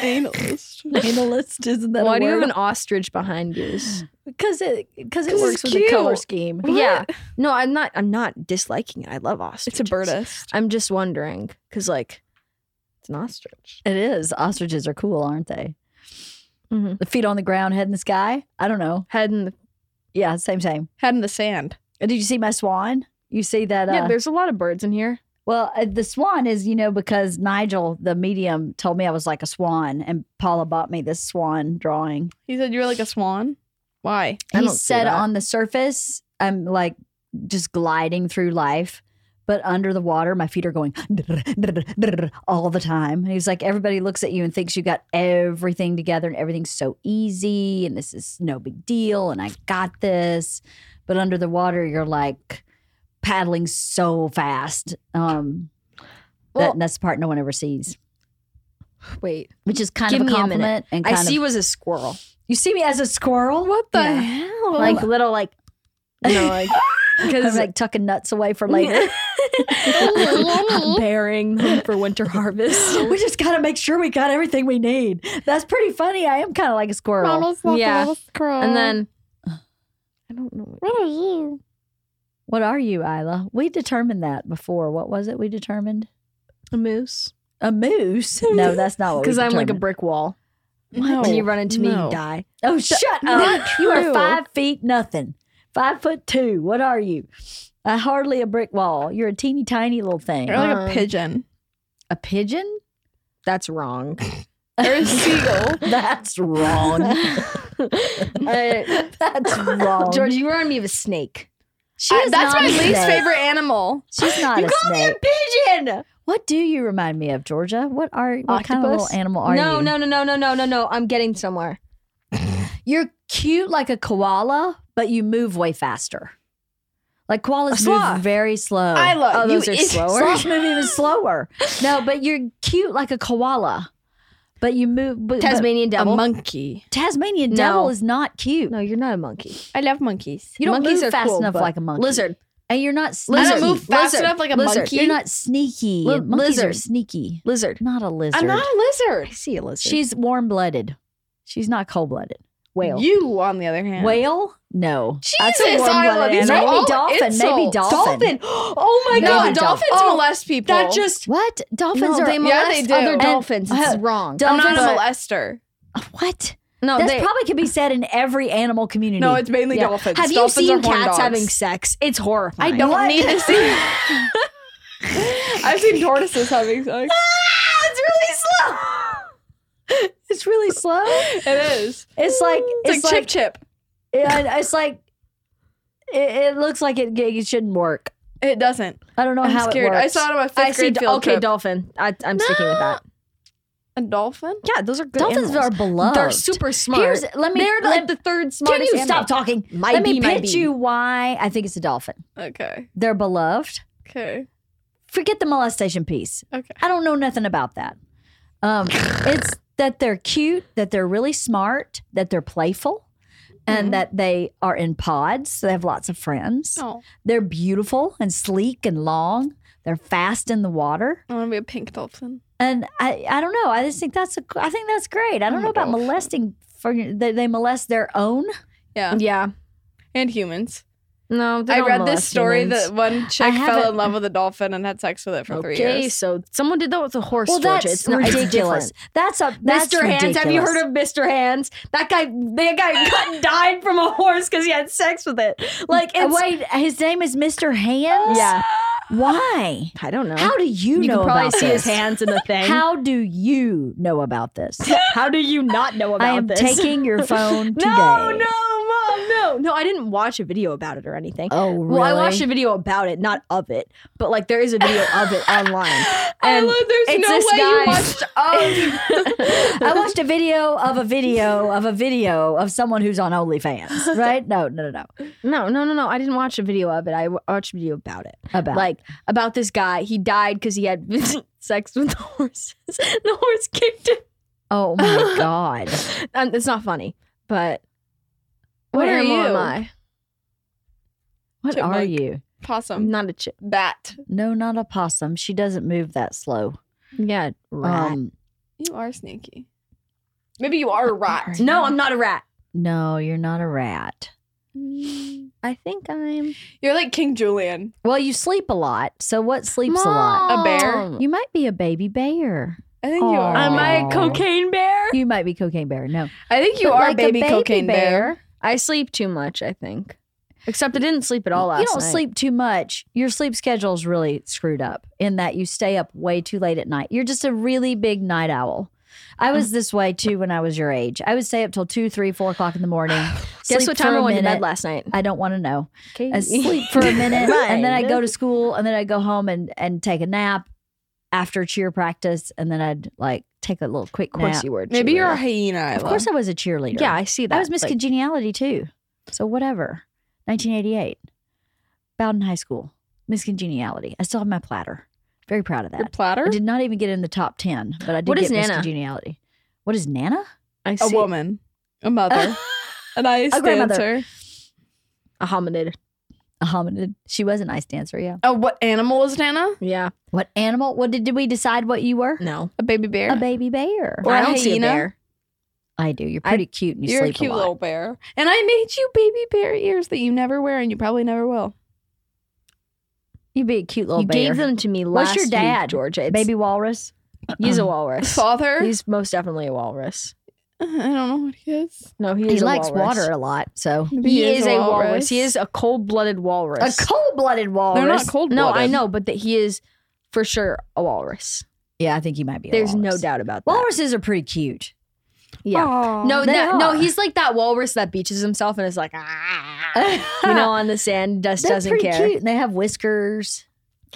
S3: Analyst.
S1: analyst isn't that
S4: Why
S1: a
S4: do you have
S1: word?
S4: an ostrich behind yours?
S1: Because it because it
S3: 'Cause
S1: works
S3: it's
S1: with the color
S3: cute.
S1: scheme.
S4: Yeah. No, I'm not I'm not disliking it. I love ostriches.
S3: It's a birdist.
S4: I'm just wondering cuz like it's an ostrich.
S1: It is. Ostriches are cool, aren't they?
S4: Mhm.
S1: The feet on the ground, head in the sky. I don't know.
S4: Head in the
S1: Yeah, same same.
S3: Head in the sand.
S1: Did you see my swan? You see that? Uh,
S4: Yeah, there's a lot of birds in here.
S1: Well, uh, the swan is, you know, because Nigel, the medium, told me I was like a swan, and Paula bought me this swan drawing.
S3: He said you were like a swan. Why?
S4: I
S1: He
S4: don't see
S1: said
S4: that.
S1: on the surface, I'm like just gliding through life, but under the water, my feet are going all the time. And he's like, everybody looks at you and thinks you got everything together and everything's so easy and this is no big deal and I got this. But under the water, you're like paddling so fast. Um,
S4: Well-
S1: that, that's the part no one ever sees.
S4: Wait.
S1: which is kind
S4: Give
S1: of a
S4: me a minute.
S1: compliment. and
S4: I
S1: kind
S4: see
S1: Of,
S4: was a squirrel.
S1: you see me as a squirrel. What
S3: the
S1: hell?
S4: Like
S1: Like
S4: little like no like
S1: I'm
S4: because
S1: like tucking nuts away for later.
S4: I'm burying them for winter harvest.
S1: we just gotta make sure we got everything we need. That's pretty funny. I am kind of like a squirrel.
S4: Yeah.
S3: Crow.
S4: And then I don't know. What
S3: are you?
S1: What are you, Isla? We determined that before. What was it? We determined
S4: a moose.
S1: a moose. No, that's not what.
S4: Because
S1: we
S4: I'm like a
S1: determined.
S4: brick wall.
S3: No.
S4: when you run into me,
S3: no.
S4: you die.
S1: Oh, shut
S3: not
S1: up! You are
S3: true.
S1: five feet nothing. Five foot two. What are you? Uh, hardly a brick wall. You're a teeny tiny little thing.
S3: You're like
S4: Um,
S3: a pigeon.
S1: A pigeon?
S4: That's wrong.
S3: Or a seagull.
S1: That's wrong.
S4: I-
S1: That's wrong.
S4: George, you remind me of a snake.
S1: She
S3: I-
S1: is
S3: that's
S1: not
S3: my
S1: a
S3: least
S1: snake.
S3: favorite animal.
S1: She's not a snake.
S4: Pigeon.
S1: What do you remind me of, Georgia? What are what kind of
S4: Octopus?
S1: little animal are
S4: no,
S1: you?
S4: no, no, no, no, no, no, no. I'm getting somewhere.
S1: You're cute like a koala, but you move way faster. Like koalas move
S4: sloth.
S1: very slow.
S3: I love
S4: Oh, those
S3: you
S4: are
S3: is-
S4: slower.
S1: Sloths move even slower. No, but you're cute like a koala, but you move. But, but
S4: Tasmanian
S3: A
S4: devil.
S3: monkey.
S1: Tasmanian
S4: No.
S1: devil is not cute.
S4: no, you're not a monkey.
S3: I love monkeys.
S1: You don't
S4: Monkeys
S1: move
S4: are
S1: fast
S4: cool,
S1: enough
S4: but-
S1: like a monkey.
S4: Lizard.
S1: and you're not. Sneaky.
S3: I don't move fast
S4: Lizard.
S3: enough like a
S4: Lizard.
S3: monkey.
S1: You're not sneaky.
S4: Li-
S1: Monkeys are
S4: lizard.
S1: sneaky.
S4: Lizard.
S1: Not a lizard.
S3: I'm not a lizard.
S4: I see a lizard.
S1: She's warm blooded. She's not cold blooded. Whale.
S3: You, on the other hand.
S1: Whale? No. That's a
S3: Jesus,
S1: warm-blooded
S3: Isla, these
S1: animal.
S3: are
S1: Maybe
S3: all
S1: dolphin. Maybe
S3: insults.
S1: dolphin.
S4: dolphin. Oh my
S3: no,
S1: God,
S3: dolphins
S4: Oh,
S3: molest people.
S4: That just
S1: What? Dolphins
S4: no,
S1: are.
S4: they
S1: They,
S4: molest
S3: they do.
S4: other
S3: And-
S4: dolphins. It's
S1: uh,
S4: wrong.
S3: I'm not
S1: dolphins
S3: a
S1: are-
S3: molester.
S1: what?
S4: no,
S1: That's
S4: they,
S1: probably could be said in every animal community.
S3: Oh, No, it's mainly
S4: yeah.
S3: dolphins.
S4: Have you
S3: Dolphins are
S4: seen
S3: horned
S4: cats
S3: dogs.
S4: having sex? It's horrifying.
S3: I don't
S1: What?
S3: need to see. I've seen tortoises having sex.
S1: it's really slow. it's really slow.
S3: It is.
S1: It's like
S3: It's,
S1: it's
S3: like,
S1: like,
S3: chip chip.
S1: yeah, it's like it, it looks like it, it shouldn't work.
S3: It doesn't.
S4: Oh,
S1: I don't know
S3: I'm
S1: how
S3: scared.
S1: it
S3: I
S1: works.
S3: saw it on my fifth
S4: I see.
S3: grade field
S4: okay,
S3: trip.
S4: dolphin. I, I'm sticking with that.
S3: a dolphin?
S4: Yeah, those are good.
S1: dolphins
S4: animals.
S1: are beloved.
S4: They're super smart.
S1: Here's let me.
S4: They're
S1: let-
S4: like the third
S1: can
S4: smartest.
S1: you stop talking?
S4: Might
S1: let me
S4: be, might
S1: pitch
S4: be.
S1: you why I think it's a dolphin.
S3: Okay.
S1: They're beloved.
S3: Okay.
S1: Forget the molestation piece.
S3: Okay.
S1: I don't know nothing about that. Um, it's that they're cute, that they're really smart, that they're playful, and
S3: Mhm.
S1: that they are in pods. So they have lots of friends.
S3: Oh,
S1: They're beautiful and sleek and long. They're fast in the water.
S3: I want to be a pink dolphin.
S1: And I, I don't know. I just think that's a, I think that's great.
S4: Oh
S1: I don't
S3: I'm
S1: know
S3: a
S1: about
S3: dolphin.
S1: molesting. For, they, they molest their own.
S3: Yeah.
S4: Yeah.
S3: And humans.
S4: No, they
S3: I
S4: don't
S3: read
S4: molest
S3: this story
S4: humans.
S3: that one chick fell
S1: haven't-
S3: in love with a dolphin and had sex with it for three
S4: okay,
S3: years.
S4: so someone did that with a horse.
S1: Well,
S4: Georgia.
S1: that's
S4: it's not, it's
S1: ridiculous.
S4: different.
S1: That's a that's
S4: Mr. Hands, have you
S1: ridiculous.
S4: heard of Mr. Hands? That guy, that guy got, died from a horse because he had sex with it. Like,
S1: Uh,
S4: it's,
S1: Wait, his name is Mr. Hands.
S4: yeah,
S1: Why?
S4: I don't know.
S1: How do you,
S4: you
S1: know
S4: can probably
S1: about
S4: see
S1: this?
S4: his hands in the thing.
S1: How do you know about this?
S4: How do you not know about
S1: I am
S4: this?
S1: taking your phone today.
S4: no, no, mom. oh no, no, I didn't watch a video about it or anything.
S1: Oh, really?
S4: Well, I watched a video about it, not of it, but like there is a video of it online.
S3: I
S4: And
S3: love, there's
S1: it's
S3: no
S1: this
S3: way you
S1: guy.
S3: watched um,
S1: I watched a video of a video of a video of someone who's on OnlyFans, right? No, no, no, no.
S4: no, no, no, no, I didn't watch a video of it. I w- watched a video about it.
S1: About
S4: Like about this guy, he died because he had sex with the horses. the horse kicked him.
S1: oh my god,
S4: Um, it's not funny, but
S3: What are
S4: animal
S3: you?
S4: Am I?
S1: what are
S3: Chipmunk.
S1: you?
S4: I'm
S3: possum
S4: not a chip.
S3: bat.
S1: No, not a possum. She doesn't move that slow.
S4: Yeah, rat.
S1: Um,
S3: You are sneaky. Maybe you are a rat.
S4: no, I'm not a rat.
S1: no, you're not a rat.
S4: I think I'm
S3: You're like King Julian.
S1: Well, you sleep a lot. So what sleeps a lot?
S3: A bear?
S4: Mom.
S1: You might be a baby bear.
S3: I think you are.
S1: Aw.
S4: Am I
S1: Aw.
S4: a cocaine bear?
S1: You might be cocaine bear. No,
S3: I think you
S1: But
S3: are
S1: like a
S3: baby, cocaine bear.
S4: I sleep too much, I think. Except I didn't sleep at all last
S1: you don't
S4: night.
S1: sleep too much. Your sleep schedule's really screwed up in that you stay up way too late at night. You're just a really big night owl. I
S4: Oh.
S1: was this way too when I was your age. I would stay up till two, three, four o'clock in the morning.
S4: Guess
S1: sleep
S4: what time
S1: for
S4: I
S1: a
S4: went to bed
S1: minute.
S4: last night?
S1: I don't want to know.
S4: Okay.
S1: I sleep for a minute and then I
S4: Right.
S1: go to school and then I go home and, and take a nap after cheer practice and then I'd like take a little quick
S4: Of course
S1: nap.
S4: you were.
S3: Maybe you're a
S4: cheerleader.
S3: hyena.
S1: Of course I was a cheerleader.
S4: Yeah, I see that.
S1: I was Miss
S4: Like,
S1: Congeniality too. So whatever. 1988. Bowden High School. Miss Congeniality. I still have my platter. Very proud of
S3: Your
S1: that.
S3: platter?
S1: I did not even get in the top 10, but I did
S4: What
S1: get
S4: is
S1: Miss
S4: Nana?
S1: Congeniality. What is Nana?
S4: I
S3: A
S4: see
S3: woman. A mother. An ice
S1: A grandmother.
S3: dancer.
S4: a hominid.
S1: A hominid. She was an ice dancer, yeah.
S3: Oh, what animal is Nana?
S4: Yeah.
S1: What animal? What did, did we decide what you were?
S4: No.
S3: A baby bear.
S1: A baby bear.
S3: Or
S4: I
S3: a
S4: don't see a
S3: hyena.
S4: bear.
S1: I do. You're
S4: I-
S1: pretty cute and you
S3: You're a
S1: sleep
S3: cute
S1: a lot.
S3: little bear. And I made you baby bear ears that you never wear and you probably never will.
S1: You'd be a cute little
S4: you
S1: bear.
S4: gave them to me last
S1: What's your
S4: week,
S1: dad?
S4: Georgia. It's-
S1: baby walrus.
S4: He's a walrus.
S3: Father?
S4: He's most definitely a walrus.
S3: I don't know what he is.
S4: No, he,
S1: He,
S4: is a
S1: likes
S4: walrus.
S1: water a lot, so
S4: He, is, a walrus. He is a cold-blooded
S1: a
S4: walrus.
S1: cold-blooded walrus.
S3: They're not cold
S4: no, I know, but that he is for sure a walrus.
S1: Yeah, I think he might be. a
S4: There's no
S1: walrus.
S4: doubt about that.
S1: Walruses are pretty cute.
S4: Yeah. No,
S1: They
S4: that, no,
S1: are.
S4: he's like that walrus that beaches himself and is like, ah, you know, on the sand, dust
S1: They're
S4: doesn't
S1: pretty
S4: care.
S1: cute. And they have whiskers.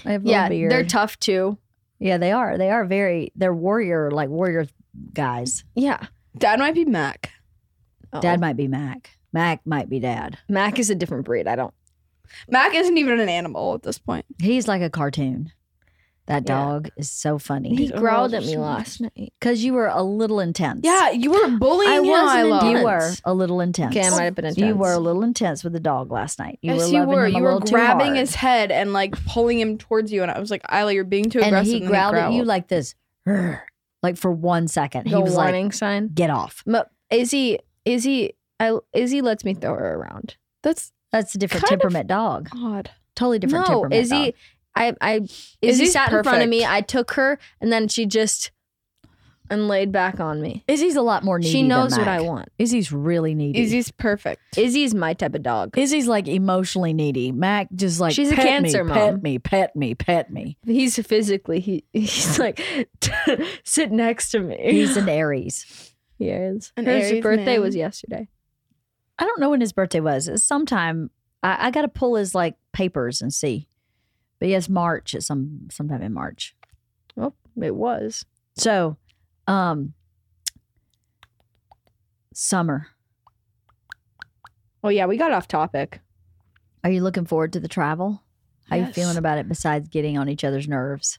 S1: They have
S4: Yeah,
S1: little beard.
S4: they're tough too.
S1: yeah, they are. They are very. They're warrior like warrior guys.
S4: Yeah,
S3: Dad might be Mac.
S1: Dad might be Mac. Mac might be Dad.
S4: Mac is a different breed. I don't.
S3: Mac isn't even an animal at this point.
S1: He's like a cartoon. That
S4: Yeah.
S1: dog is so
S4: He
S1: funny
S3: He's a
S4: growled at
S3: walrus.
S4: me last night.
S1: because you were a little intense.
S3: Yeah, you were bullying
S4: I
S3: him.
S4: wasn't
S3: I
S4: in
S3: love.
S4: deep-
S1: you were
S4: intense.
S1: a little intense.
S4: Okay, I might have been intense.
S1: You were a little intense with the dog last night. You
S3: yes,
S1: were
S3: you
S1: loving him
S3: were.
S1: a
S3: You were
S1: little too
S3: grabbing
S1: hard.
S3: his head and like pulling him towards you, and I was like, "Isla, you're being too
S1: and
S3: aggressive."
S1: he
S3: then
S1: growled at you like this, "Rrr," like for one second.
S4: The
S1: he was
S4: warning
S1: like,
S4: sign.
S1: "Get off."
S4: But Izzy, Izzy, I, Izzy lets me throw her around.
S3: That's
S1: That's a different
S3: Kind of-
S1: temperament dog.
S3: odd.
S1: Totally different
S4: no,
S1: temperament. dog.
S4: Izzy, I, I, Izzy
S3: Izzy's
S4: sat in front of me.
S3: perfect.
S4: I took her, and then she just and laid back on me.
S1: Izzy's a lot more needy.
S4: She
S1: than
S4: knows what
S1: Mac.
S4: I want.
S1: Izzy's really needy.
S3: Izzy's perfect.
S4: Izzy's my type of dog.
S1: Izzy's like emotionally needy. Mac just like
S4: She's a
S1: pet
S4: cancer
S1: me,
S4: mom.
S1: Pet me, pet me, pet me.
S4: He's physically he he's like sit next to me.
S1: He's an Aries.
S4: he is.
S3: An
S4: His
S3: Aries
S4: birthday
S3: man.
S4: was yesterday.
S1: I don't know when his birthday was. It's sometime. I, I got to pull his like papers and see. But yes, March at some sometime in March.
S4: Oh, it was.
S1: So, um, summer.
S4: Oh yeah, we got off topic.
S1: Are you looking forward to the travel? How you
S3: Yes.
S1: feeling about it? Besides getting on each other's nerves,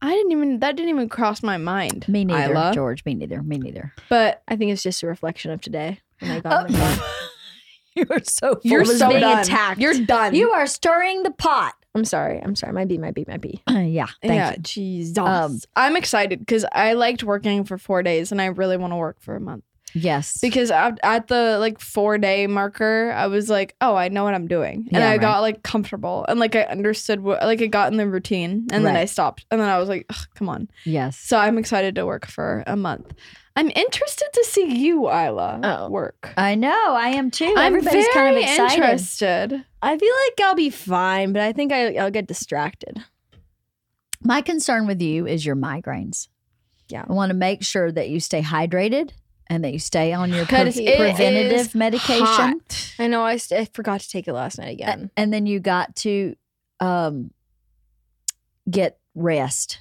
S3: I didn't even. That didn't even cross my mind.
S1: me neither,
S3: Isla.
S1: George. Me neither. Me neither.
S3: But
S4: I think it's just a reflection of today. Oh When I
S1: Oh.
S4: got on the phone.
S1: you are so.
S3: Oh. you're
S4: was
S3: so
S4: being
S3: done.
S4: attacked.
S3: You're done.
S1: You are stirring the pot.
S4: I'm sorry. I'm sorry. My B, my B, my B.
S1: yeah. Thank
S3: yeah,
S1: you.
S3: Jesus.
S1: Um,
S3: I'm excited because I liked working for four days, and I really want to work for a month.
S1: Yes.
S3: because at, at the like four day marker i was like oh i know what i'm doing and
S1: Yeah,
S3: i
S1: right.
S3: got like comfortable and like i understood what like i got in the routine and then
S1: Right.
S3: i stopped and then i was like Ugh, come on
S1: yes.
S3: so i'm excited to work for a month i'm interested to see you isla
S4: Oh.
S3: work
S1: I know. I am too.
S3: I'm
S1: Everybody's
S3: very
S1: kind of excited.
S3: interested
S4: I feel like I'll be fine, but I think I, I'll get distracted.
S1: My concern with you is your migraines.
S4: Yeah.
S1: I want to make sure that you stay hydrated and that you stay on your
S4: But
S1: pre-
S4: it
S1: preventative
S4: is
S1: medication.
S4: hot. I know. I, st- I forgot to take it last night
S1: A-
S4: again.
S1: and then you got to um, get rest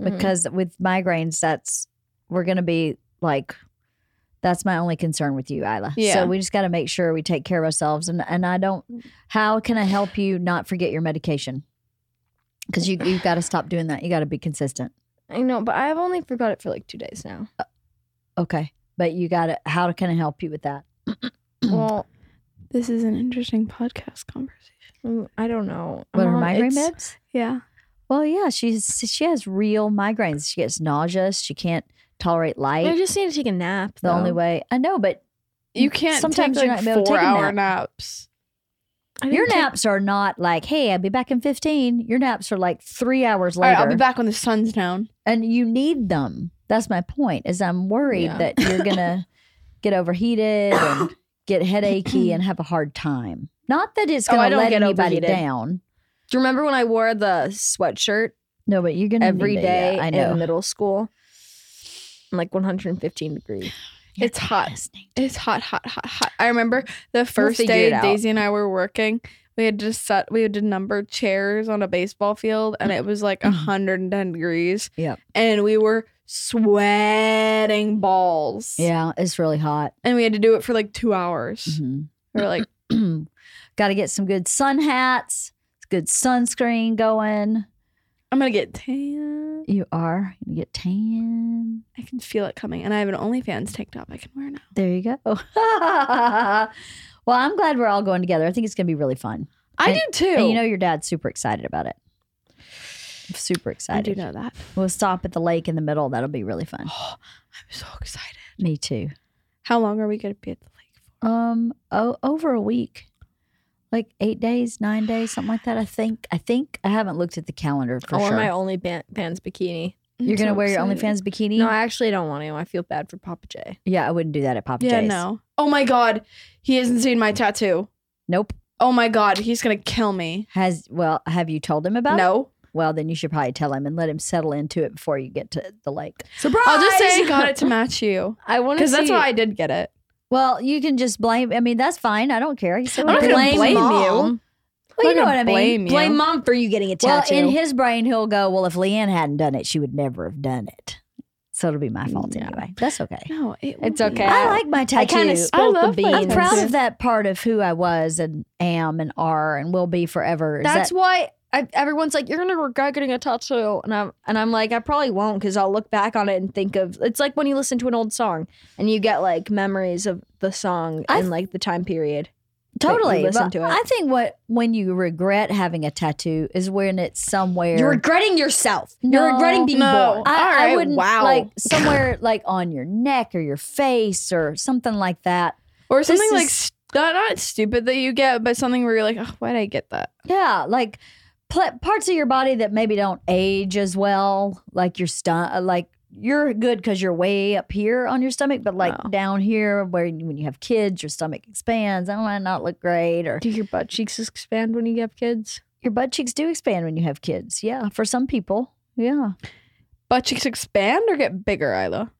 S4: Mhm.
S1: because with migraines, that's we're going to be like, that's my only concern with you, Isla.
S3: Yeah.
S1: So we just got to make sure we take care of ourselves. And and I don't. How can I help you not forget your medication? Because you you've got to stop doing that. You got to be consistent.
S4: Mm-hmm. I know, but I've only forgot it for like two days now.
S1: Okay, but you got to. How can I help you with that?
S4: well,
S3: This is an interesting podcast conversation.
S4: mm, I don't know.
S1: What her
S4: Mom,
S1: migraine
S4: Uh-huh, it's-
S1: meds?
S3: Yeah.
S1: Well, yeah, she's she has real migraines. She gets nauseous. She can't tolerate light.
S4: I just need to take a nap.
S1: the only
S4: though.
S1: way I know, but
S3: You can't
S1: Sometimes
S3: take
S1: you're
S3: like
S1: not able to
S3: four
S1: take a
S3: hour naps.
S4: I didn't
S1: your
S4: take-
S1: naps are not like, "Hey, I'll be back in 15." Your naps are like three hours
S3: All
S1: later,
S3: right, I'll be back when the sun's down.
S1: and you need them. That's my point. Is I'm worried
S4: Yeah.
S1: that you're gonna get overheated and get headachy and have a hard time. Not that it's
S4: Oh,
S1: gonna
S4: I don't
S1: let
S4: get
S1: anybody
S4: overheated.
S1: down.
S4: Do you remember when I wore the sweatshirt
S1: No, but you're gonna
S4: every
S1: need it. Yeah,
S4: day
S1: I
S4: in
S1: know.
S4: middle school? I'm like 115 degrees.
S1: You're
S3: It's hot.
S1: listening.
S3: It's hot, hot, hot, hot. I remember the 1st
S4: figure
S3: day
S4: it out.
S3: Daisy and I were working. We had to set, we had to number chairs on a baseball field, and it was like
S4: Mm-hmm.
S1: Mhm.
S3: 110 degrees.
S1: Yep.
S3: And we were sweating balls.
S1: Yeah, it's really hot.
S3: And we had to do it for like two hours.
S4: Mm-hmm.
S1: Mhm.
S3: We were like,
S1: Got to Mm-hmm. get some good sun hats, good sunscreen going.
S3: I'm going to get tan.
S1: You are gonna get tan.
S3: I can feel it coming. And I have an OnlyFans tank top I can wear now.
S1: There you go. well, I'm glad we're all going together. I think it's gonna be really fun.
S3: I
S1: And-
S3: do too.
S1: And you know, your dad's super excited about it. Super
S3: I, do
S1: excited.
S3: know that.
S1: We'll stop at the lake in the middle. That'll be really fun.
S3: Oh, I'm so excited.
S1: Me too.
S3: How long are we going to be at the lake for?
S1: Um, oh, over a week, like eight days, nine days, something like that. I think. I think I haven't looked at the calendar for
S4: I
S3: Oh,
S4: wore
S1: sure.
S4: my only ban- pants bikini.
S3: I'm
S1: You're gonna
S3: so
S1: wear your
S3: excited.
S1: OnlyFans bikini?
S4: No, I actually don't want to. I feel bad for Papa J.
S1: yeah, I wouldn't do that at Papa
S3: Yeah,
S1: J's.
S3: no. Oh my God. He hasn't seen my tattoo.
S1: Nope.
S3: Oh my God. He's going to kill me.
S1: Has well, have you told him about it?
S3: no.
S1: Well, then you should probably tell him and let him settle into it before you get to the lake.
S4: Surprise!
S3: I'll just say I got it to match you.
S4: I want to
S3: Because
S4: see.
S3: that's why I did get it.
S1: Well, you can just blame. I mean, that's fine. I don't care. You said
S4: I'm not gonna
S1: blame,
S4: blame, you.
S1: mom. Well, you know what I mean.
S3: Blame you.
S4: Blame mom for you getting a
S1: Well,
S4: tattoo.
S1: in his brain, he'll go, "Well, if Leanne hadn't done it, she would never have done it." So it'll be my fault
S4: Yeah.
S1: anyway. That's okay.
S3: No, it
S4: It's
S3: won't be.
S4: okay.
S1: I like my
S4: I
S1: tattoo.
S4: kind of spilled the
S3: love my
S4: beans.
S1: I'm proud
S3: tattoo.
S1: of that part of who I was and am and are and will be forever. Is
S4: That's
S1: that-
S4: why I, everyone's like, "You're gonna regret getting a tattoo," and I'm and I'm like, I probably won't because I'll look back on it and think of it's like when you listen to an old song and you get like memories of the song
S1: I-
S4: and like the time period. that you
S1: totally.
S4: listen
S1: but
S4: to it.
S1: I think what when you regret having a tattoo is when it's somewhere
S4: You're regretting yourself. You're
S1: No.
S4: regretting being
S3: No.
S4: born.
S1: I,
S3: All
S1: I
S3: right,
S1: wouldn't
S3: wow.
S1: like somewhere like on your neck or your face or something like that.
S3: Or something
S1: This
S3: like
S1: is-
S3: st- not, not stupid that you get, but something where you're like, oh, why'd I get that?
S1: Yeah, like pl- parts of your body that maybe don't age as well, like your stomach, like you're good because you're way up here on your stomach, but like
S4: Wow.
S1: down here where you- when you have kids, your stomach expands. I might not look great, or
S4: Do your butt cheeks expand when you have kids?
S1: your butt cheeks do expand when you have kids. Yeah, for some people. Yeah.
S3: Butt cheeks expand or get bigger, Isla?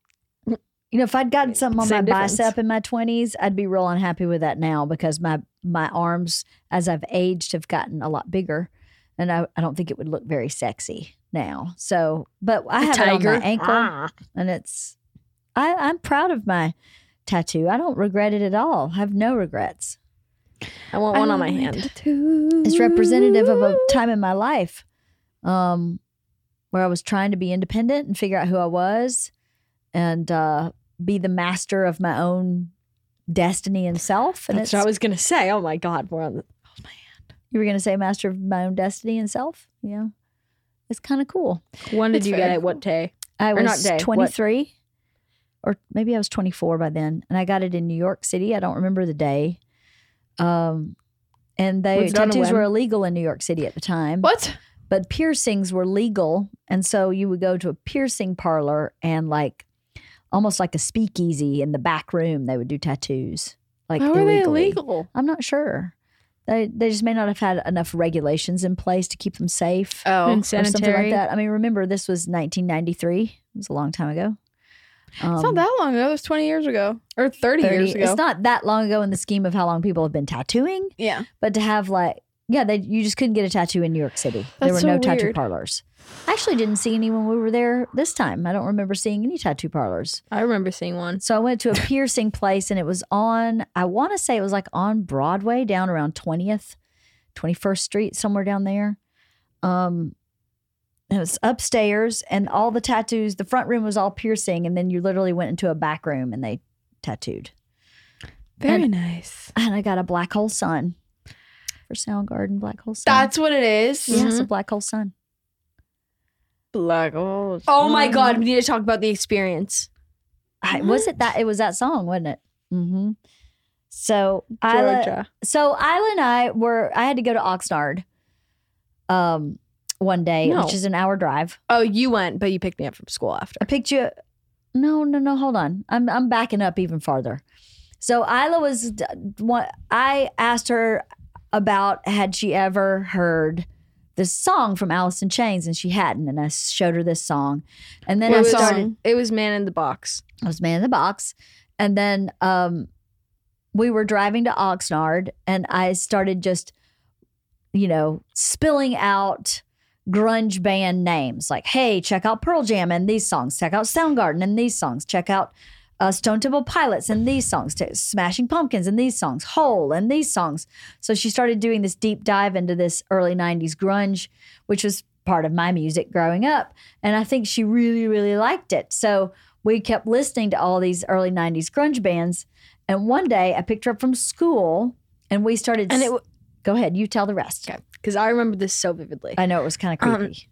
S1: You know, if I'd gotten something on
S4: Same
S1: my
S4: difference.
S1: bicep in my twenties, I'd be real unhappy with that now because my my arms, as I've aged, have gotten a lot bigger, and I, I don't think it would look very sexy now. So, but I
S4: A
S1: have it on my ankle,
S4: Ah.
S1: and it's I, I'm proud of my tattoo. I don't regret it at all. I have no regrets.
S4: I want one
S3: I
S4: on my
S3: love my
S4: hand.
S1: It's representative of a
S4: Mm-hmm.
S1: time in my life, um, where I was trying to be independent and figure out who I was, and uh, be the master of my own destiny and self. And
S4: That's what I
S1: it's,
S4: was gonna say. Oh my god, we're on. The,
S1: you were gonna say master of my own destiny and self. Yeah, it's kind of cool.
S4: when did
S3: It's
S4: you get
S3: very
S4: it? What day?
S1: I
S4: Or not
S1: was
S4: day, what-
S1: 23, or maybe I was 24 by then, and I got it in New York City. I don't remember the day. Um, and they
S4: Was it on a
S1: tattoos were
S4: whim?
S1: illegal in New York City at the time.
S3: What?
S1: but piercings were legal and so you would go to a piercing parlor and like almost like a speakeasy in the back room they would do tattoos like
S3: How are they
S1: illegally.
S3: illegal?
S1: i'm not sure they, they just may not have had enough regulations in place to keep them safe
S3: Oh.
S1: or something
S4: Sanitary.
S1: like that i mean remember this was 1993 it was a long time ago
S3: It's not that long ago. It was 20 years ago or 30,
S1: 30
S3: years ago.
S1: It's not that long ago in the scheme of how long people have been tattooing,
S3: yeah.
S1: but to have like, yeah, they, you just couldn't get a tattoo in New York City. there were
S3: That's so
S1: no tattoo
S3: weird.
S1: parlors. I actually didn't see any when we were there this time. I don't remember seeing any tattoo parlors.
S4: I remember seeing one.
S1: So I went to a piercing place and it was on, I want to say it was like on Broadway down around 20th, 21st Street, somewhere down there. Um, it was upstairs and all the tattoos, the front room was all piercing. And then you literally went into a back room and they tattooed.
S3: Very
S1: And-
S3: nice.
S1: and I got a black hole sun for Soundgarden. Black hole sun.
S3: That's what it is.
S1: yeah, it's a black hole sun.
S3: Black holes.
S4: Oh my god, we need to talk about the experience.
S1: I, was it that? It was that song, wasn't it? Mm-hmm. So Isla,
S4: Georgia.
S1: so Isla and I were. I had to go to Oxnard, um, one day,
S4: No.
S1: which is an hour drive.
S4: Oh, you went, but you picked me up from school after.
S1: I picked you. No, no, no. Hold on. I'm I'm backing up even farther. So Isla was d- one. I asked her about had she ever heard this song from Alice in Chains, and she hadn't. And I showed her this song, and then
S3: What
S1: I
S4: it was,
S1: started.
S3: song?
S4: It was Man in the Box.
S1: I was man in the box, and then um, we were driving to Oxnard, and I started just, you know, spilling out grunge band names like, "Hey, check out Pearl Jam and these songs. Check out Soundgarden and these songs. Check out uh, Stone Temple Pilots and these songs. T- Smashing Pumpkins and these songs. Hole and these songs." So she started doing this deep dive into this early '90s grunge, which was part of my music growing up, and I think she really, really liked it. So we kept listening to all these early 90s grunge bands. And one day I picked her up from school and we started.
S4: And it w-
S1: go ahead, you tell the rest.
S4: okay, because I remember this so vividly.
S1: I know it was kind of creepy.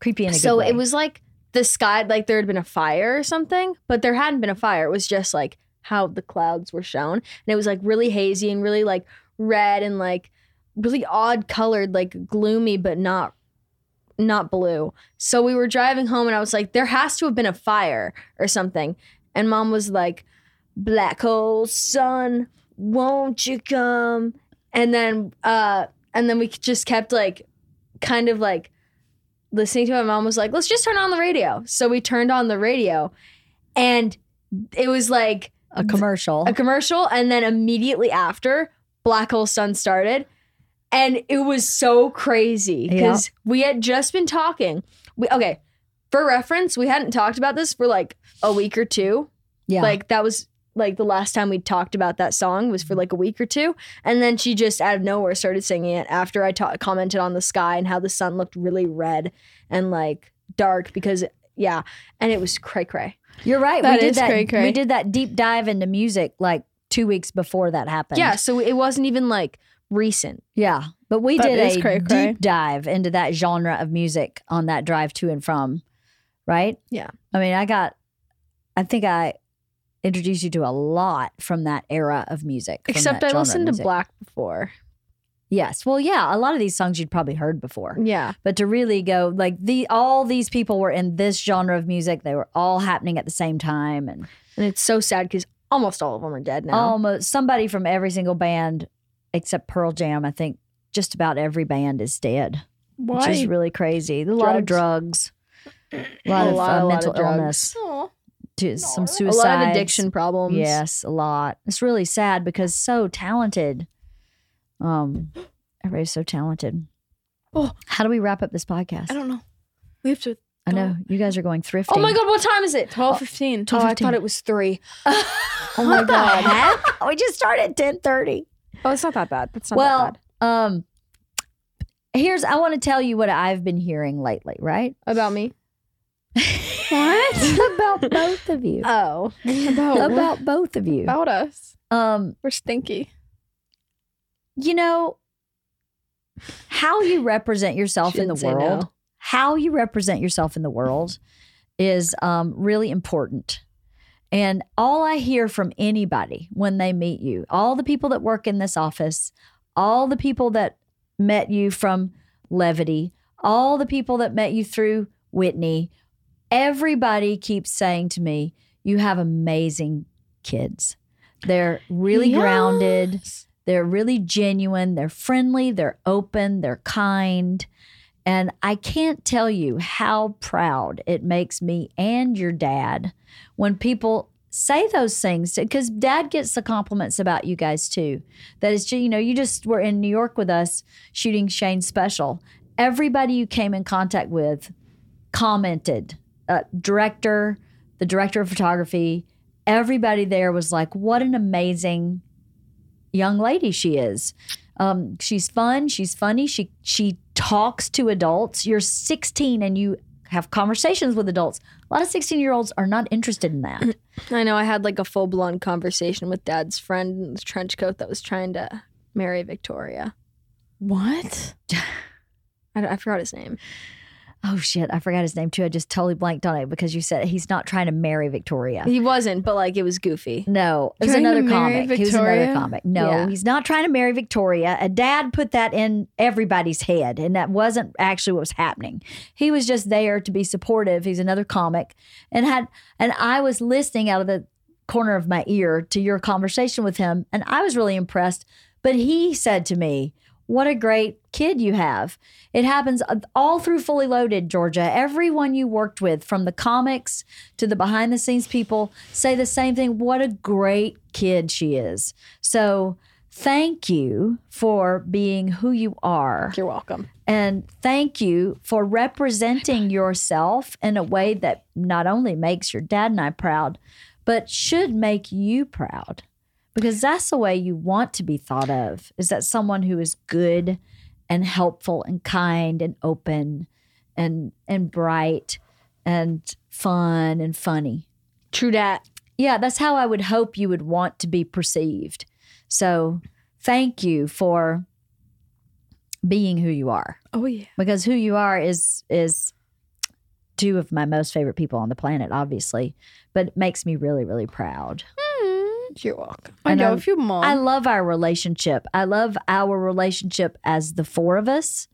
S1: creepy in a good
S4: Um, so
S1: way.
S4: it was like the sky like there had been a fire or something but there hadn't been a fire it was just like how the clouds were shown and it was like really hazy and really like red and like really odd colored like gloomy but not not blue so we were driving home and i was like there has to have been a fire or something and mom was like black hole sun won't you come and then uh and then we just kept like kind of like listening to it, my mom was like, let's just turn on the radio. So we turned on the radio and it was like
S1: a commercial.
S4: a commercial. And then immediately after, Black Hole Sun started. And it was so crazy because we had just been talking. We, okay, for reference, we hadn't talked about this for like a week or two.
S1: yeah.
S4: Like that was like the last time we talked about that song was for like a week or two, and then she just out of nowhere started singing it after I ta- commented on the sky and how the sun looked really red and like dark because yeah, and it was cray cray.
S1: You're right.
S3: That
S1: we did
S3: is
S1: that.
S3: cray-cray.
S1: We did that deep dive into music like two weeks before that happened.
S4: Yeah, so it wasn't even like recent.
S1: Yeah. But we
S3: That is
S1: did a
S3: cray-cray.
S1: deep dive into that genre of music on that drive to and from, right?
S4: Yeah.
S1: I mean, I got, I think I introduced you to a lot from that era of music. from
S4: Except
S1: that
S4: I
S1: genre of
S4: listened to
S1: music.
S4: Black before.
S1: Yes. Well, yeah, a lot of these songs you'd probably heard before.
S4: Yeah,
S1: But to really go like the all these people were in this genre of music, they were all happening at the same time and
S4: and it's so sad because almost all of them are dead now.
S1: almost somebody from every single band except Pearl Jam, I think just about every band is dead.
S3: Why?
S1: which is really crazy. A lot of drugs, a lot
S4: A
S1: of
S4: lot,
S1: uh,
S4: a lot
S1: mental
S4: of drugs.
S1: illness,
S3: Aw.
S1: to some
S4: a
S1: suicide,
S4: lot of addiction problems.
S1: Yes, a lot. It's really sad because so talented. Um, everybody's so talented.
S3: Oh.
S1: How do we wrap up this podcast?
S3: I don't know. We have to.
S1: I know you guys are going thrifting.
S4: Oh my god, what time is it?
S3: 12, 15.
S4: Oh, I
S1: 15.
S4: thought it was three.
S1: Oh my god! Huh? we just started at ten thirty.
S4: Oh, it's not that bad. That's not that
S1: Well,
S4: bad.
S1: um, here's I want to tell you what I've been hearing lately. Right
S4: About me.
S3: What?
S1: about both of you.
S4: Oh.
S3: about, what?
S1: about both of you.
S3: about us.
S1: Um,
S3: We're stinky.
S1: you know how you represent yourself
S4: She
S1: in the
S4: didn't say
S1: world
S4: no.
S1: how you represent yourself in the world is um, really important and all i hear from anybody when they meet you all the people that work in this office all the people that met you from levity all the people that met you through whitney everybody keeps saying to me you have amazing kids they're really grounded they're really genuine. They're friendly. They're open. They're kind. And I can't tell you how proud it makes me and your dad when people say those things because dad gets the compliments about you guys too. That it's, ju- you know, you just were in New York with us shooting Shane's special. Everybody you came in contact with commented, uh, director, the director of photography, everybody there was like, what an amazing young lady she is. Um, she's fun. She's funny. She she talks to adults. You're 16 and you have conversations with adults. A lot of 16 year olds are not interested in that.
S4: I know I had like a full blown conversation with dad's friend in the trench coat that was trying to marry Victoria.
S3: What?
S4: I, don't- I forgot his name.
S1: oh shit, I forgot his name too. I just totally blanked on it because you said he's not trying to marry Victoria.
S4: He wasn't, but like it was goofy.
S1: No, it was
S3: Trying to
S1: another
S3: marry
S1: comic. He was another
S3: Victoria?
S1: comic. No,
S4: Yeah.
S1: he's not trying to marry Victoria. A dad put that in everybody's head, and that wasn't actually what was happening. He was just there to be supportive. He's another comic, and had and I was listening out of the corner of my ear to your conversation with him, and I was really impressed. But he said to me, "What a great kid you have." It happens all through Fully Loaded, Georgia. Everyone you worked with, from the comics to the behind the scenes people, say the same thing. What a great kid she is. So thank you for being who you are.
S4: You're welcome.
S1: And thank you for representing yourself in a way that not only makes your dad and I proud, but should make you proud. Because that's the way you want to be thought of is that someone who is good and helpful and kind and open and and bright and fun and funny.
S4: True dat.
S1: Yeah, that's how I would hope you would want to be perceived. So thank you for being who you are
S4: Oh yeah.
S1: because who you are is is two of my most favorite people on the planet obviously but it makes me really really proud
S4: You're welcome.
S3: I
S1: And
S3: know
S1: I-
S3: a few more.
S1: i love our relationship i love our relationship as the four of us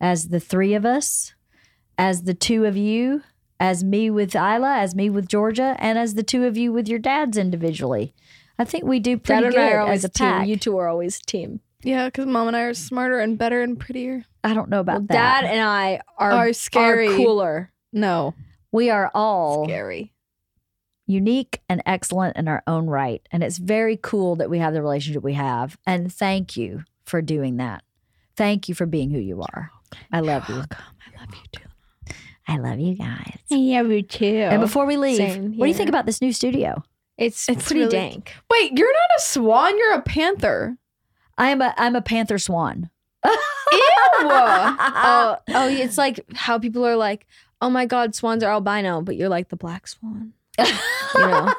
S1: as the three of us as the two of you as me with isla as me with georgia and as the two of you with your dads individually i think we do
S4: Dad
S1: pretty
S4: and
S1: good
S4: I are
S1: as
S4: always
S1: a
S4: a
S1: pack
S4: team. You two are always team.
S3: yeah, because mom and I are smarter and better and prettier.
S1: i don't know about
S4: Well,
S1: that
S4: Dad and I are
S3: Are scary.
S4: cooler.
S3: No,
S1: we are all
S3: scary.
S1: unique and excellent in our own right. And it's very cool that we have the relationship we have. And thank you for doing that. Thank you for being who you are. I love you.
S3: I love you too.
S1: I love you guys.
S3: I love you too.
S1: And before we leave,
S4: Same
S1: what do you
S4: here.
S1: think about this new studio?
S4: It's,
S3: It's
S4: pretty
S3: really-
S4: dank.
S3: Wait, you're not a swan. You're a panther.
S1: I am a I'm a panther swan.
S4: oh, oh, it's like how people are like, oh my god, swans are albino, but you're like the black swan. you know,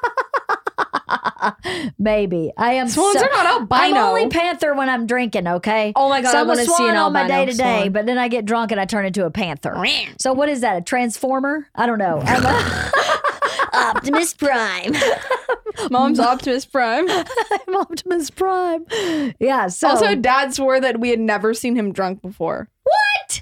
S1: Maybe I am.
S3: Swans
S1: so-
S3: are not
S1: I'm
S3: albino.
S1: only panther when I'm drinking. Okay.
S4: Oh my God,
S1: So
S4: I
S1: I'm a
S4: wanna see
S1: swan
S4: an
S1: on my day
S4: albino
S1: to day,
S4: swan.
S1: but then I get drunk and I turn into a panther. So what is that? A transformer? I don't know. I'm a-
S4: Optimus Prime. Mom's Optimus Prime.
S1: I'm Optimus Prime. Yeah. So
S3: also, dad swore that we had never seen him drunk before.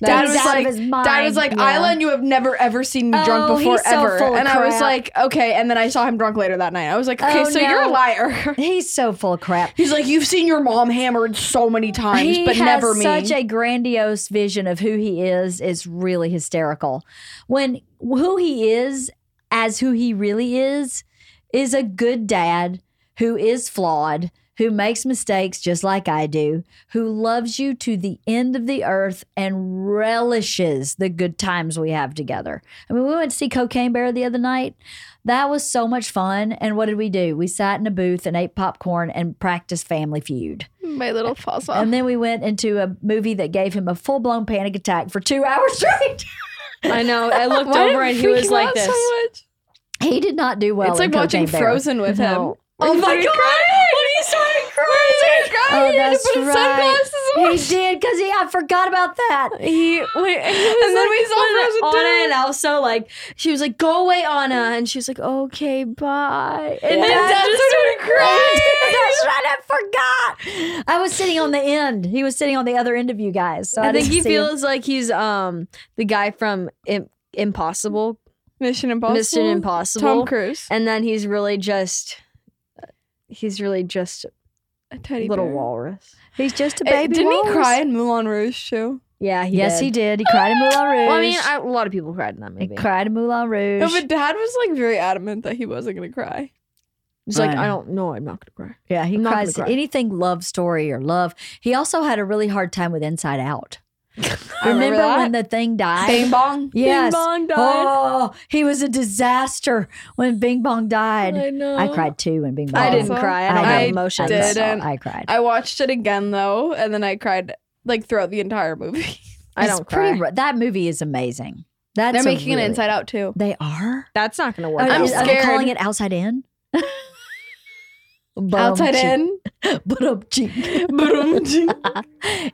S1: That
S3: Dad
S1: is
S3: was,
S1: out of
S3: like,
S1: his mind.
S3: Dad was like,
S1: Yeah.
S3: Island, you have never ever seen me
S1: Oh,
S3: drunk before
S1: he's so
S3: ever.
S1: full of
S3: and I was
S1: crap.
S3: like, okay. And then I saw him drunk later that night. I was like, okay,
S1: Oh,
S3: so
S1: no.
S3: you're a liar.
S1: He's so full of crap.
S3: He's like, you've seen your mom hammered so many times,
S1: He
S3: but
S1: has
S3: never me.
S1: such a grandiose vision of who he is. It's really hysterical. When who he is as who he really is is a good dad who is flawed, who makes mistakes just like I do, who loves you to the end of the earth and relishes the good times we have together. I mean, we went to see Cocaine Bear the other night. That was so much fun. And what did we do? We sat in a booth and ate popcorn and practiced Family Feud.
S3: My little fossil.
S1: And then we went into a movie that gave him a full blown panic attack for two hours straight.
S4: I know. I looked over and he was like this.
S1: he did not do well.
S3: it's
S1: in
S3: like watching
S1: Cocaine Bear.
S3: Frozen with him.
S1: No.
S3: Oh my god! When he started crying,
S1: Oh,
S3: he started crying. he had to
S1: that's
S3: put his
S1: right. He
S3: sunglasses on.
S1: did because he. I forgot about that.
S4: He wait, and
S3: then we saw Frozen
S4: Anna
S3: two.
S4: and also like she was like, "Go away, Anna," and she was like, "Okay, bye." And
S1: Yeah.
S4: then
S1: Dad
S4: Dad
S1: just
S4: just
S1: started
S4: started
S1: That's
S4: crying.
S1: right. I forgot. I was sitting on the end. He was sitting on the other end of you guys. So I,
S4: I think
S1: didn't
S4: he
S1: see him.
S4: feels like he's um the guy from Im- Impossible,
S3: Mission Impossible.
S4: Mission Impossible,
S3: Tom Cruise.
S4: and then he's really just he's really just
S3: A
S4: a
S3: teddy
S4: little
S3: bear.
S4: walrus.
S1: He's just a
S3: Eh,
S1: baby.
S3: didn't he
S1: walrus.
S3: cry in Moulin Rouge too?
S4: Yeah, he
S1: yes,
S4: did.
S1: he did. He cried in Moulin Rouge.
S6: Well, I mean, I, a lot of people cried in that
S1: he
S6: movie.
S1: cried in Moulin Rouge.
S3: No, but dad was like very adamant that he wasn't gonna cry.
S6: It's like
S1: Right.
S6: I don't know. I'm not gonna cry.
S1: yeah, he
S6: I'm not gonna
S1: cries
S6: cry.
S1: anything love story or love. He also had a really hard time with Inside Out. remember
S3: remember that.
S1: when the thing died?
S3: Bing bong.
S1: yes.
S4: Bong died.
S1: Oh, he was a disaster when Bing Bong died.
S4: I know.
S1: I cried too when Bing Bong.
S4: I didn't
S3: Also,
S4: cry. I don't
S1: I
S4: have emotions.
S1: I,
S3: did.
S1: saw-
S3: didn't.
S1: I cried.
S3: I watched it again though, and then I cried like throughout the entire movie.
S6: I
S1: It's
S6: don't
S1: pretty
S6: cry.
S1: ru- that movie is amazing. That's
S3: They're
S1: a
S3: making
S1: really-
S3: an Inside Out too.
S1: They are.
S6: That's not gonna work.
S1: Oh,
S3: I'm
S1: is- are they
S3: scared.
S1: calling it outside in. Ba-dum-ching.
S3: Outside in.
S1: Ba-dum-ching.
S3: Boom.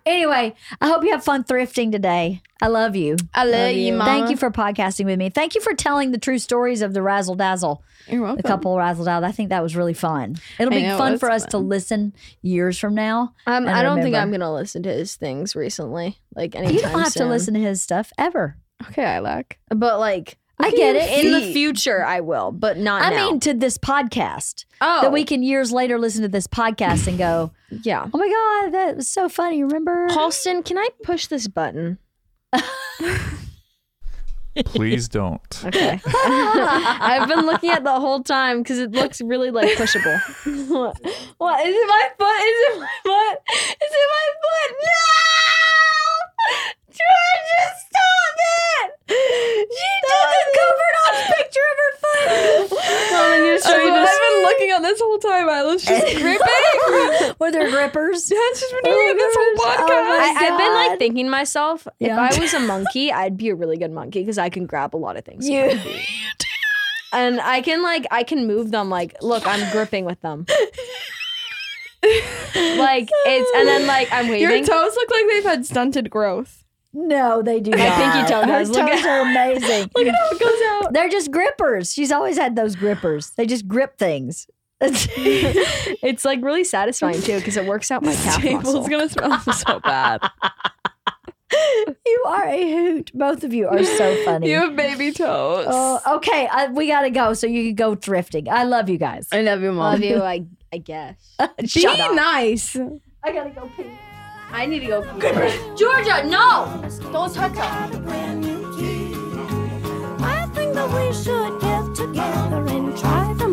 S1: anyway, I hope you have fun thrifting today. I love you.
S3: I love
S4: you, Mama.
S1: Thank you for podcasting with me. Thank you for telling the true stories of the razzle dazzle,
S3: You're welcome.
S1: the couple razzle dazzle. I think that was really fun. It'll
S3: I
S1: be
S3: know, it
S1: fun
S3: was
S1: for us to
S3: fun.
S1: listen years from now.
S4: Um,
S1: And
S4: I don't think
S1: remember-
S4: I'm gonna listen to his things recently. Like anytime
S1: You don't have
S4: soon.
S1: to listen to his stuff ever.
S3: Okay, I like.
S4: but like
S1: I get it.
S4: in the future. I will, but not.
S1: I
S4: now.
S1: mean, to this podcast
S4: oh,
S1: that we can years later listen to this podcast and go,
S4: yeah.
S1: oh my god, that was so funny. Remember?
S4: Halston, can I push this button?
S5: Please don't.
S4: Okay. I've been looking at the whole time because it looks really like pushable. what? what? Is it my foot? Is it my foot? Is it my foot? No! Georgia, stop it! She did the covered off picture of her foot. Well, I'm gonna show you this.
S3: I've been looking at this whole time. I was just gripping.
S1: Were there grippers?
S3: That's just been doing it this whole
S1: Oh gosh. Oh
S3: podcast.
S1: my
S4: I, I've been
S1: God.
S4: like thinking to myself,
S1: Yeah.
S4: if I was a monkey, I'd be a really good monkey because I can grab a lot of things.
S1: You.
S4: And I can like I can move them like look, I'm gripping with them. like it's and then like I'm
S3: Your
S4: waving.
S3: toes look like they've had stunted growth.
S1: No, they do not.
S4: I think you don't
S1: Her
S4: guys. Look
S1: toes
S4: at-
S1: are amazing.
S4: Look at how it goes out.
S1: They're just grippers. She's always had those grippers. They just grip things.
S4: it's like really satisfying too because it works out my calf muscle.
S3: Table's gonna smell so bad.
S1: you are a hoot. Both of you are so funny.
S3: You have baby toes.
S1: Oh, okay, I, we gotta go. So you can go thrifting. I love you guys.
S3: I love you, mom.
S4: you, I I guess.
S3: Be
S1: Shut up.
S3: nice.
S1: I gotta go pee.
S4: I need to go. Georgia, no! Don't touch her.
S2: got a brand new key. I think that we should get together and try them Oh,